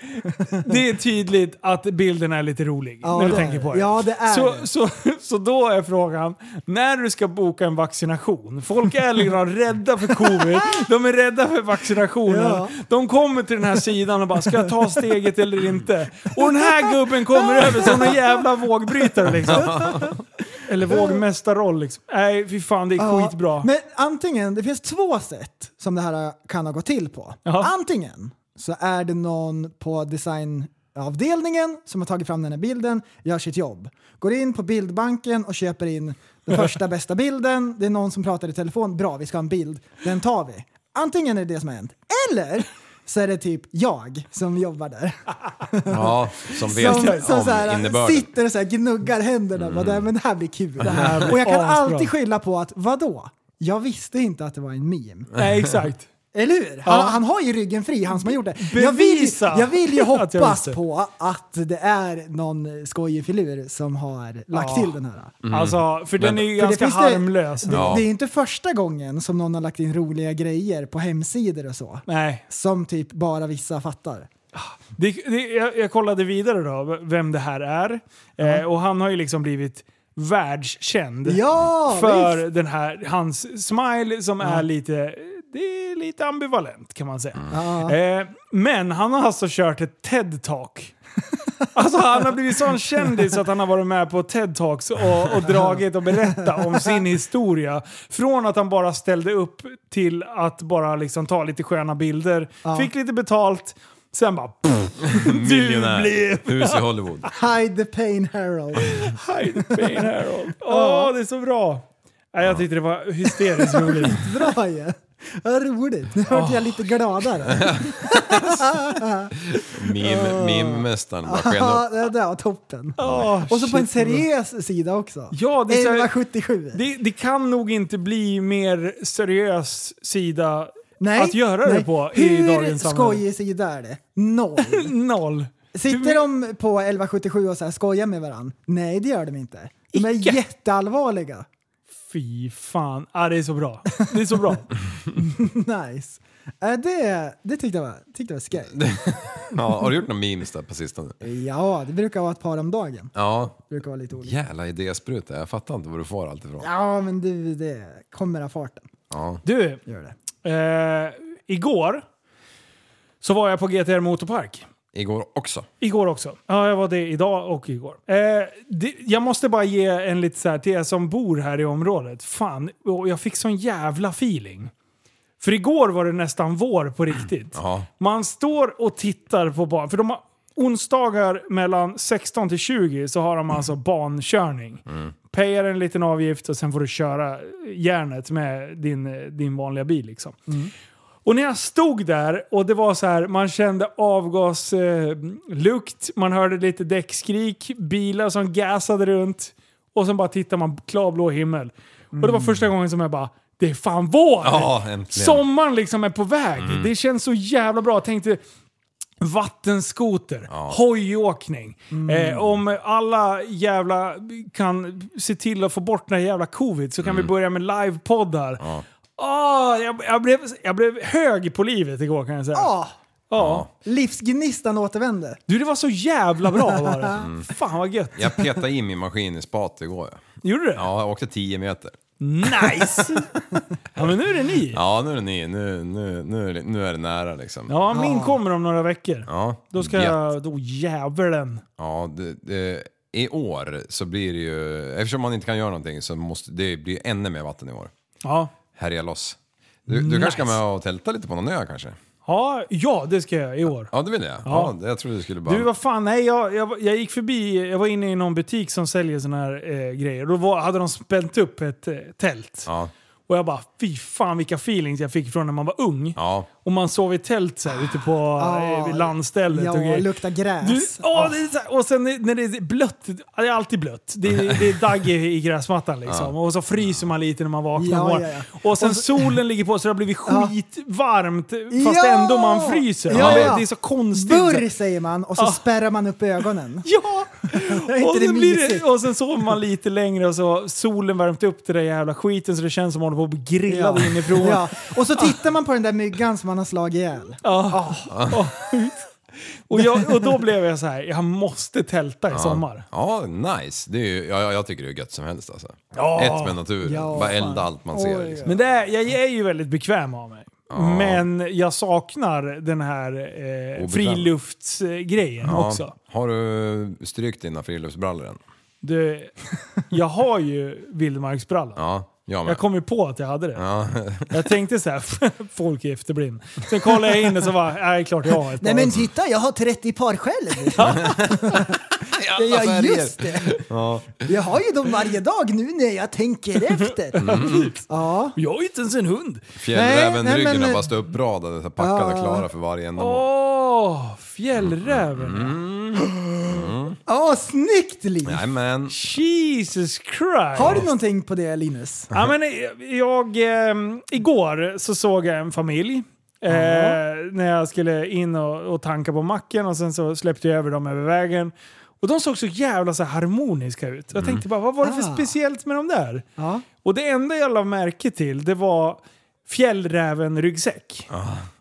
Speaker 3: Det är tydligt att bilden är lite rolig
Speaker 2: Ja,
Speaker 3: när du
Speaker 2: det är
Speaker 3: tänker på
Speaker 2: det.
Speaker 3: det.
Speaker 2: Ja, det är
Speaker 3: så,
Speaker 2: det.
Speaker 3: Så, så då är frågan, när du ska boka en vaccination, folk är liksom rädda för covid, de är rädda för vaccinationen.
Speaker 2: Ja.
Speaker 3: De kommer till den här sidan och bara, ska jag ta steget eller inte? Och den här gubben kommer över som en jävla vågbrytare liksom. Eller vågmästarroll liksom. Nej, fy fan det är
Speaker 2: Ja,
Speaker 3: skitbra.
Speaker 2: Men antingen, det finns två sätt som det här kan ha gått till på.
Speaker 3: Ja.
Speaker 2: Antingen så är det någon på designavdelningen som har tagit fram den här bilden, gör sitt jobb. Går in på bildbanken och köper in den första bästa bilden. Det är någon som pratar i telefon. Bra, vi ska ha en bild. Den tar vi. Antingen är det det som har hänt, eller så är det typ jag som jobbar där.
Speaker 4: Ja, som vet
Speaker 2: Som,
Speaker 4: om
Speaker 2: som så här, äh,
Speaker 4: innebörden.
Speaker 2: sitter och så här, gnuggar händerna. Bara, "Nej, men det här blir kul.
Speaker 3: här blir
Speaker 2: och jag kan
Speaker 3: asbra.
Speaker 2: alltid skylla på att, vadå? Jag visste inte att det var en meme.
Speaker 3: Nej, exakt.
Speaker 2: Eller hur? Han, han har ju ryggen fri, han som har gjort det. Jag vill,
Speaker 3: Bevisa
Speaker 2: jag vill ju
Speaker 3: att jag
Speaker 2: hoppas
Speaker 3: visste.
Speaker 2: på att det är någon skojig filur som har lagt till den här.
Speaker 3: Alltså, för den är ju
Speaker 2: För
Speaker 3: ganska
Speaker 2: finns
Speaker 3: harmlös.
Speaker 2: Det, det är ju inte första gången som någon har lagt in roliga grejer på hemsidor och så.
Speaker 3: Nej,
Speaker 2: Som typ bara vissa fattar.
Speaker 3: Det, det, jag, jag kollade vidare då vem det här är. Eh, och han har ju liksom blivit världskänd
Speaker 2: Ja,
Speaker 3: för
Speaker 2: visst.
Speaker 3: den här, hans smile som är lite, det är lite ambivalent kan man säga. Eh, men han har alltså kört ett TED-talk. Alltså han har blivit sån kändis att han har varit med på TED-talks och, och dragit och berättat om sin historia. Från att han bara ställde upp till att bara liksom ta lite sköna bilder, fick lite betalt, sen bara
Speaker 4: Miljonär. Hus i Hollywood.
Speaker 2: Hide the pain Harold.
Speaker 3: Hide Pain Harold. Åh, det är så bra! Nej, jag tyckte det var hysteriskt roligt.
Speaker 2: Bra ju! Vad roligt. Nu vart jag lite gladare.
Speaker 4: Meme- Meme-mästaren bara sken upp.
Speaker 2: Ja, det där var toppen.
Speaker 3: Åh,
Speaker 2: Och så på en
Speaker 3: shit, vad bra.
Speaker 2: seriös sida också.
Speaker 3: Ja, det är så här-
Speaker 2: 1177.
Speaker 3: Det, det kan nog inte bli mer seriös sida
Speaker 2: Nej,
Speaker 3: att göra
Speaker 2: nej.
Speaker 3: det på i
Speaker 2: Hur
Speaker 3: dagens samhälle.
Speaker 2: skojig sida är det? Noll.
Speaker 3: Noll.
Speaker 2: Sitter de på 1177 och så här skojar med varandra? Nej, det gör de inte. De är
Speaker 3: Icke.
Speaker 2: jätteallvarliga.
Speaker 3: Fy fan. Ah, det är så bra. Det är så bra.
Speaker 2: Nice. Äh, det, det tyckte jag var, tyckte jag var skoj.
Speaker 4: Ja, har du gjort några memes där på sistone?
Speaker 2: Ja, det brukar vara ett par om dagen.
Speaker 4: Ja.
Speaker 2: Det brukar vara lite olika.
Speaker 4: Jävla idéspruta, jag fattar inte var du får allt ifrån.
Speaker 2: Ja, men du, det kommer av farten.
Speaker 3: Du,
Speaker 2: Gör det.
Speaker 3: eh, igår så var jag på GTR Motorpark.
Speaker 4: Igår också.
Speaker 3: Igår också. Ja, jag var det idag och igår. Eh, det, jag måste bara ge en lite så här till er som bor här i området. Fan, och jag fick sån jävla feeling. För igår var det nästan vår på riktigt.
Speaker 4: Ja.
Speaker 3: Man står och tittar på barn. För de har onsdagar mellan 16 till 20 så har de alltså bankörning.
Speaker 4: Mm.
Speaker 3: Payar en liten avgift och sen får du köra järnet med din, din vanliga bil. Liksom.
Speaker 4: Mm.
Speaker 3: Och när jag stod där och det var så här, man kände avgaslukt, eh, lukt, man hörde lite däckskrik, bilar som gasade runt och sen bara tittar man klarblå himmel. Och det var första gången som jag bara, det är fan vår!
Speaker 4: Mm. Ja, äntligen.
Speaker 3: Sommaren liksom är på väg. Det känns så jävla bra. Jag tänkte, Vattenskoter, hojåkning. Eh, om alla jävla kan se till att få bort den här jävla covid så kan vi börja med livepoddar. Ja. jag, jag, blev, jag blev hög på livet igår kan jag säga.
Speaker 2: Ah,
Speaker 3: Ja.
Speaker 2: livsgnistan återvänder.
Speaker 3: Du, det var så jävla bra var det. Fan vad gött.
Speaker 4: Jag petade in min maskin i spat igår. ja.
Speaker 3: Gjorde du det?
Speaker 4: Ja, jag åkte 10 meter.
Speaker 3: Nice! ja men nu är det ni. Ja,
Speaker 4: Ja, nu är det ny. Nu, nu, nu, är det- nu är det nära liksom.
Speaker 3: min kommer om några veckor.
Speaker 4: Ja,
Speaker 3: Då ska
Speaker 4: jätte-
Speaker 3: jag... Då djävulen.
Speaker 4: Ja, det, det, i år så blir det ju... Eftersom man inte kan göra någonting så måste det bli ännu mer vatten i år.
Speaker 3: Ja.
Speaker 4: Härja loss. Du, du kanske ska med och tälta lite på någon ö kanske?
Speaker 3: Ja, ja, det ska jag i år.
Speaker 4: Ja, det vill jag. Ja. jag trodde du skulle bara...
Speaker 3: Du, vad fan, nej jag, jag, jag gick förbi, jag var inne i någon butik som säljer såna här eh, grejer. Då var, hade de spänt upp ett eh, tält.
Speaker 4: Ja,
Speaker 3: Och jag bara, fy fan vilka feelings jag fick från när man var ung.
Speaker 4: ja.
Speaker 3: Och man sov i tält så här, ute på eh, landstället och
Speaker 2: Ah, Ja,
Speaker 3: grejer.
Speaker 2: luktar gräs. Ah.
Speaker 3: Du, åh, det är så här, och sen när det är blött, det är alltid blött. Det är, det är dagg i, i gräsmattan liksom. Och så fryser man lite när man vaknar
Speaker 2: Ja,
Speaker 3: på morgonen.
Speaker 2: ja,
Speaker 3: Och sen solen ligger på så det har blivit skitvarmt fast
Speaker 2: Ja!
Speaker 3: ändå man fryser.
Speaker 2: Ja, ja.
Speaker 3: Det är så konstigt.
Speaker 2: Burr säger man och så
Speaker 3: Ah.
Speaker 2: spärrar man upp ögonen.
Speaker 3: Ja!
Speaker 2: inte
Speaker 3: Och
Speaker 2: det
Speaker 3: sen, blir
Speaker 2: mysigt?
Speaker 3: det, och sen sover man lite längre och så har solen värmt upp det där jävla skiten så det känns som att man håller på att bli grillad inifrån.
Speaker 2: Ja. Och så tittar man på den där myggan som man har slagit ihjäl.
Speaker 3: Ja. Ja. Ah, Och, jag, och då blev jag så här, jag måste tälta i sommar.
Speaker 4: Ja, nice. Det är ju, ja, ja, jag tycker det är gött som helst alltså. Ett med naturen.
Speaker 2: Ja,
Speaker 4: Bara
Speaker 2: fan.
Speaker 4: elda allt man ser.
Speaker 2: Oj,
Speaker 4: Liksom.
Speaker 3: Men det är, Alltså, jag är ju väldigt bekväm av mig. Men jag saknar den här eh,
Speaker 4: Obekväm.
Speaker 3: friluftsgrejen också.
Speaker 4: Har du strykt dina friluftsbrallor än?
Speaker 3: Det, jag har ju vildmarksbrallan.
Speaker 4: Ja, jag med.
Speaker 3: Jag kom ju på att jag hade det.
Speaker 4: Ja.
Speaker 3: Jag tänkte så här, folk är efterblind. Sen kollade jag in och så bara, nej klart jag har ett
Speaker 2: Nej
Speaker 3: par
Speaker 2: men
Speaker 3: också."
Speaker 2: titta, jag har 30 par själv.
Speaker 4: alla
Speaker 2: Ja,
Speaker 4: färger.
Speaker 2: just det. Jag har ju dem varje dag nu när jag tänker
Speaker 3: Mm.
Speaker 2: efter. Ja.
Speaker 3: Jag är inte ens en hund.
Speaker 2: Nej, nej,
Speaker 4: Fjällrävenryggarna
Speaker 2: men-
Speaker 4: bara stod uppradade, så här packade
Speaker 2: Ja.
Speaker 4: klara för varje ändamål.
Speaker 3: Åh, fjällräven.
Speaker 4: Mm.
Speaker 2: Ja, snyggt Liv!
Speaker 4: Nej men,
Speaker 3: Jesus Christ.
Speaker 2: Har du någonting på det Linus?
Speaker 3: Ja, men eh, jag, ehm, igår så såg jag en familj. Eh, när jag skulle in och, och tanka på macken och sen så släppte jag över dem över vägen. Och de såg så jävla så här harmoniska ut. Jag tänkte bara, vad var det för
Speaker 2: Ah.
Speaker 3: speciellt med de där?
Speaker 2: Ja.
Speaker 3: Och det enda jag la märke till, det var fjällräven-ryggsäck.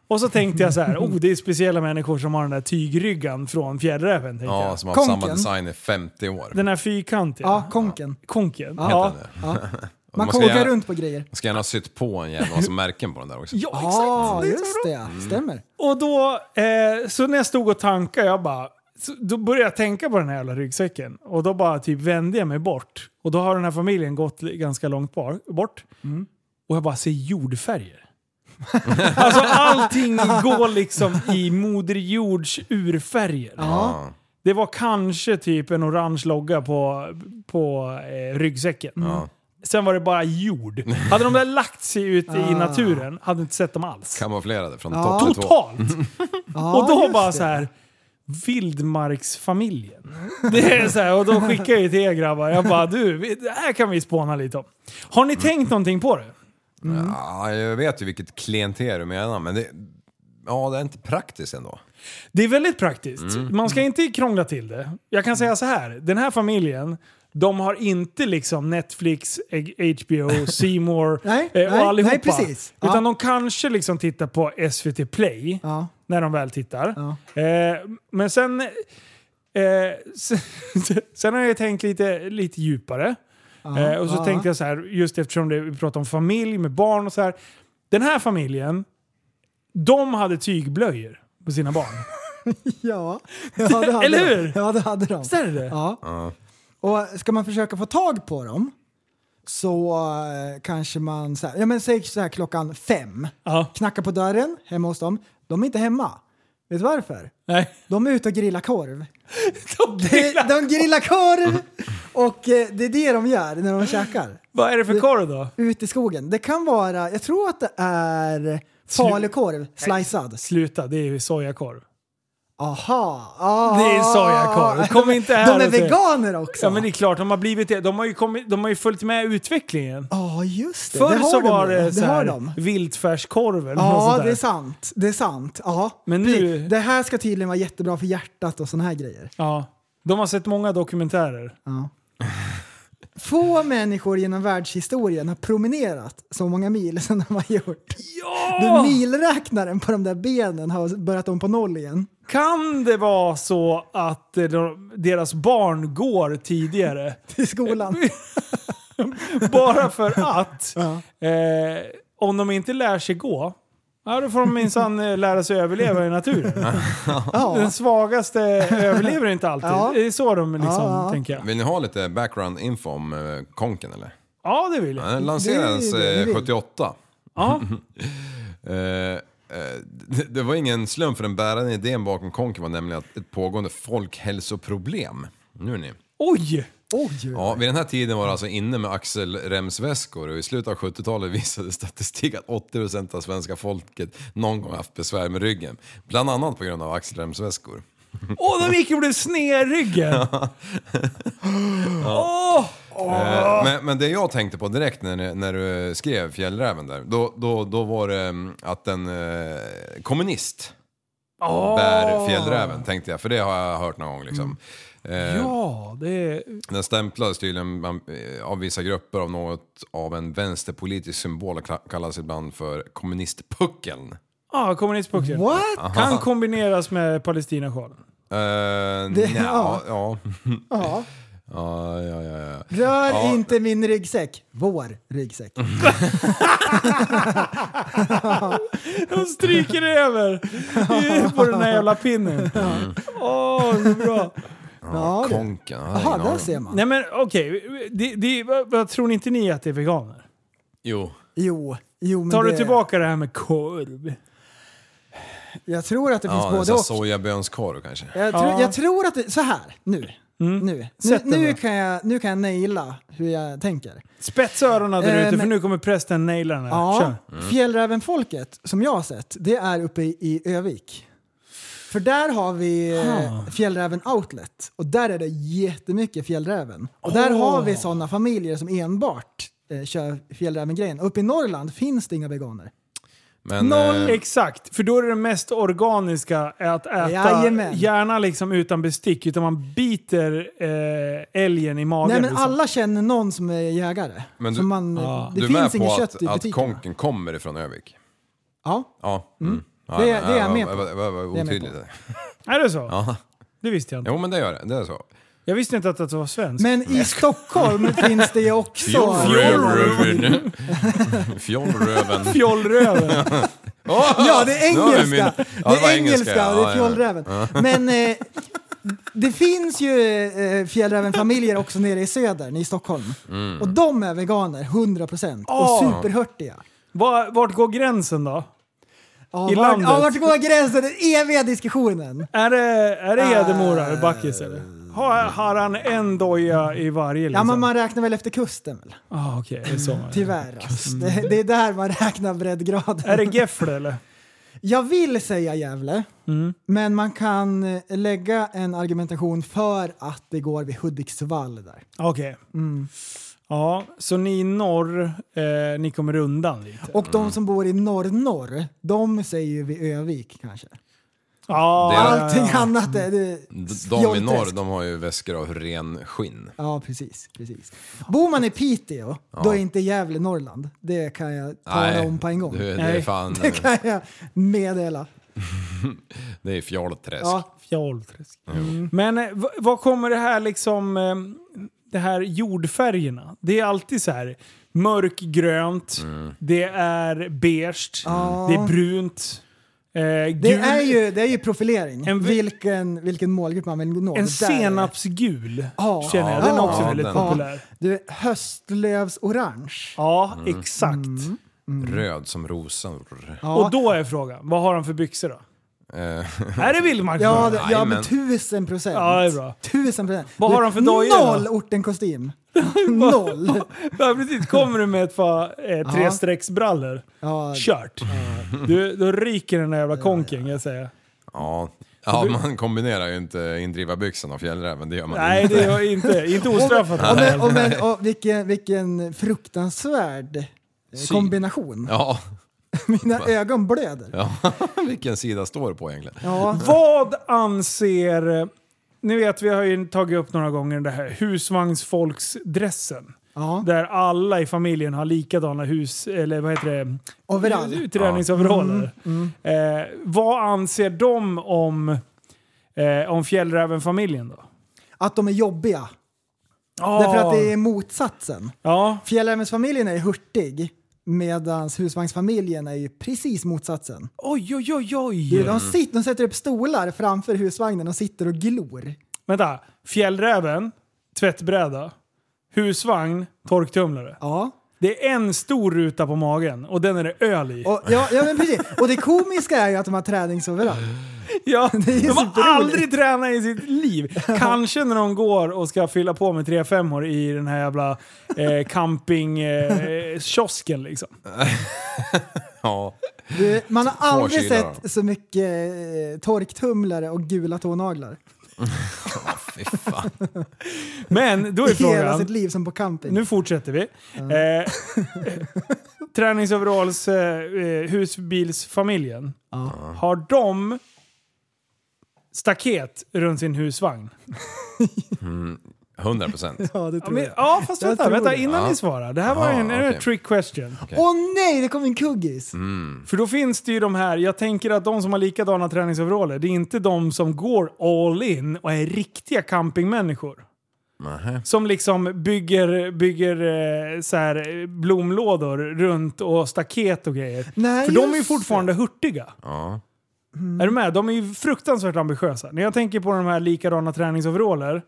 Speaker 3: Och så tänkte jag så här, oh det är speciella människor som har den där tygryggan från fjällräven. tänkte
Speaker 4: ja,
Speaker 3: jag.
Speaker 4: som har haft samma
Speaker 2: Konken.
Speaker 4: design i 50 år.
Speaker 3: Den här fyrkantiga.
Speaker 2: Ja, konken.
Speaker 3: Konken.
Speaker 4: Heter
Speaker 3: Ja.
Speaker 4: den det?
Speaker 2: Ja. Man
Speaker 4: Man ska
Speaker 2: kokar
Speaker 4: gärna-
Speaker 2: runt på grejer.
Speaker 4: Ska gärna ha sytt på en jävla massa märken på den där också.
Speaker 3: ja, exakt.
Speaker 2: Ja,
Speaker 3: Det är
Speaker 2: Ah,
Speaker 3: så
Speaker 2: just
Speaker 3: bra. Mm.
Speaker 2: det. ja. Stämmer.
Speaker 3: Och då, eh, så när jag stod och tankade, jag bara, så, då började jag tänka på den här jävla ryggsäcken. Och då bara typ vände jag mig bort. Och då har den här familjen gått li- ganska långt bar, bort. Och jag bara ser jordfärger. alltså allting går liksom i Moder Jords urfärger.
Speaker 2: Ja.
Speaker 3: Det var kanske typ en orange logga på, på eh, ryggsäcken. Sen var det bara jord. Hade de där lagt sig ute i naturen, hade inte sett dem alls.
Speaker 4: Kamouflerade från
Speaker 2: Ja.
Speaker 4: topp till tå.
Speaker 3: Totalt!
Speaker 2: Ja,
Speaker 3: Och då
Speaker 2: just
Speaker 3: bara
Speaker 2: det.
Speaker 3: så här vildmarksfamiljen. Det är så här, och då skickar jag ju till er grabbar. Jag bara du, vi- det här kan vi spåna lite om. Har ni tänkt någonting på det?
Speaker 4: Ja, jag vet ju vilket klienter du menar, men det... Ja, det är inte praktiskt ändå.
Speaker 3: Det är väldigt praktiskt. Man ska inte krångla till det. Jag kan säga så här, den här familjen de har inte liksom Netflix, eh, HBO, C More
Speaker 2: Nej,
Speaker 3: eh, och
Speaker 2: nej,
Speaker 3: allihopa.
Speaker 2: nej, precis. Ja.
Speaker 3: Utan de kanske liksom tittar på SVT Play
Speaker 2: Ja.
Speaker 3: när de väl tittar.
Speaker 2: Ja.
Speaker 3: Eh, men sen, eh, sen, sen har jag tänkt lite, lite djupare. eh, och så
Speaker 2: ja.
Speaker 3: tänkte jag så här, just eftersom det, vi pratar om familj med barn och så här. Den här familjen, de hade tygblöjor på sina barn.
Speaker 2: Ja, ja det hade
Speaker 3: Eller
Speaker 2: de.
Speaker 3: hur?
Speaker 2: Ja, det hade de.
Speaker 3: Visst är det det?
Speaker 2: Ja. Och ska man försöka få tag på dem så eh, kanske man, så här, ja men säg så här klockan fem,
Speaker 3: Ja.
Speaker 2: knacka på dörren hemma hos dem. De är inte hemma. Vet du varför?
Speaker 3: Nej.
Speaker 2: De är ute och grillar korv. Eh, De grillar korv! Och eh, det är det de gör när de käkar.
Speaker 3: Vad är det för korv då?
Speaker 2: Ute i skogen. Det kan vara, jag tror att det är falukorv, slicead.
Speaker 3: Sluta, det är ju sojakorv.
Speaker 2: Aha! Ah.
Speaker 3: Det är sojakorv. Kom inte här
Speaker 2: De är
Speaker 3: och säg-
Speaker 2: veganer också!
Speaker 3: Ja men det är klart, de har blivit det. De har ju, kommit, de har ju följt med utvecklingen.
Speaker 2: Ja, just det.
Speaker 3: Förr
Speaker 2: det har
Speaker 3: så
Speaker 2: de
Speaker 3: var
Speaker 2: ju.
Speaker 3: det, så
Speaker 2: det har
Speaker 3: här,
Speaker 2: de.
Speaker 3: viltfärskorv eller något
Speaker 2: Ja,
Speaker 3: sånt
Speaker 2: det är
Speaker 3: där.
Speaker 2: sant. Det är sant. Ja.
Speaker 3: Men
Speaker 2: Pre-
Speaker 3: nu-
Speaker 2: Det här ska tydligen vara jättebra för hjärtat och såna här grejer.
Speaker 3: Ja. De har sett många dokumentärer.
Speaker 2: Ja. Få människor genom världshistorien har promenerat så många mil som de har gjort.
Speaker 3: Ja!
Speaker 2: Du milräknaren på de där benen har börjat om på noll igen.
Speaker 3: Kan det vara så att eh, de, deras barn går tidigare?
Speaker 2: Till skolan.
Speaker 3: Bara för att
Speaker 2: Ja.
Speaker 3: eh, om de inte lär sig gå, ja, då får de minsann eh, lära sig överleva i naturen.
Speaker 2: Ja.
Speaker 3: Den svagaste överlever inte alltid.
Speaker 2: Ja.
Speaker 3: Det är så de liksom,
Speaker 2: Ja, ja.
Speaker 3: tänker jag.
Speaker 4: Vill ni ha lite background info om eh, konken eller?
Speaker 3: Ja, det vill jag.
Speaker 4: Den
Speaker 2: Det
Speaker 4: lanserades
Speaker 2: är ju det vi
Speaker 4: eh,
Speaker 2: vill.
Speaker 4: 78.
Speaker 3: Ja.
Speaker 4: Eh, eh, det, det var ingen slump för den bärande idén bakom konken var nämligen att ett pågående folkhälsoproblem. Nu ni.
Speaker 3: Oj!
Speaker 2: Oj!
Speaker 4: Ja, vid den här tiden var det alltså inne med axelremsväskor och i slutet av 70-talet visade statistik att 80% av svenska folket någon gång haft besvär med ryggen. Bland annat på grund av axelremsväskor.
Speaker 3: Åh, de gick och blev sned i ryggen! Åh!
Speaker 2: Ah.
Speaker 4: Eh, Men, men det jag tänkte på direkt när, när du skrev Fjällräven där, då, då, då var det mm, att en eh, kommunist bär fjällräven tänkte jag, för det har jag hört någon gång liksom.
Speaker 2: Mm.
Speaker 4: Eh,
Speaker 3: Ja, det är...
Speaker 4: Den stämplades tydligen bland- eh, av vissa grupper av något av en vänsterpolitisk symbol och kla- kallas ibland för kommunistpuckeln. Eh,
Speaker 3: Ja, kommunistpucken.
Speaker 2: What?
Speaker 3: Kan kombineras med palestinasjalen.
Speaker 4: Eh, nja,
Speaker 2: ja.
Speaker 4: ja. Ja.
Speaker 2: Ja.
Speaker 4: ja, ja, ja.
Speaker 2: Rör inte min ryggsäck. Vår ryggsäck.
Speaker 3: Mm. De stryker över på den här jävla pinnen. Åh, så bra.
Speaker 2: Ja, det.
Speaker 4: Konken. jag hade
Speaker 2: Jaha,
Speaker 4: ingen
Speaker 2: där
Speaker 4: aning.
Speaker 2: ser man.
Speaker 3: Nej men okej, det, det, vad, vad tror ni inte ni att det är veganer?
Speaker 4: Jo.
Speaker 2: Jo, jo men
Speaker 3: Tar
Speaker 2: det,
Speaker 3: du tillbaka det här med korv?
Speaker 2: Jag tror att det finns
Speaker 4: Ja, en
Speaker 2: både
Speaker 4: sån här
Speaker 2: och.
Speaker 4: sojabönskorv kanske.
Speaker 2: Jag tror,
Speaker 3: Ja. Mm.
Speaker 2: jag tror att det, så här nu. Nu. Nu,
Speaker 3: Sätt den
Speaker 2: nu,
Speaker 3: då.
Speaker 2: kan jag, nu kan jag naila hur jag tänker.
Speaker 3: Spetsa öronen där
Speaker 2: Eh,
Speaker 3: ute för
Speaker 2: men-
Speaker 3: nu kommer prästen naila den här.
Speaker 2: Ja,
Speaker 3: Kör. Mm.
Speaker 2: fjällrävenfolket som jag har sett, det är uppe i- i Övik. För där har vi eh,
Speaker 3: Ah.
Speaker 2: fjällräven outlet och där är det jättemycket fjällräven. Och där har vi sådana familjer som enbart eh, kör fjällräven-grejen. Uppe i Norrland finns det inga veganer.
Speaker 4: Men,
Speaker 3: Noll
Speaker 4: eh,
Speaker 3: exakt, för då är det mest organiska är att äta,
Speaker 2: Jajamän.
Speaker 3: gärna liksom utan bestick, utan man biter eh, älgen i magen.
Speaker 2: Nej men
Speaker 3: liksom.
Speaker 2: alla känner någon som är jägare.
Speaker 4: Men du-
Speaker 2: som man, Det
Speaker 4: du är med
Speaker 2: finns inget
Speaker 4: på
Speaker 2: kött
Speaker 4: att,
Speaker 2: i
Speaker 4: att
Speaker 2: butikerna.
Speaker 4: konken kommer ifrån Övik?
Speaker 2: Ja.
Speaker 4: Ja. Mm. ja
Speaker 2: Det är- det är jag med på.
Speaker 4: Det var- var
Speaker 2: jag med
Speaker 4: otydligt.
Speaker 2: på.
Speaker 4: där.
Speaker 3: Är det så? Det visste jag inte.
Speaker 4: Jo men det gör det, det är så.
Speaker 3: Jag visste inte att, att det var svenskt.
Speaker 2: Men i Stockholm finns det ju också...
Speaker 4: Fjollröven. Fjollröven.
Speaker 3: Fjollröven.
Speaker 2: Ja, det är
Speaker 4: Nu har vi min-
Speaker 2: engelska.
Speaker 4: Ja,
Speaker 2: det
Speaker 4: var
Speaker 2: är engelska, det är
Speaker 4: Ja, ja.
Speaker 2: fjällräven. Men eh, det finns ju eh, fjällrävenfamiljer också nere i södern, i Stockholm.
Speaker 4: Mm.
Speaker 2: Och de är veganer, 100%. Och
Speaker 3: Ah.
Speaker 2: superhörtiga.
Speaker 3: Var, vart går gränsen då?
Speaker 2: Ja,
Speaker 3: I
Speaker 2: vart-
Speaker 3: landet.
Speaker 2: Ja, vart går gränsen? Den eviga diskussionen.
Speaker 3: Är det, är det Hedemora
Speaker 4: Eh.
Speaker 3: eller Backis eller? Har, har han en doja i varje
Speaker 2: Ja,
Speaker 3: liksom?
Speaker 2: men man räknar väl efter kusten, väl?
Speaker 3: ah, okej, det är så man-
Speaker 2: tyvärr. Alltså. Det, det är där man räknar breddgraden.
Speaker 3: Är det Gefle eller?
Speaker 2: Jag vill säga Gävle,
Speaker 4: Mm.
Speaker 2: men man kan eh, lägga en argumentation för att det går vid Hudiksvall där.
Speaker 3: Okej. mm. Ja, så ni i norr, eh, ni kommer undan lite?
Speaker 2: Och
Speaker 4: Mm.
Speaker 2: de som bor i norr-norr, de säger ju vid Övik kanske.
Speaker 3: Ja,
Speaker 4: Det är-
Speaker 2: Allting annat är det
Speaker 4: D- De i norr,
Speaker 2: jollträsk.
Speaker 4: de har ju väskor av ren skinn.
Speaker 2: Ja, precis. precis. Bor man i Piteå, då är inte Gävle Norrland. Det kan jag tala om på en gång.
Speaker 4: Du, det är
Speaker 3: Nej.
Speaker 4: fan,
Speaker 2: Det kan jag meddela.
Speaker 4: det är fjollträsk.
Speaker 2: Ja,
Speaker 3: Fjolträsk. Men eh, v- vad kommer det här liksom, eh, det här jordfärgerna? Det är alltid så här mörkgrönt,
Speaker 2: Mm.
Speaker 3: det är beige, det är brunt, eh,
Speaker 2: det,
Speaker 3: gul-
Speaker 2: är ju, det är ju profilering.
Speaker 3: En vi-
Speaker 2: vilken, vilken målgrupp man vill nå.
Speaker 3: en
Speaker 2: Det där är-
Speaker 3: senapsgul
Speaker 2: Ja.
Speaker 3: känner jag. Den är
Speaker 2: Ja,
Speaker 3: också väldigt
Speaker 4: den.
Speaker 3: populär.
Speaker 2: Du, höstlövsorange.
Speaker 3: Ja,
Speaker 2: Mm.
Speaker 3: exakt.
Speaker 4: Röd som rosor.
Speaker 2: Ja.
Speaker 3: Och då är frågan, vad har han för byxor då?
Speaker 4: Eh,
Speaker 3: Här är vildmark.
Speaker 2: Ja, det, ja men
Speaker 4: Jajamän.
Speaker 2: tusen procent.
Speaker 3: Ja, det är bra.
Speaker 2: Tusen procent.
Speaker 3: Vad
Speaker 2: Du,
Speaker 3: har de för dojor då?
Speaker 2: Noll ortenkostym. Noll.
Speaker 3: Ja, precis. Kommer du med ett par eh,
Speaker 2: Ja.
Speaker 3: trestrecksbrallor,
Speaker 2: Ja,
Speaker 3: kört. Du, då ryker den där jävla konken kan jag säga.
Speaker 4: ja. ja, man kombinerar ju inte indrivarbyxan och fjällräven, det gör man
Speaker 3: Nej,
Speaker 4: inte.
Speaker 3: det är inte. Inte ostraffat.
Speaker 2: Och men, och men, och vilken, vilken fruktansvärd eh, kombination.
Speaker 4: Ja,
Speaker 2: Mina ögon blöder. Ja.
Speaker 4: vilken sida står det på egentligen?
Speaker 3: Vad anser... Ni vet, vi har ju tagit upp några gånger det här husvagnsfolksdressen.
Speaker 2: Ja.
Speaker 3: Där alla i familjen har likadana hus... Eller vad heter det?
Speaker 2: Overall. Mm,
Speaker 3: Träningsoveraller. Eh, vad anser de om, eh, om fjällräven-familjen då?
Speaker 2: Att de är jobbiga. Därför att det är motsatsen.
Speaker 3: Ja,
Speaker 2: Fjällrävensfamiljen är hurtig. Medan husvagnsfamiljen är ju precis motsatsen.
Speaker 3: Oj, oj, oj,
Speaker 2: De,
Speaker 3: oj!
Speaker 2: de, sitter, de sätter upp stolar framför husvagnen och sitter och glor.
Speaker 3: Vänta. Fjällräven, tvättbräda. Husvagn, torktumlare.
Speaker 2: Ja.
Speaker 3: Det är en stor ruta på magen och den är det öl i.
Speaker 2: Och, ja, ja, men precis. Och det komiska är ju att de har träningsoverall.
Speaker 3: ja,
Speaker 2: är
Speaker 3: de har
Speaker 2: superroligt.
Speaker 3: aldrig tränat i sitt liv. Kanske när de går och ska fylla på med 3 5 i den här jävla eh, campingkiosken eh, kiosken liksom.
Speaker 4: Ja.
Speaker 2: Du, man har aldrig
Speaker 4: kilar
Speaker 2: sett så mycket eh, torktumlare och gula tånaglar
Speaker 4: Fy fan.
Speaker 3: Men då är
Speaker 2: i hela
Speaker 3: frågan,
Speaker 2: sitt liv som på camping.
Speaker 3: nu fortsätter vi. Eh, Träningsoveralls eh, husbilsfamiljen. Har de staket runt sin husvagn?
Speaker 4: 100 procent.
Speaker 2: Ja, det
Speaker 3: Ja,
Speaker 2: tror
Speaker 3: men,
Speaker 2: jag.
Speaker 3: ja fast
Speaker 2: Jag
Speaker 3: vänta,
Speaker 2: tror
Speaker 3: vänta
Speaker 2: det.
Speaker 3: innan
Speaker 4: Ja.
Speaker 3: ni svarar. Det här var ju en,
Speaker 4: Aha,
Speaker 3: en
Speaker 4: okej.
Speaker 3: trick question.
Speaker 2: Åh nej, det kom en kuggis!
Speaker 3: För då finns det ju de här, jag tänker att de som har likadana träningsoveraller, det är inte de som går all in och är riktiga campingmänniskor. Som liksom bygger, bygger eh, så här, eh, blomlådor runt och staket och grejer.
Speaker 2: Nej,
Speaker 3: För de är ju
Speaker 2: just
Speaker 3: fortfarande hurtiga.
Speaker 4: Ja.
Speaker 3: Är du med? De är ju fruktansvärt ambitiösa. När jag tänker på de här likadana träningsoveraller, i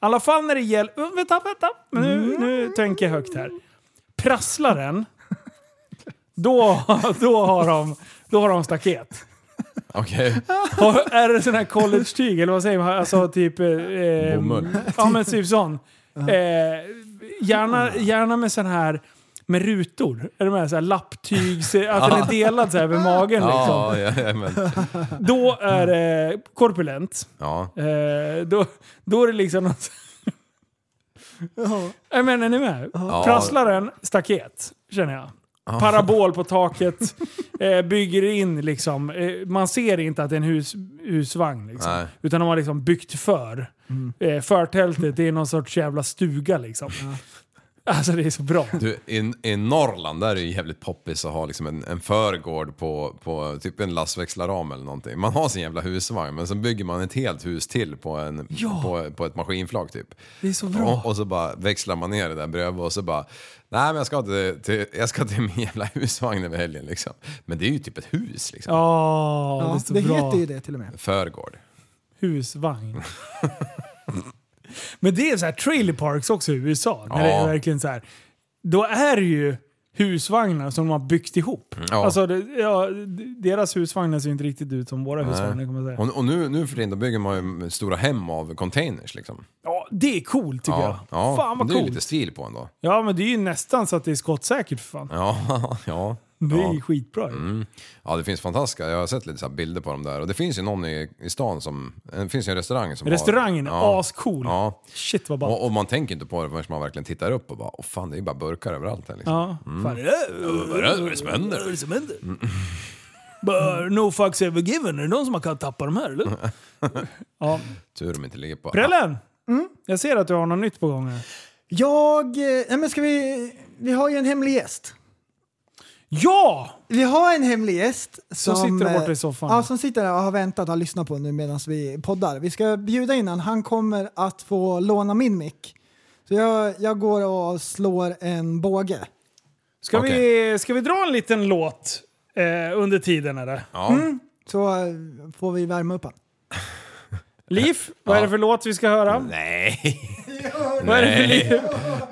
Speaker 3: alla fall när det gäller... Uh, Vänta, vänta! Nu, nu tänker jag högt här. Prasslar den, då, då, har de, då har de staket.
Speaker 4: Okej.
Speaker 3: Har- Är det sån här college-tyg eller vad säger man? Alltså typ... eh, Eh,
Speaker 4: Bomull.
Speaker 3: Ja men typ sån. Eh, gärna, gärna med sån här... Med rutor. Är du med? Så här lapptyg, så att den är delad så här över magen liksom.
Speaker 4: Ja, ja, ja, men,
Speaker 3: Då är det korpulent.
Speaker 4: ja.
Speaker 3: Eh, då, då är det liksom något... Jag menar, är ni med? Prasslaren, staket, känner jag. Parabol på taket, eh, bygger in liksom. Eh, man ser inte att det är en hus, husvagn. Liksom,
Speaker 4: Nej.
Speaker 3: utan de har liksom byggt för. Eh, förtältet det är någon sorts jävla stuga liksom. Alltså det är så bra.
Speaker 4: Du, i, I Norrland där är det ju jävligt poppis att ha liksom en, en förgård på, på typ en lastväxlarram eller någonting. Man har sin jävla husvagn men sen bygger man ett helt hus till på, en, på, på ett maskinflak typ.
Speaker 3: Det är så bra.
Speaker 4: Och, och så bara växlar man ner det där bredvid och så bara, nej men jag ska till, till, jag ska till min jävla husvagn över helgen liksom. Men det är ju typ ett hus liksom.
Speaker 3: Ja, det är
Speaker 2: Ja,
Speaker 3: så
Speaker 2: det
Speaker 3: bra.
Speaker 2: heter ju det till och med.
Speaker 4: Förgård.
Speaker 3: Husvagn. Men det är så här trailer parks också i USA. När det
Speaker 4: Ja.
Speaker 3: är verkligen så här, då är det ju husvagnar som de har byggt ihop.
Speaker 4: Mm, Ja.
Speaker 3: Alltså, det, ja, deras husvagnar ser ju inte riktigt ut som våra husvagnar kan man säga.
Speaker 4: Och, och nu, nu för tiden då bygger man ju stora hem av containers liksom.
Speaker 3: Ja, det är coolt tycker jag.
Speaker 4: ja.
Speaker 3: fan vad
Speaker 4: Det är ju
Speaker 3: coolt.
Speaker 4: lite stil på ändå.
Speaker 3: Ja, men det är ju nästan så att det är skottsäkert för fan.
Speaker 4: Ja, ja.
Speaker 3: Det är
Speaker 4: ja. Mm,
Speaker 3: ju skitbra ju.
Speaker 4: Ja, det finns fantastiska. Jag har sett lite så här bilder på dem där. Och det finns ju någon i, i stan som... Det finns ju en restaurang som
Speaker 3: Restaurangen är
Speaker 4: har... Ja.
Speaker 3: ascool.
Speaker 4: Ja.
Speaker 3: Shit vad ballt.
Speaker 4: Och, och man tänker inte på det förrän man verkligen tittar upp och bara Åh fan, det är ju bara burkar överallt här liksom.
Speaker 3: Ja, fan.
Speaker 4: Vad är det som händer?
Speaker 3: Vad är det som händer? Bara, no fucks ever given. Är det någon som har kunnat tappa de här eller? ja.
Speaker 4: Tur de inte ligger på...
Speaker 3: Prellen! Jag ser att du har något nytt på gång här.
Speaker 2: Jag... eh, Nej men ska vi... Vi har ju en hemlig gäst.
Speaker 3: Ja!
Speaker 2: Vi har en hemlig gäst som,
Speaker 3: sitter där borta i
Speaker 2: eh,
Speaker 3: soffan.
Speaker 2: Ja, som sitter där och har väntat och har lyssnat på nu medan vi poddar. Vi ska bjuda in han. Han kommer att få låna min mick. Så jag, jag går och slår en båge.
Speaker 3: Ska,
Speaker 4: Okej.
Speaker 3: vi, ska vi dra en liten låt eh, under tiden eller?
Speaker 4: Ja.
Speaker 2: Så eh, får vi värma upp han.
Speaker 3: Liv, vad är det för låt vi ska höra?
Speaker 4: Nej.
Speaker 3: Vad är det för
Speaker 4: Nej.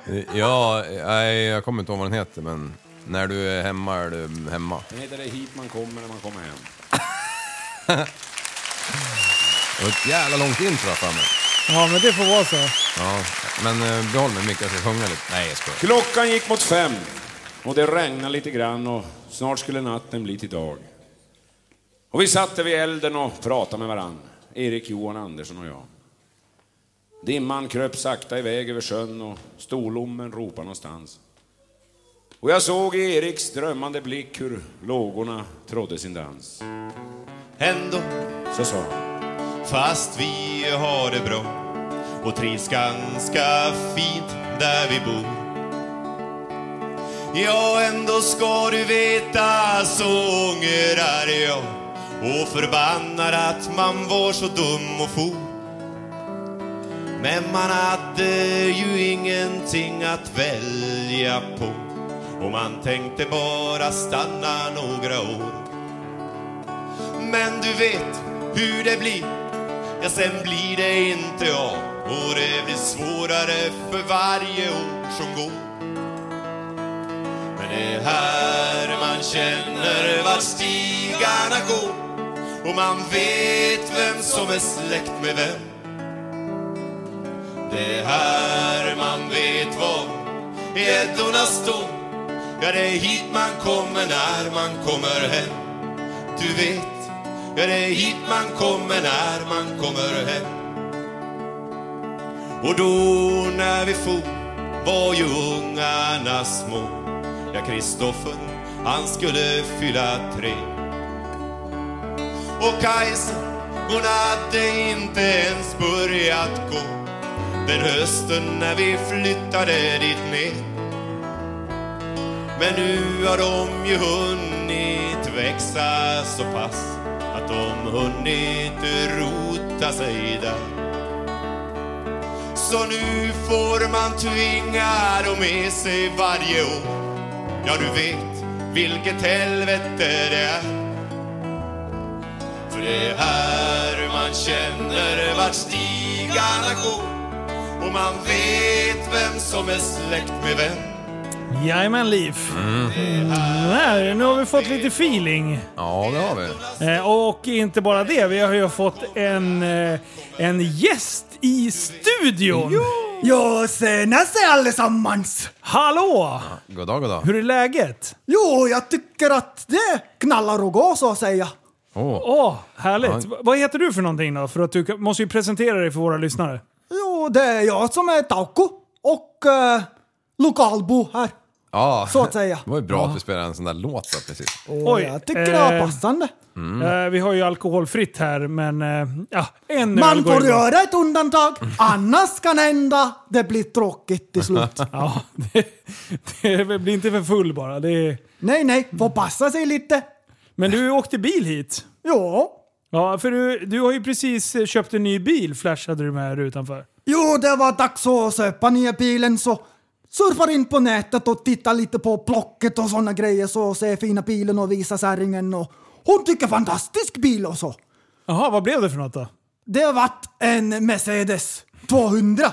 Speaker 3: liv?
Speaker 4: Ja, nej, jag kommer inte ihåg vad den heter men... När du är hemma är du hemma.
Speaker 5: Nej, det är hit man kommer när man kommer hem.
Speaker 4: Det var ett jävla långt intro här framme.
Speaker 3: Ja, men det får vara så.
Speaker 4: Ja. Men eh, behåll mig mycket, jag ska sjunga lite. Nej, jag skojar.
Speaker 5: Klockan gick mot fem och det regnade lite grann och snart skulle natten bli till dag. Och vi satt där vid elden och pratade med varann, Erik Johan Andersson och jag. Dimman kröp sakta iväg över sjön och storlommen ropade någonstans. Och jag såg i Eriks drömmande blick hur lågorna trodde sin dans.
Speaker 1: Ändå,
Speaker 5: Så sa han,
Speaker 1: fast vi har det bra och trivs ganska fint där vi bor. Ja, ändå ska du veta så ångrar jag och förbannar att man var så dum och for. Men man hade ju ingenting att välja på och man tänkte bara stanna några år. Men du vet hur det blir Ja, sen blir det inte av Och det blir svårare för varje år som går Men det är här man känner vart stigarna går Och man vet vem som är släkt med vem Det är här man vet var gäddorna står Ja, det är hit man kommer när man kommer hem du vet Ja, det är hit man kommer när man kommer hem Och då när vi for var ju ungarna små Ja, Kristoffer han skulle fylla tre Och Kajsa hon hade inte ens börjat gå Den hösten när vi flyttade dit ner men nu har de ju hunnit växa så pass att de hunnit rota sig där. Så nu får man tvinga dem med sig varje år. Ja, du vet vilket helvete det är. För det är här man känner vart stigarna går och man vet vem som är släkt med vem.
Speaker 3: Jajamän, Liv.
Speaker 4: Mm.
Speaker 3: Där, nu har vi fått lite feeling.
Speaker 4: Ja, det har vi.
Speaker 3: Eh, och inte bara det, vi har ju fått en, eh, en gäst i studion.
Speaker 2: Ja, senast allesammans!
Speaker 3: Hallå!
Speaker 4: God dag, god dag.
Speaker 3: Hur är läget?
Speaker 2: Jo, jag tycker att det knallar och går så att säga.
Speaker 4: Åh,
Speaker 3: Åh, härligt. V- Vad heter du för någonting då? För att du kan- måste ju presentera dig för våra lyssnare.
Speaker 2: Jo, det är jag som är Tauko och eh, lokalbo här.
Speaker 4: Ja,
Speaker 2: Så att säga.
Speaker 4: det var ju bra att vi spelade en sån där låt då, precis.
Speaker 2: Och
Speaker 3: Oj,
Speaker 2: jag tycker det var
Speaker 3: eh,
Speaker 2: passande.
Speaker 3: Eh, vi har ju alkoholfritt här, men eh, ja, en öl
Speaker 2: Man
Speaker 3: går
Speaker 2: får
Speaker 3: ju bra.
Speaker 2: göra ett undantag, annars kan det hända det blir tråkigt till slut.
Speaker 3: Ja, det, det blir inte för full bara. Det är,
Speaker 2: nej, nej, får passa sig lite.
Speaker 3: men du åkte bil hit.
Speaker 2: Jo,
Speaker 3: Ja, för du, du har ju precis eh, köpt en ny bil, flashade du med här utanför.
Speaker 2: jo det var dags att köpa nya bilen så surfar in på nätet och tittar lite på Blocket och sådana grejer så ser fina bilen och visar särringen och hon tycker fantastisk bil och så.
Speaker 3: Jaha, vad blev det för något då?
Speaker 2: Det har varit en Mercedes 200.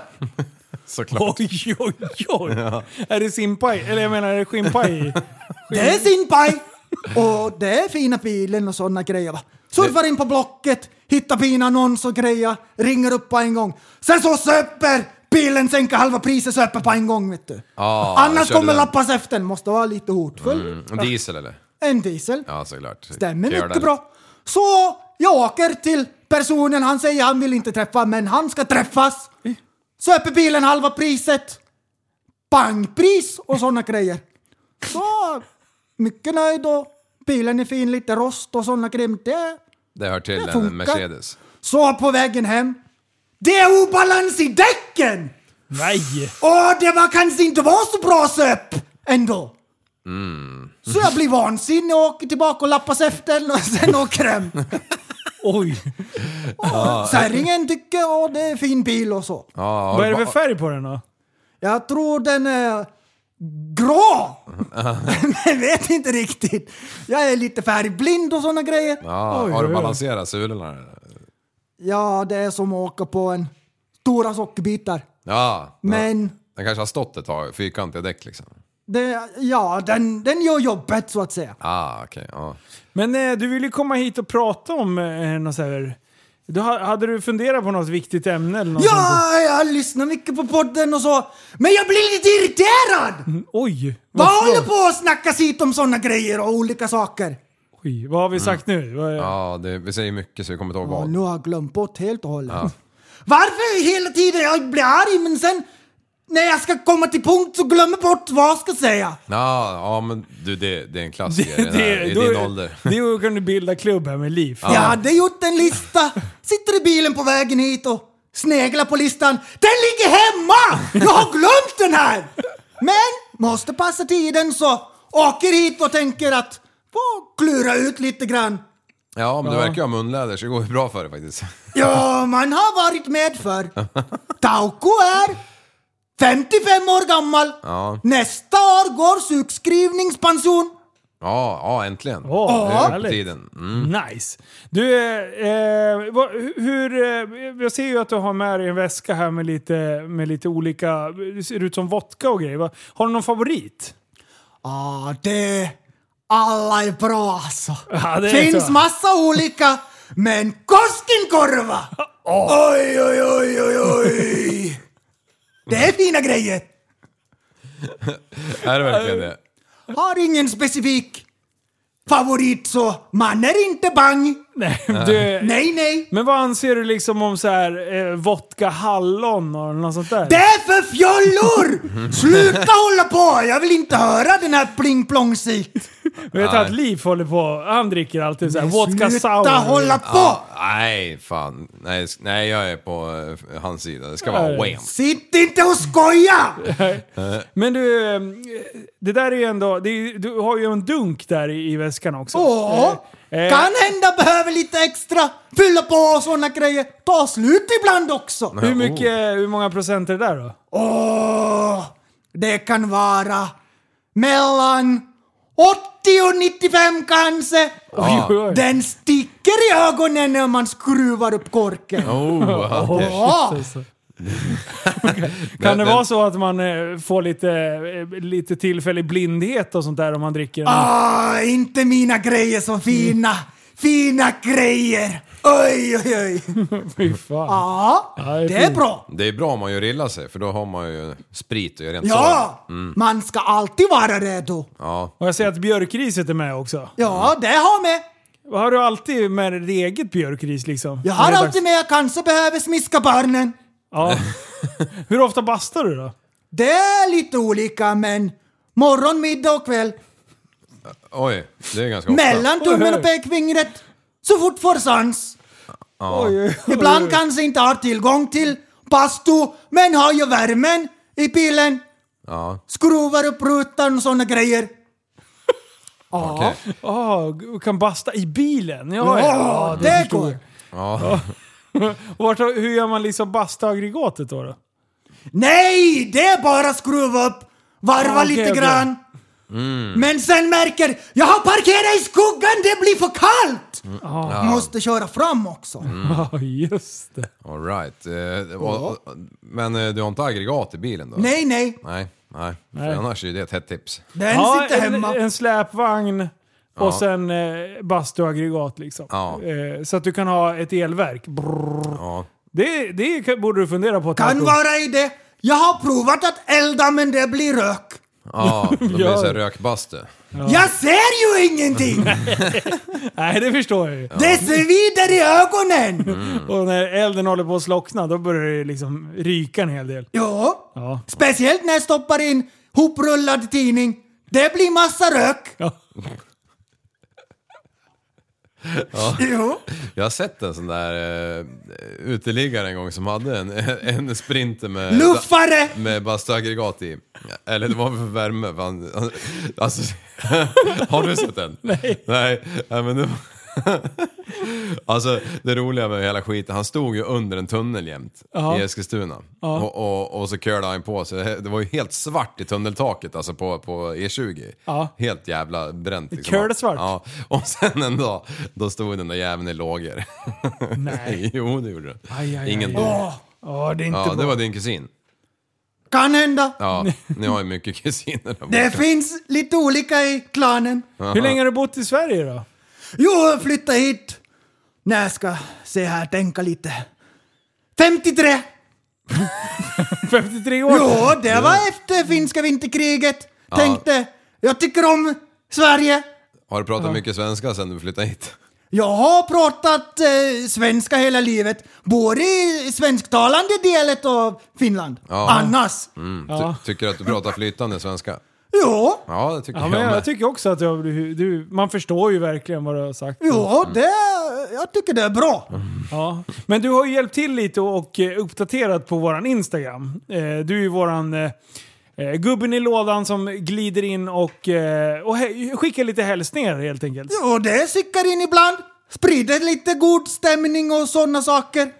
Speaker 4: Såklart.
Speaker 3: Oj, oj, oj! Är det simpaj? Eller jag menar, är det skimpaj i?
Speaker 2: Det är sin paj! Och det är fina bilen och sådana grejer va. Surfar in på Blocket, hittar fina annons och grejer, ringer upp på en gång. Sen så söper bilen, sänker halva priset, söper på en gång vet du.
Speaker 4: Ja, jag
Speaker 2: Annars
Speaker 4: körde
Speaker 2: kommer
Speaker 4: den.
Speaker 2: lappas efter, måste vara lite hotfull.
Speaker 4: Mm, Diesel eller?
Speaker 2: En diesel.
Speaker 4: Ja, såklart.
Speaker 2: Stämmer
Speaker 4: Kan göra
Speaker 2: mycket
Speaker 4: det.
Speaker 2: bra. Så jag åker till personen, han säger han vill inte träffa, men han ska träffas.
Speaker 3: Eh.
Speaker 2: Söper bilen halva priset. Bankpris och sådana grejer. Så mycket nöjd och bilen är fin, lite rost och sådana grejer. men Det.
Speaker 4: Det hör till
Speaker 2: Det funkar.
Speaker 4: en Mercedes.
Speaker 2: Så på vägen hem. Det är obalans i däcken!
Speaker 3: Nej!
Speaker 2: Och det var kanske inte var så bra söp ändå.
Speaker 3: Mm.
Speaker 2: Så jag blir vansinnig och åker tillbaka och lappas efter den och sen åker hem.
Speaker 3: Oj!
Speaker 2: Särringen tycker att det är fin bil och så.
Speaker 4: Ja,
Speaker 3: Vad är det för färg på den då?
Speaker 2: Jag tror den är grå! Men jag vet inte riktigt. Jag är lite färgblind och sådana grejer.
Speaker 4: Ja,
Speaker 3: Oj,
Speaker 4: har
Speaker 3: oj,
Speaker 4: du
Speaker 3: oj.
Speaker 4: balanserat sulorna? eller?
Speaker 2: Ja, det är som att åka på en stora sockerbitar.
Speaker 4: Ja.
Speaker 2: Men
Speaker 4: Den kanske har stått ett tag, fyrkantiga däck liksom.
Speaker 2: det, ja, den, den gör jobbet så att säga.
Speaker 4: Ah, okej. ja.
Speaker 3: Men eh, du ville ju komma hit och prata om eh, något så här... Du, ha- hade du funderat på något viktigt ämne eller något sånt?
Speaker 2: Ja, jag lyssnar mycket på podden och så. Men jag blir lite
Speaker 4: Mm,
Speaker 2: irriterad!
Speaker 3: Oj!
Speaker 2: Vad
Speaker 3: varför
Speaker 2: håller
Speaker 3: då?
Speaker 2: på att snacka hit om sådana grejer och olika saker?
Speaker 3: Oj, vad har vi sagt nu? Vad är-
Speaker 4: Ja, det, vi säger mycket så vi kommer inte ihåg
Speaker 2: Ja,
Speaker 4: vad.
Speaker 2: nu har jag glömt bort helt och hållet. Varför hela tiden jag blir arg men sen när jag ska komma till punkt så glömmer jag bort vad jag ska säga.
Speaker 4: Ja, ja men du det, det är en klassiker i
Speaker 3: Det,
Speaker 4: den här, i
Speaker 3: då-
Speaker 4: din ålder.
Speaker 3: Det är att kunna bilda klubb här med Liv.
Speaker 2: Jag hade gjort en lista, sitter i bilen på vägen hit och sneglar på listan. Den ligger hemma! Jag har glömt den här! Men måste passa tiden så åker hit och tänker att få klura ut lite grann.
Speaker 4: Ja, men du verkar ju ha munläder så det går ju bra för dig faktiskt.
Speaker 2: Ja, man har varit med för. Tauko är 55 år gammal.
Speaker 4: Ja.
Speaker 2: Nästa år går sjukskrivningspension.
Speaker 4: Ja, ja äntligen.
Speaker 3: Åh,
Speaker 4: det är ju på
Speaker 3: härligt.
Speaker 4: tiden. Mm.
Speaker 3: Nice! Du, eh, eh, vad- hur... Eh, jag ser ju att du har med dig en väska här med lite, med lite olika... Det ser ut som vodka och grejer. va? Har du någon favorit?
Speaker 2: Ja, det... Alla är bra alltså.
Speaker 3: Ja, det är
Speaker 2: Finns
Speaker 3: så.
Speaker 2: massa olika, men Koskenkorva! Oj, oj, oj, oj, oj! Det är fina grejer.
Speaker 4: Är det verkligen det?
Speaker 2: Har ingen specifik favorit så man är inte bang.
Speaker 3: Nej, du,
Speaker 2: Nej, nej.
Speaker 3: Men vad anser du liksom om så här eh, vodka hallon och något sånt där?
Speaker 2: Det är för fjollor! Sluta hålla på! Jag vill inte höra den här pling plong sikt
Speaker 3: Jag vet att Liv håller på, han dricker alltid så här vodka sour.
Speaker 2: Sluta hålla på!
Speaker 4: Nej, fan. Nej, sk- nej, jag är på eh, hans sida. Det ska vara Wham.
Speaker 2: Sitt inte och skoja!
Speaker 3: Men du, eh, det där är ju ändå, det är, ju- du har ju en dunk där i, i väskan också.
Speaker 2: Åh,
Speaker 3: Eh, eh,
Speaker 2: kan hända behöver lite extra, fylla på och sådana grejer. Ta slut ibland också.
Speaker 3: Hur, mycket, eh, hur många procent är det där då?
Speaker 2: Åh, det kan vara mellan 80 och 95 kanske.
Speaker 3: Oj, oj, oj.
Speaker 2: Den sticker i ögonen när man skruvar upp korken.
Speaker 4: Oh, okej.
Speaker 2: Ja,
Speaker 3: Alltså. Kan det
Speaker 4: Den-
Speaker 3: vara
Speaker 4: den-
Speaker 3: så att man eh, får lite, eh, lite tillfällig blindhet och sånt där om man dricker? en-
Speaker 2: Ah, inte mina grejer så fina! Fina grejer! Oj, oj, oj!
Speaker 3: Fy fan.
Speaker 2: Ja,
Speaker 3: det är
Speaker 2: Ah. det är
Speaker 3: fint.
Speaker 2: bra!
Speaker 4: Det är bra om man gör illa sig, för då har man ju sprit och gör rent såren.
Speaker 2: Ja! Man ska alltid vara redo.
Speaker 4: Ja.
Speaker 3: Och jag ser att björkriset är med också.
Speaker 2: Ja, det har med.
Speaker 3: Har du alltid med dig eget björkris liksom?
Speaker 2: Jag har
Speaker 3: När det är
Speaker 2: alltid med, jag kanske behöver smiska barnen.
Speaker 3: dags- Ja. Hur ofta bastar du då?
Speaker 2: Det är lite olika, men morgon, middag och kväll.
Speaker 4: Oj, det är ganska ofta.
Speaker 2: Mellan tummen och pekfingret. Så fort får sans. Ibland kanske inte har tillgång till bastu, men har ju värmen i pilen.
Speaker 4: Ja,
Speaker 2: Skruvar upp rutan och sådana grejer.
Speaker 4: okej.
Speaker 3: Ah, g- kan basta i bilen? Ja, ja. ja det
Speaker 2: Ah, det
Speaker 3: förstår
Speaker 2: går.
Speaker 3: jag. Och Vart, har- hur gör man liksom bastaaggregatet då? då?
Speaker 2: Nej, det är bara skruva upp, varva
Speaker 3: Ah, okej,
Speaker 2: lite
Speaker 3: okej.
Speaker 2: grann. Men sen märker jag har parkerat i skuggan, det blir för kallt! Måste köra fram också.
Speaker 4: Mm.
Speaker 3: Ja, just det.
Speaker 4: All right. Eh, och, och, men eh, du har inte aggregat i bilen då?
Speaker 2: Nej, nej,
Speaker 4: Nej, nej. För annars är det ett hett tips.
Speaker 2: den
Speaker 3: Ja,
Speaker 2: sitter
Speaker 3: en,
Speaker 2: hemma.
Speaker 3: en släpvagn och sen eh, bastuaggregat liksom.
Speaker 4: Ja.
Speaker 3: Eh, så att du kan ha ett elverk. Brrr.
Speaker 4: Ja.
Speaker 3: Det, det kan- borde du fundera på.
Speaker 2: Kan
Speaker 3: Taco.
Speaker 2: vara i det. Jag har provat att elda men det blir rök.
Speaker 4: Ja, då blir det så
Speaker 3: Ja.
Speaker 4: här rökbastu.
Speaker 2: Jag ser ju ingenting!
Speaker 3: Nej, det förstår jag ju.
Speaker 2: Det svider i ögonen!
Speaker 4: Mm.
Speaker 3: Och när elden håller på att slockna, då börjar det liksom ryka en hel del.
Speaker 2: Ja.
Speaker 3: Ja.
Speaker 2: Speciellt när jag stoppar in hoprullad tidning. Det blir massa rök.
Speaker 3: Ja.
Speaker 2: Jo.
Speaker 4: Jag har sett en sån där eh, uteliggare en gång som hade en, en sprinter med...
Speaker 2: Luffare!
Speaker 4: Med bastuaggregat i. Eller det var för värme. för Han, han, alltså, har du sett den? Nej. Nej, nej, men det var... Alltså det roliga med hela skiten, han stod ju under en tunnel jämt i Eskilstuna. Och, och, och så körde han på sig, det var ju helt svart i tunneltaket alltså på, på E20.
Speaker 3: Ja.
Speaker 4: Helt jävla bränt. liksom.
Speaker 3: Kölsvart.
Speaker 4: Ja. Och sen en dag, då stod den där jäveln i lågor. Nej. jo det gjorde den.
Speaker 3: Aj, aj, aj.
Speaker 4: Ingen dog.
Speaker 2: Åh,
Speaker 3: Ja, det är inte
Speaker 4: Ja, det
Speaker 3: bra.
Speaker 4: var din kusin.
Speaker 2: kan hända.
Speaker 4: Ja, ni har ju mycket kusiner där
Speaker 2: Det
Speaker 4: borta.
Speaker 2: finns lite olika i klanen.
Speaker 3: Hur länge har du bott i Sverige då?
Speaker 2: Jo, jag flyttade hit. När jag ska se här, tänka lite. 53!
Speaker 3: 53 år?
Speaker 2: Jo, det var efter finska vinterkriget. Tänkte, jag tycker om Sverige.
Speaker 4: Har du pratat mycket svenska sen du flyttade hit?
Speaker 2: Jag har pratat eh, svenska hela livet. Både i svensktalande delet av Finland.
Speaker 4: Ja.
Speaker 2: Annars.
Speaker 4: Mm. Ty- Tycker du att du pratar flytande svenska?
Speaker 2: Jo,
Speaker 4: Ja, det tycker
Speaker 3: Ja,
Speaker 4: jag
Speaker 3: men
Speaker 4: med.
Speaker 3: jag tycker också att jag, du, du, man förstår ju verkligen vad du har sagt.
Speaker 2: jo det, jag tycker det är bra.
Speaker 3: Ja. Men du har ju hjälpt till lite och, och eh, uppdaterat på våran Instagram. Eh, Du är ju våran eh, eh, gubben i lådan som glider in och, eh, och he- skickar lite hälsningar helt enkelt.
Speaker 2: Jo, det sickar in ibland. Sprider lite god stämning och sådana saker.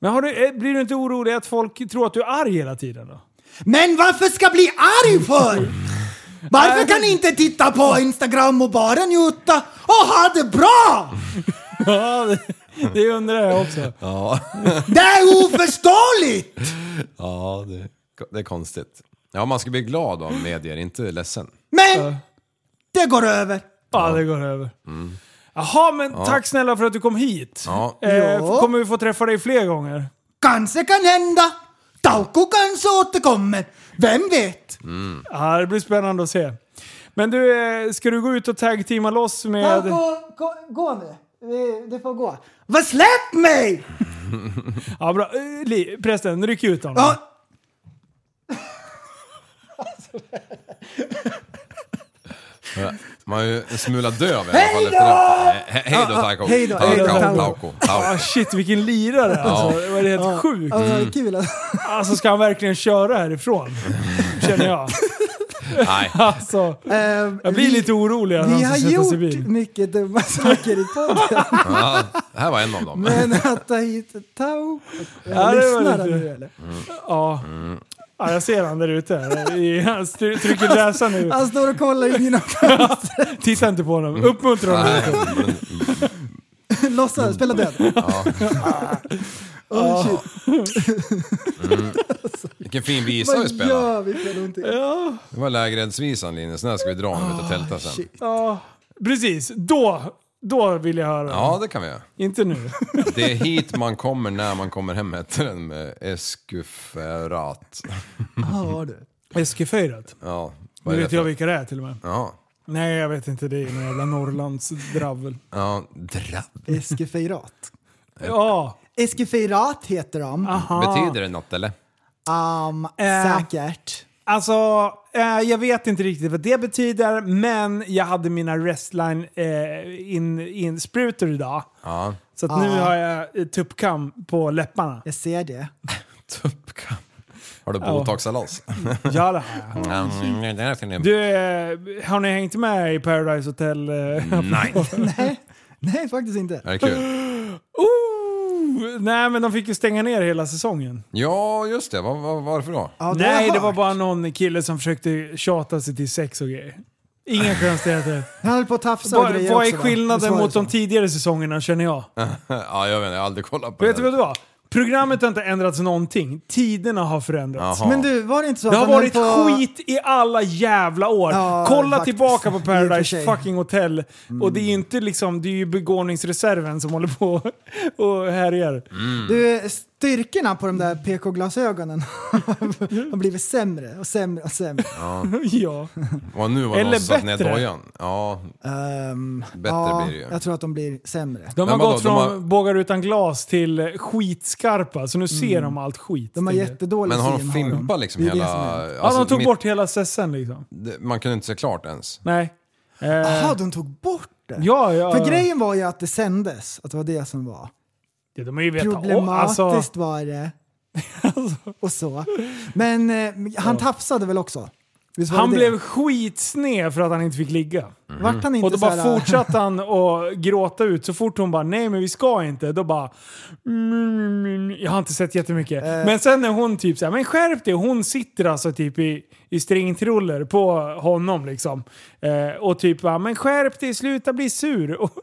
Speaker 3: Men har du, eh, blir du inte orolig att folk tror att du är arg hela tiden då?
Speaker 2: Men varför ska jag bli arg för? Varför kan ni inte titta på Instagram och bara njuta och ha det bra?
Speaker 3: Ja, det, det undrar jag också.
Speaker 2: Det är oförståeligt!
Speaker 4: Ja, det... det är konstigt. Ja, man ska bli glad av medier, inte ledsen.
Speaker 2: Men det går över.
Speaker 3: Ja, det går över. Jaha, men tack snälla för att du kom hit.
Speaker 4: Ja.
Speaker 3: Eh,
Speaker 2: Ja.
Speaker 3: kommer vi få träffa dig fler gånger?
Speaker 2: Kanske kan hända. Tauko kanske återkommer. Vem vet?
Speaker 3: Ja, det blir spännande att se. Men du, eh, ska du gå ut och tag-teama loss med...
Speaker 2: gå, gå, gå nu. Vi- Det får gå. Vad släpp mig!
Speaker 3: Ja, bra. Eh, Li- Prästen, ryck ut honom.
Speaker 2: Ja.
Speaker 4: Man är ju en smula döv i alla fall
Speaker 2: Hej
Speaker 4: efter
Speaker 2: då! Ah,
Speaker 4: det. He- Hej då, Taco!
Speaker 2: hej då, hej då,
Speaker 4: Taco,
Speaker 2: Taco.
Speaker 4: Taco,
Speaker 3: Ah,
Speaker 4: Taco.
Speaker 3: shit, vilken lirare alltså. Det var helt sjukt.
Speaker 2: Alltså, kul att-
Speaker 3: Alltså, ska han verkligen köra härifrån? Känner jag.
Speaker 4: Nej,
Speaker 3: Alltså,
Speaker 2: Ehm,
Speaker 3: jag blir
Speaker 2: vi-
Speaker 3: lite orolig att han
Speaker 2: Vi
Speaker 3: ska
Speaker 2: har
Speaker 3: sätta sig i
Speaker 2: gjort
Speaker 3: bil.
Speaker 2: mycket dumma saker i podden.
Speaker 4: ja, det här var en av dem.
Speaker 2: Men att ta hit Tauko...
Speaker 3: Ja,
Speaker 2: Jag
Speaker 3: det var
Speaker 2: lyssnar
Speaker 3: lite-
Speaker 2: han nu eller?
Speaker 3: Ja. ja, jag ser han där ute. I- Han stry- trycker näsan nu.
Speaker 2: Han står och kollar in genom
Speaker 3: Titta inte på honom. Uppmuntra honom.
Speaker 4: Nej, men-
Speaker 2: Låtsas, spela död. Åh, shit.
Speaker 4: Vilken fin visa vi
Speaker 2: Vad
Speaker 4: spelade.
Speaker 2: gör vi för någonting?
Speaker 4: Det var lägereldsvisan Linus, den här ska vi dra när vi tar tälta sen.
Speaker 2: Ah, shit.
Speaker 3: Precis, då, då vill jag höra.
Speaker 4: Ja, det kan vi göra.
Speaker 3: Inte nu.
Speaker 4: Det är hit man kommer när man kommer hem, heter den med Eskuferat.
Speaker 2: Ja, du.
Speaker 3: Eskiföjrat.
Speaker 4: Ja, vad
Speaker 3: Nu
Speaker 4: är det
Speaker 3: vet
Speaker 4: för-
Speaker 3: jag vilka det är till och med.
Speaker 4: Ja,
Speaker 3: Nej, jag vet inte. Det är någon jävla Norrlandsdravel.
Speaker 4: ja, drabb.
Speaker 2: Eskifeirat.
Speaker 3: Ja,
Speaker 2: Eskifeirat heter de.
Speaker 3: Ah.
Speaker 4: Betyder det något eller?
Speaker 2: Um,
Speaker 3: Eh.
Speaker 2: Säkert.
Speaker 3: alltså eh, jag vet inte riktigt vad det betyder, men jag hade mina restline eh, in, in sprutor idag.
Speaker 4: Ja.
Speaker 3: Så att nu har jag eh, tuppkam på läpparna.
Speaker 2: Jag ser det.
Speaker 4: Tuppkam. Har du botoxalas?
Speaker 3: Ja, det har jag.
Speaker 4: Ja, mm, det där ser ni-
Speaker 3: Du, eh, har ni hängt med i Paradise Hotel? eh,
Speaker 4: Nej.
Speaker 2: Nej, nej faktiskt inte.
Speaker 4: Är det kul?
Speaker 3: Ooh! Oh! Nej, men de fick ju stänga ner hela säsongen.
Speaker 4: Ja, just det. Var, var, varför då?
Speaker 2: Ja, har
Speaker 3: Nej,
Speaker 2: jag
Speaker 3: det var
Speaker 2: hört.
Speaker 3: bara någon kille som försökte tjata sig till sex och grejer. Inga konstigheter.
Speaker 2: Han höll på att tafsa och
Speaker 3: Vad
Speaker 2: grejer
Speaker 3: vad är
Speaker 2: också, va? Visst
Speaker 3: skillnaden
Speaker 2: var det
Speaker 3: mot de
Speaker 2: så?
Speaker 3: tidigare säsongerna känner jag?
Speaker 4: Ja, jag vet inte. Jag har aldrig kollat på
Speaker 3: Vet du
Speaker 4: det.
Speaker 3: vad det var? Programmet har inte ändrats någonting. Tiderna har förändrats.
Speaker 4: Jaha.
Speaker 2: Men du, var det inte så
Speaker 3: Det
Speaker 2: att
Speaker 3: har
Speaker 2: han höll på...
Speaker 3: varit skit i alla jävla år.
Speaker 2: Ja,
Speaker 3: Kolla
Speaker 2: faktiskt.
Speaker 3: tillbaka på
Speaker 2: I och för
Speaker 3: Paradise
Speaker 2: sig. Mm.
Speaker 3: fucking Hotel. Och det är ju inte liksom, det är ju begåvningsreserven som håller på och härjar.
Speaker 4: Mm.
Speaker 2: Mm. Du, styrkorna på de där PK-glasögonen har blivit sämre och sämre och sämre.
Speaker 3: ja.
Speaker 4: Vad nu var det
Speaker 3: Eller
Speaker 4: någon som satt ner
Speaker 3: bättre.
Speaker 4: dojan? Ja,
Speaker 2: Ehm,
Speaker 4: Bättre blir det ju.
Speaker 2: Jag tror att de blir sämre.
Speaker 3: De
Speaker 4: Men
Speaker 3: har
Speaker 4: vadå,
Speaker 3: gått
Speaker 4: de
Speaker 3: från
Speaker 4: har-
Speaker 3: bågar utan glas till skitskarpa, så nu ser de allt skit.
Speaker 2: Mm. De har
Speaker 3: tänker jag.
Speaker 2: jättedålig
Speaker 4: men har
Speaker 2: syn,
Speaker 4: de
Speaker 2: de.
Speaker 4: fimpat liksom
Speaker 2: Det är det
Speaker 4: hela...
Speaker 2: som är.
Speaker 3: Ja, de
Speaker 4: alltså,
Speaker 3: tog
Speaker 4: mitt-
Speaker 3: bort hela sessen liksom.
Speaker 4: det- Man kunde inte se klart ens.
Speaker 3: Nej. Eh,
Speaker 2: Jaha, de tog bort det?
Speaker 3: ja, ja.
Speaker 2: Ah. För grejen var ju att det sändes, att det var det som var.
Speaker 3: Ja, de är ju veta. Åh,
Speaker 2: Problematiskt
Speaker 3: alltså,
Speaker 2: var det. Och så. Men eh, han tafsade väl också? Visst var
Speaker 3: han
Speaker 2: det
Speaker 3: blev
Speaker 2: det?
Speaker 3: skitsned för att han inte fick ligga.
Speaker 2: Mm. Vart han inte
Speaker 3: Och då
Speaker 2: så
Speaker 3: bara
Speaker 2: här, äh,
Speaker 3: fortsatte han att gråta ut. Så fort hon bara nej men vi ska inte, då bara... "Mm, mm, Jag har inte sett jättemycket.
Speaker 2: Eh.
Speaker 3: Men sen när hon typ såhär, men skärp dig. Hon sitter alltså typ i, i stringtroller på honom liksom. Eh, och typ bara, men skärp dig, sluta bli sur. Och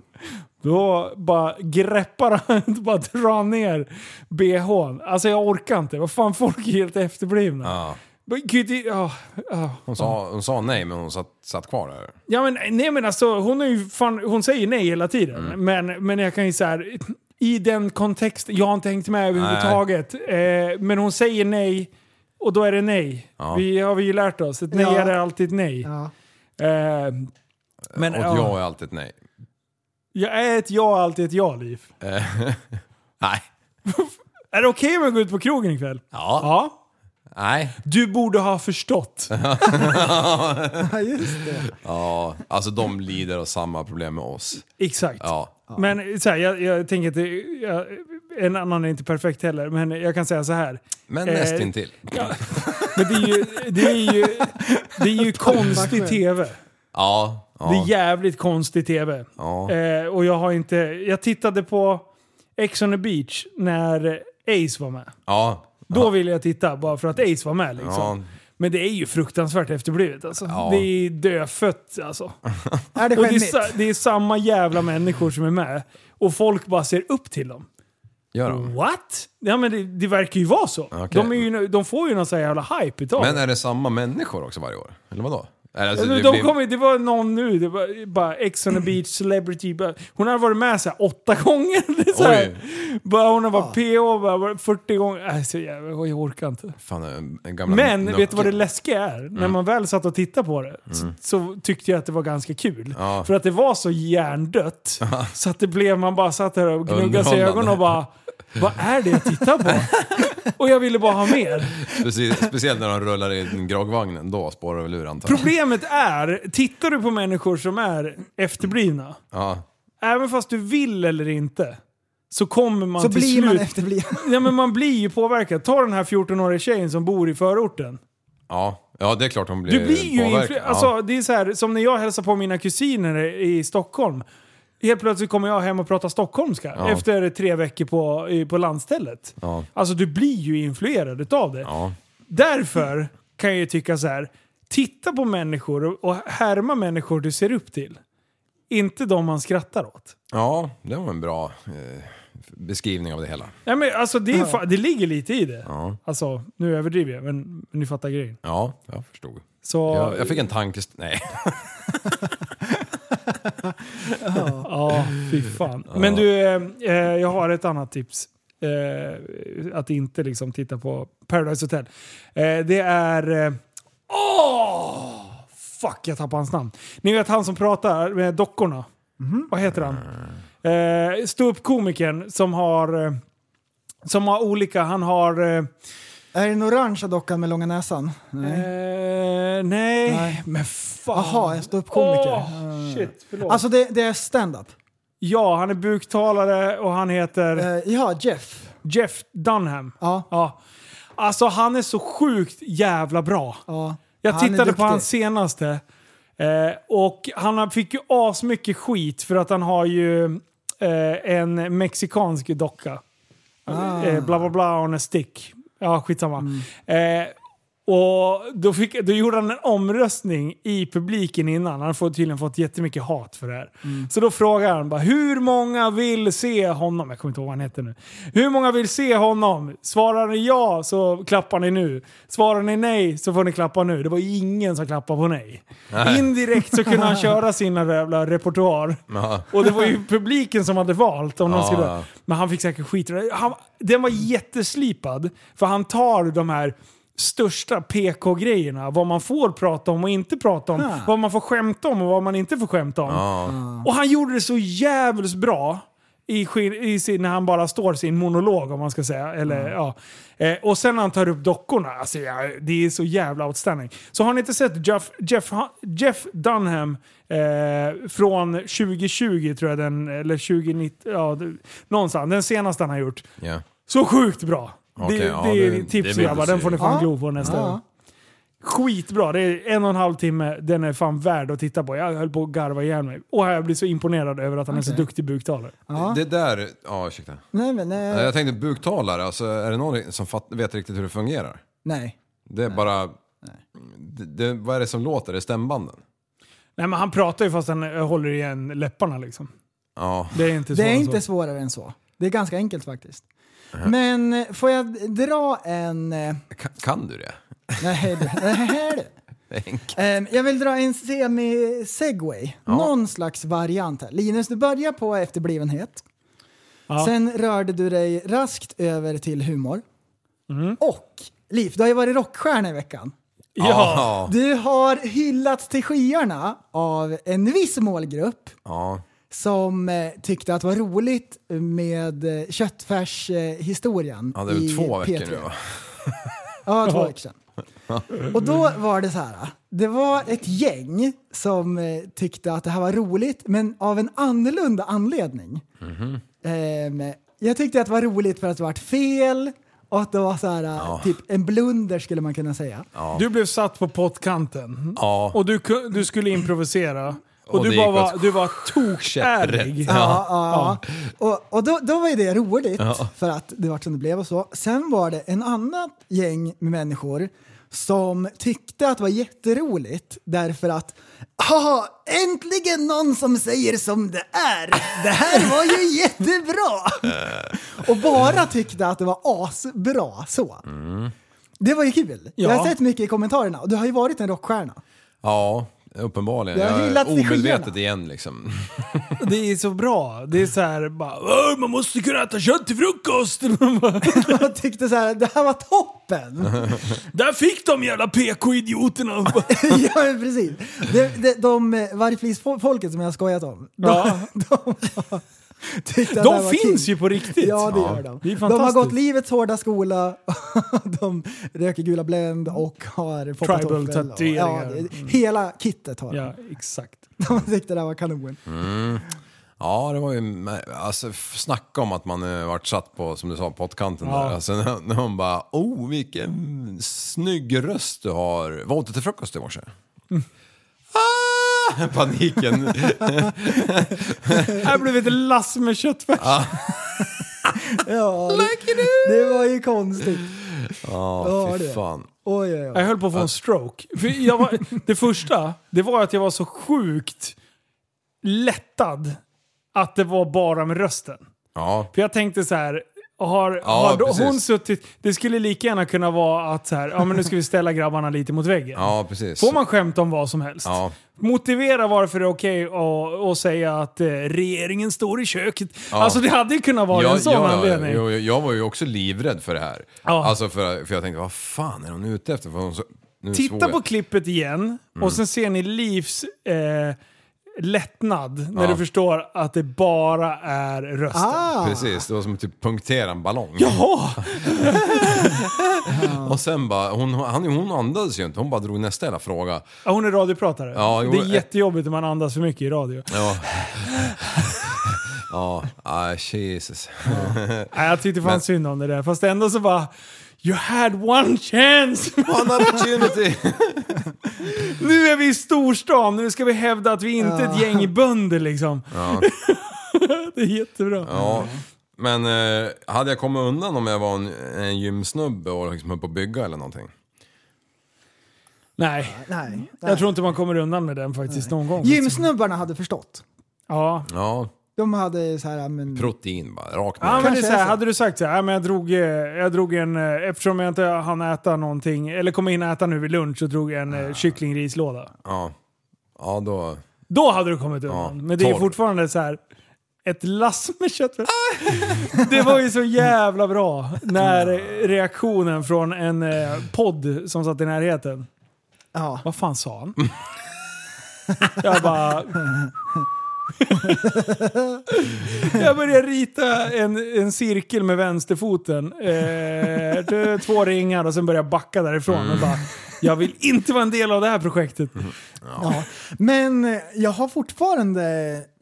Speaker 3: då bara greppar han, och bara drar ner bhn. Alltså jag orkar inte. Vad fan, folk är helt efterblivna.
Speaker 4: Ja.
Speaker 3: Men gud, det- ja, ja.
Speaker 4: Hon sa, hon sa nej, men hon satt, satt kvar där.
Speaker 3: Ja men, nej men alltså hon, är ju fan, hon säger nej hela tiden.
Speaker 4: Mm.
Speaker 3: Men, men jag kan ju så här. I den kontexten, jag har inte hängt med överhuvudtaget. Eh, men hon säger nej och då är det nej.
Speaker 4: Ja.
Speaker 3: Vi har vi ju lärt oss. Ett nej
Speaker 2: Ja.
Speaker 3: är alltid ett nej.
Speaker 2: Ja.
Speaker 3: Eh, men
Speaker 4: och
Speaker 3: ja,
Speaker 4: jag är alltid ett nej.
Speaker 3: jag är ett ja, alltid ett ja, Liv.
Speaker 4: Nej.
Speaker 3: Är det okej om jag går ut på krogen ikväll?
Speaker 4: Ja.
Speaker 3: Ja.
Speaker 4: Nej.
Speaker 3: Du borde ha förstått.
Speaker 2: Ja, just det.
Speaker 4: Ja, alltså de lider av samma problem med oss.
Speaker 3: Exakt.
Speaker 4: Ja.
Speaker 3: Men så här, jag, jag tänker att det, jag, en annan är inte perfekt heller, men jag kan säga så här.
Speaker 4: Men
Speaker 3: Eh,
Speaker 4: nästintill.
Speaker 3: Ja. Men det är ju, det är ju, det är ju konstig tv.
Speaker 4: Ja.
Speaker 3: Det är
Speaker 4: ja.
Speaker 3: jävligt konstig tv.
Speaker 4: Ja.
Speaker 3: Eh, och jag har inte... Jag tittade på Ex on the beach när Ace var med.
Speaker 4: ja.
Speaker 3: Då ville jag titta, bara för att Ace var med liksom.
Speaker 4: Ja.
Speaker 3: Men det är ju fruktansvärt efterblivet alltså.
Speaker 4: Ja.
Speaker 3: Det är dödfött alltså.
Speaker 2: Är det
Speaker 3: Och det är,
Speaker 2: skämmigt?
Speaker 3: sa- det är samma jävla människor som är med. Och folk bara ser upp till dem.
Speaker 4: Gör de?
Speaker 3: What? Ja men det, det verkar ju vara så.
Speaker 4: Okej.
Speaker 3: De, är ju, de får ju någon sån här jävla hype utav det.
Speaker 4: Men är det samma människor också varje år? Eller vadå? Eller, alltså,
Speaker 3: de
Speaker 4: det
Speaker 3: de
Speaker 4: blir-
Speaker 3: kom, ju- det var någon nu, det var bara Ex on the beach, celebrity. Bara, hon har varit med så här åtta gånger. Det är så här, bara, hon har varit PO bara, varit 40 gånger. Äh, så jävla, jag orkar inte.
Speaker 4: Fan, eh, en, en gamla
Speaker 3: Men
Speaker 4: nuck-
Speaker 3: vet du vad det läskiga är?
Speaker 4: Mm.
Speaker 3: När man väl satt och tittade på det så, så tyckte jag att det var ganska kul.
Speaker 4: Ja.
Speaker 3: För att det var så hjärndött. så att det blev, man bara satt där och gnuggade sig i
Speaker 4: Underhållande.
Speaker 3: ögonen och bara Vad är det jag tittar på? och jag ville bara ha mer.
Speaker 4: Specie- Speciellt när de rullar in groggvagnen, då spårar väl ur antar jag.
Speaker 3: Problemet är, tittar du på människor som är efterblivna
Speaker 4: Ja.
Speaker 3: även fast du vill eller inte, så kommer man
Speaker 2: så
Speaker 3: till
Speaker 2: blir
Speaker 3: slut...
Speaker 2: man efterbliven.
Speaker 3: Ja, men man blir ju påverkad. Ta den här 14-åriga tjejen som bor i förorten.
Speaker 4: Ja. ja, det är klart de blir
Speaker 3: Du blir ju
Speaker 4: eh, påverkad.
Speaker 3: influ-
Speaker 4: Ja.
Speaker 3: alltså, Det är så här, som när jag hälsar på mina kusiner i Stockholm. Helt plötsligt kommer jag hem och pratar stockholmska
Speaker 4: Ja.
Speaker 3: efter tre veckor på, i- på landstället.
Speaker 4: Ja.
Speaker 3: Alltså du blir ju influerad utav det.
Speaker 4: Ja.
Speaker 3: Därför kan jag ju tycka så här. Titta på människor och- och härma människor du ser upp till. Inte de man skrattar åt.
Speaker 4: ja, det var en bra eh, beskrivning av det hela.
Speaker 3: Nej, men alltså, det, är fa- det ligger lite i det. Alltså, nu överdriver jag, men men ni fattar grejen.
Speaker 4: Ja, jag förstod.
Speaker 3: Så,
Speaker 4: Jag, jag fick en tankest... Nej.
Speaker 3: Ja, fy fan. Men du, eh, eh, jag har ett annat tips. Eh, att inte liksom titta på Paradise Hotel. Eh, det är... eh, Åh! fuck, jag tappade hans namn. Ni vet han som pratar med dockorna.
Speaker 2: Mhm.
Speaker 3: Vad heter han? Eh, Ståuppkomikern som har... Eh, som har olika... Han har... Eh,
Speaker 2: Är det den orangea dockan med långa näsan? Nej.
Speaker 3: nej. Eh, nej.
Speaker 2: Nej.
Speaker 3: men fan.
Speaker 2: Jaha, en ståuppkomiker.
Speaker 3: Åh, shit, förlåt.
Speaker 2: Alltså det, det är stand-up.
Speaker 3: ja, han är buktalare och han heter...
Speaker 2: Eh, ja, Jeff.
Speaker 3: Jeff Dunham.
Speaker 2: Ja.
Speaker 3: Ja. Alltså han är så sjukt jävla bra.
Speaker 2: Ja.
Speaker 3: Jag
Speaker 2: Han är
Speaker 3: tittade på
Speaker 2: duktig.
Speaker 3: hans senaste. Eh, och han fick ju asmycket skit för att han har ju eh, en mexikansk docka. Eh, bla bla bla on a stick. Ja, skitsamma. Eh, och då, fick, då gjorde han en omröstning i publiken innan. Han har tydligen fått jättemycket hat för det här. Så då frågar han bara hur många vill se honom? Jag kommer inte ihåg vad han heter nu. Hur många vill se honom? Svarar ni ja så klappar ni nu. Svarar ni nej så får ni klappa nu. Det var ingen som klappade på nej. Indirekt så kunde han köra sina jävla repertoar.
Speaker 4: Ja.
Speaker 3: Och det var ju publiken som hade valt om de
Speaker 4: Ja,
Speaker 3: skulle...
Speaker 4: ja.
Speaker 3: Men han fick säkert skit. Han, den var jätteslipad. För han tar de här största PK-grejerna. Vad man får prata om och inte prata om. Vad man får skämta om och vad man inte får skämta om. Och han gjorde det så jävligt bra. I, skin- i sin, när han bara står sin monolog om man ska säga. Eller, ja. eh, och sen när han tar upp dockorna. Alltså, ja, det är så jävla outstanding. Så har ni inte sett Jeff, Jeff, Jeff Dunham eh, från 2020 tror jag den, eller 2019, ja, det- någonstans. Den senaste han har gjort.
Speaker 4: Ja.
Speaker 3: Så sjukt bra!
Speaker 4: Okej,
Speaker 3: det,
Speaker 4: ja,
Speaker 3: det är
Speaker 4: det- det
Speaker 3: tips
Speaker 4: vill
Speaker 3: grabbar,
Speaker 4: du
Speaker 3: den
Speaker 4: se.
Speaker 3: får ni fan
Speaker 2: Ja.
Speaker 3: glo på nästa
Speaker 2: Ja.
Speaker 3: gång. Skitbra, det är en och en halv timme, den är fan värd att titta på. Jag höll på att garva ihjäl mig. Och jag blir så imponerad över att han är så
Speaker 2: Okej.
Speaker 3: duktig buktalare.
Speaker 4: Det där... Ja, ursäkta.
Speaker 2: Nej, men eh,
Speaker 4: Jag tänkte buktalare, alltså är det någon som fatt, vet riktigt hur det fungerar?
Speaker 2: nej.
Speaker 4: Det är bara... Det, det, vad är det som låter? Det är stämbanden?
Speaker 3: Nej men han pratar ju fast han eh, håller igen läpparna liksom.
Speaker 4: Ja.
Speaker 3: Det är inte
Speaker 2: Det är
Speaker 3: svårare än
Speaker 2: inte
Speaker 3: så.
Speaker 2: svårare än så. Det är ganska enkelt faktiskt. Men eh, får jag dra en... eh,
Speaker 4: Kan, kan du det?
Speaker 2: Nej du. Nej, du. Ehm, jag vill dra en semi-segway. Någon slags variant här. Linus, du börjar på efterblivenhet.
Speaker 3: Ja.
Speaker 2: Sen rörde du dig raskt över till humor. Och, Liv, du har ju varit rockstjärna i veckan.
Speaker 3: Ja!
Speaker 2: Du har hyllats till skyarna av en viss målgrupp
Speaker 4: Ja.
Speaker 2: som eh, tyckte att det var roligt med eh, köttfärshistorien.
Speaker 4: Ja, det är väl
Speaker 2: i
Speaker 4: två veckor
Speaker 2: P3.
Speaker 4: nu va?
Speaker 2: Ja, två veckor sedan. Och då var det så här. Det var ett gäng som eh, tyckte att det här var roligt, men av en annorlunda anledning. Ehm, jag tyckte att det var roligt för att det var fel och att det var så här, typ en blunder skulle man kunna säga.
Speaker 3: Du blev satt på pottkanten.
Speaker 4: Ja.
Speaker 3: Och du, ku- du skulle improvisera. Och,
Speaker 4: Och
Speaker 3: du,
Speaker 4: det
Speaker 3: bara
Speaker 4: gick åt
Speaker 3: var, du var tokärlig.
Speaker 2: Ja, ja, ja. Och, och då, då var ju det roligt för att det var som det blev och så. Sen var det en annat gäng med människor som tyckte att det var jätteroligt därför att Haha, äntligen någon som säger som det är! Det här var ju jättebra! Och bara tyckte att det var asbra så. Det var ju kul. Jag har
Speaker 3: Ja.
Speaker 2: sett mycket i kommentarerna och du har ju varit en rockstjärna.
Speaker 4: Ja, uppenbarligen.
Speaker 2: Jag har
Speaker 4: Jag är
Speaker 2: hyllat i
Speaker 4: omedvetet
Speaker 2: skyarna.
Speaker 4: igen liksom.
Speaker 3: Det är så bra. Det är så här bara "Åh, man måste kunna äta kött till frukost.
Speaker 2: Jag tyckte så här, det här var toppen!
Speaker 3: Där fick de jävla PK-idioterna.
Speaker 2: ja, men precis. De, de, de eh, vargflisfolket som jag har skojat om, de,
Speaker 3: Ja.
Speaker 2: de, tyckte att det här
Speaker 3: De
Speaker 2: var
Speaker 3: finns
Speaker 2: kul.
Speaker 3: ju på riktigt.
Speaker 2: Ja, det gör de.
Speaker 3: Det är
Speaker 2: de har
Speaker 3: fantastiskt.
Speaker 2: gått livets hårda skola, de röker gula Blend och har
Speaker 3: Tribal
Speaker 2: poppatoffel och-
Speaker 3: tatueringar. Mm.
Speaker 2: Ja, det- Hela kittet har de.
Speaker 3: Ja, exakt.
Speaker 2: De tyckte det här var kanon.
Speaker 4: Mm. Ja, det var ju... mä- Alltså, f- snacka om att man eh, varit satt på, som du sa, pottkanten
Speaker 3: Ja.
Speaker 4: där. Alltså, när, när hon bara, oh vilken snygg röst du har. Vad åt du till frukost i morse?
Speaker 3: Mm.
Speaker 4: Ah! Paniken.
Speaker 3: Här blev det ett lass med köttfärs.
Speaker 2: Ja, det, det var ju konstigt.
Speaker 4: Ja,
Speaker 2: Ja,
Speaker 4: fy
Speaker 2: det.
Speaker 4: fan.
Speaker 2: Oj, oj, oj.
Speaker 3: Jag höll på att få en stroke. För jag var, det första, det var att jag var så sjukt lättad att det var bara med rösten.
Speaker 4: Ja.
Speaker 3: För jag tänkte så här, har,
Speaker 4: Ja,
Speaker 3: har då,
Speaker 4: precis.
Speaker 3: hon suttit... Det skulle lika gärna kunna vara att så här, ja men nu ska vi ställa grabbarna lite mot väggen.
Speaker 4: Ja, precis.
Speaker 3: Får man skämta om vad som helst?
Speaker 4: Ja.
Speaker 3: Motivera varför det är okej att- att säga att eh, regeringen står i köket. Alltså det hade ju kunnat vara en sån anledning.
Speaker 4: Jag, jag, jag var ju också livrädd för det här.
Speaker 3: Ja.
Speaker 4: Alltså för, för jag tänkte, vad fan är de ute efter? För hon så, nu svor
Speaker 3: Titta
Speaker 4: jag.
Speaker 3: på klippet igen
Speaker 4: Mm.
Speaker 3: och sen ser ni Livs eh, lättnad när
Speaker 4: Ja.
Speaker 3: du förstår att det bara är rösten.
Speaker 2: Ah,
Speaker 4: Precis, det var som att typ punktera en ballong.
Speaker 3: Jaha!
Speaker 4: Och sen bara, hon, han, hon andades ju inte, hon bara drog nästa jävla fråga.
Speaker 3: Ja, hon är radiopratare.
Speaker 4: Ja, jo,
Speaker 3: det är
Speaker 4: eh.
Speaker 3: jättejobbigt när man andas för mycket i radio.
Speaker 4: Ja, ja ah, Jesus.
Speaker 3: Nej, jag tyckte fan synd om det där. Fast ändå så bara... You had one chance!
Speaker 4: One opportunity!
Speaker 3: nu är vi i storstan, nu ska vi hävda att vi inte är ett gäng bönder liksom. det är jättebra.
Speaker 4: Ja, men eh, hade jag kommit undan om jag var en, en gymsnubbe och liksom höll på att bygga eller någonting?
Speaker 3: Nej,
Speaker 2: nej. nej.
Speaker 3: jag tror inte man kommer undan med den faktiskt någon gång.
Speaker 2: Gymsnubbarna hade förstått.
Speaker 3: Ja.
Speaker 4: Ja,
Speaker 2: De hade så här, men...
Speaker 4: protein bara, rakt ner.
Speaker 3: Ja, men det är
Speaker 2: Kanske
Speaker 3: så här,
Speaker 2: är så.
Speaker 3: hade du sagt så här, "Ja, men jag drog, eh, jag drog en, eh, eftersom jag inte hann äta någonting, eller kommer in och äta nu vid lunch, så drog jag en ja. kycklingrislåda.
Speaker 4: Ja, ja då...
Speaker 3: Då hade du kommit undan.
Speaker 4: Ja,
Speaker 3: men det är
Speaker 4: torr.
Speaker 3: fortfarande så här. Ett lass med köttfärs. Det var ju så jävla bra när eh, reaktionen från en eh, podd som satt i närheten.
Speaker 2: Ja.
Speaker 3: Vad fan sa han? Jag bara... Jag började rita en, en cirkel med vänsterfoten. Eh, t- två ringar och sen började jag backa därifrån. Och bara, jag vill inte vara en del av det här projektet.
Speaker 2: Ja. Men eh, jag har fortfarande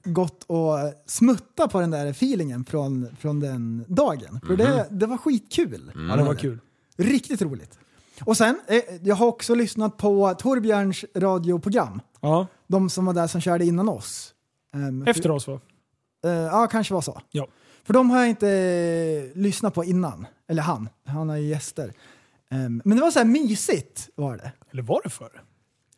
Speaker 2: gått och smutta på den där feelingen från, från den dagen. För det,
Speaker 3: Mhm.
Speaker 2: det var skitkul.
Speaker 3: Ja, det var kul.
Speaker 2: Riktigt roligt. Och sen, eh, jag har också lyssnat på Torbjörns radioprogram.
Speaker 3: Ja.
Speaker 2: De som var där som körde innan oss. Ehm, för-
Speaker 3: Efter oss va?
Speaker 2: Eh, ja, kanske var så.
Speaker 3: Ja.
Speaker 2: För de har jag inte eh, lyssnat på innan. Eller han, han har ju gäster. Ehm, men det var så här mysigt var det.
Speaker 3: Eller var det för?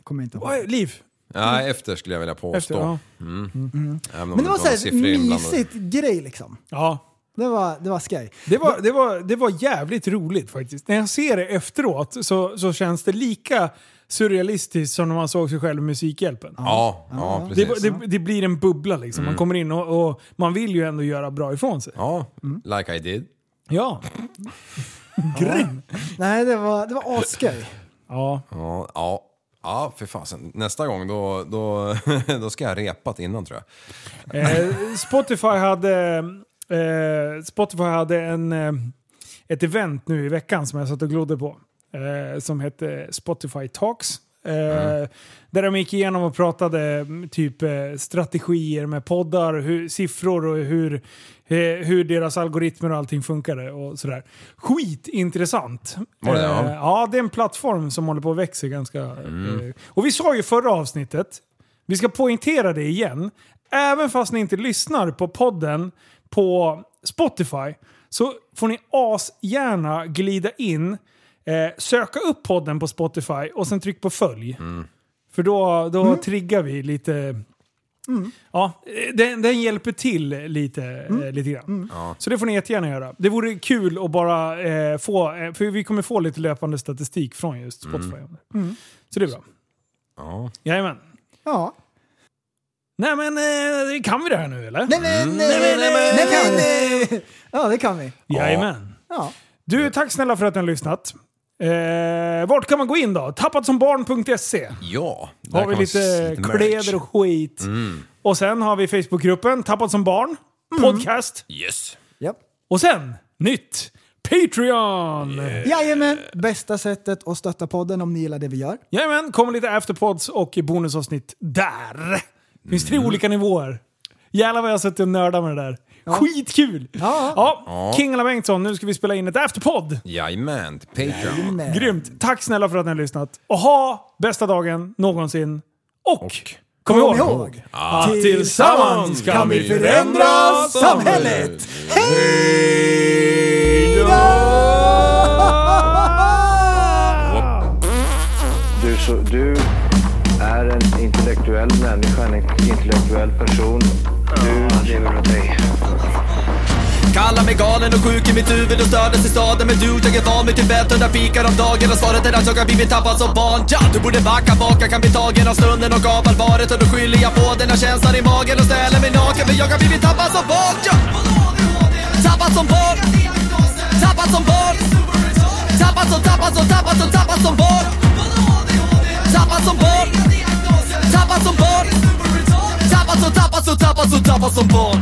Speaker 2: Kommer jag inte ihåg.
Speaker 3: Oj, Liv.
Speaker 4: Ja, efter skulle jag vilja påstå.
Speaker 3: Efter, ja.
Speaker 4: Även om
Speaker 2: Men det var
Speaker 4: inte
Speaker 2: så här
Speaker 4: siffror inblandade.
Speaker 2: mysigt grej liksom.
Speaker 3: ja.
Speaker 2: Det var, det var skoj.
Speaker 3: Det var, det, var, det var jävligt roligt faktiskt. När jag ser det efteråt så, så känns det lika surrealistiskt som när man såg sig själv i Musikhjälpen.
Speaker 4: Ja, ja,
Speaker 3: Det,
Speaker 4: precis.
Speaker 3: det, det blir en bubbla liksom. Man kommer in och, och man vill ju ändå göra bra ifrån sig.
Speaker 4: Ja,
Speaker 3: Mm.
Speaker 4: like I did.
Speaker 3: Ja. Grym!
Speaker 2: Nej, det var, det var asskoj.
Speaker 3: Ja.
Speaker 4: Ja, ja. Ja, för fasen. Nästa gång då, då, då ska jag ha repat innan tror jag.
Speaker 3: Eh, Spotify hade, eh, Spotify hade en, eh, ett event nu i veckan som jag satt och glodde på. Eh, som hette Spotify Talks. Eh,
Speaker 4: Mm.
Speaker 3: Där de gick igenom och pratade mm, typ eh, strategier med poddar, hur, siffror och hur, eh, hur deras algoritmer och allting funkade. Och sådär. Skitintressant!
Speaker 4: Var det det,
Speaker 3: Eh,
Speaker 4: ja? Mm.
Speaker 3: ja, det är en plattform som håller på att växa ganska... Eh, och vi sa ju i förra avsnittet, vi ska poängtera det igen. Även fast ni inte lyssnar på podden på Spotify så får ni asgärna glida in, eh, söka upp podden på Spotify och sen tryck på följ. För då, då triggar vi lite... Ja, eh, den, den hjälper till lite, eh, lite grann. Så det får ni jättegärna göra. Det vore kul att bara eh, få, eh, för vi kommer få lite löpande statistik från just Spotify. Så det är bra.
Speaker 4: Ja.
Speaker 3: Jajamän.
Speaker 2: Ja.
Speaker 3: Nej men, eh, kan vi det här nu eller?
Speaker 2: Nej, nej, nej, nej, nej, nej, nej, nej, nej. Ja, det kan vi.
Speaker 3: Jajamän.
Speaker 2: Ja.
Speaker 3: Du, tack snälla för att ni har lyssnat. Eh, vart kan man gå in då? Tappatsombarn.se.
Speaker 4: Ja, där
Speaker 3: Har
Speaker 4: kan
Speaker 3: vi
Speaker 4: man
Speaker 3: lite
Speaker 4: s- merch.
Speaker 3: kläder och skit. Och sen har vi Facebookgruppen Tappat som barn.
Speaker 2: Mm.
Speaker 3: Podcast.
Speaker 4: Yes.
Speaker 2: Japp.
Speaker 3: Och sen, nytt! Patreon!
Speaker 2: Jajamän, bästa sättet att stötta podden om ni gillar det vi gör.
Speaker 3: Jajamän, kommer lite afterpods och bonusavsnitt där. Det finns tre olika nivåer. Jävlar vad jag har suttit och nördat med det där. Skitkul!
Speaker 2: Ja.
Speaker 3: ja. Kingela Bengtsson, nu ska vi spela in ett afterpod.
Speaker 4: Jajamän, Patreon.
Speaker 2: Men-
Speaker 3: Grymt! Tack snälla för att ni har lyssnat. Och ha bästa dagen någonsin. Och, kom,
Speaker 2: Kom
Speaker 3: ihåg
Speaker 2: ihåg,
Speaker 3: att tillsammans kan vi förändra
Speaker 2: förändra
Speaker 3: samhället!
Speaker 2: samhället! Hej då!
Speaker 6: Du, så, du är en intellektuell människa, en intellektuell person. Du lever med dig.
Speaker 7: Kallar mig galen och sjuk i mitt huvud och stördes i staden Men du, jag är van vid Tibet och där fikar om dagen Och svaret är att jag har blivit tappad som barn ja, Du borde backa bak, jag kan bli tagen av stunden och av allvaret Och då skyller jag på den här känslan i magen och ställer mig naken För jag har blivit tappad som barn ja. Tappad som barn Tappad som barn Tappad som, tappad som, tappad som, tappad som barn Tappad som barn Tappad som barn Tappad som, tappad som, tappad som, tappad som barn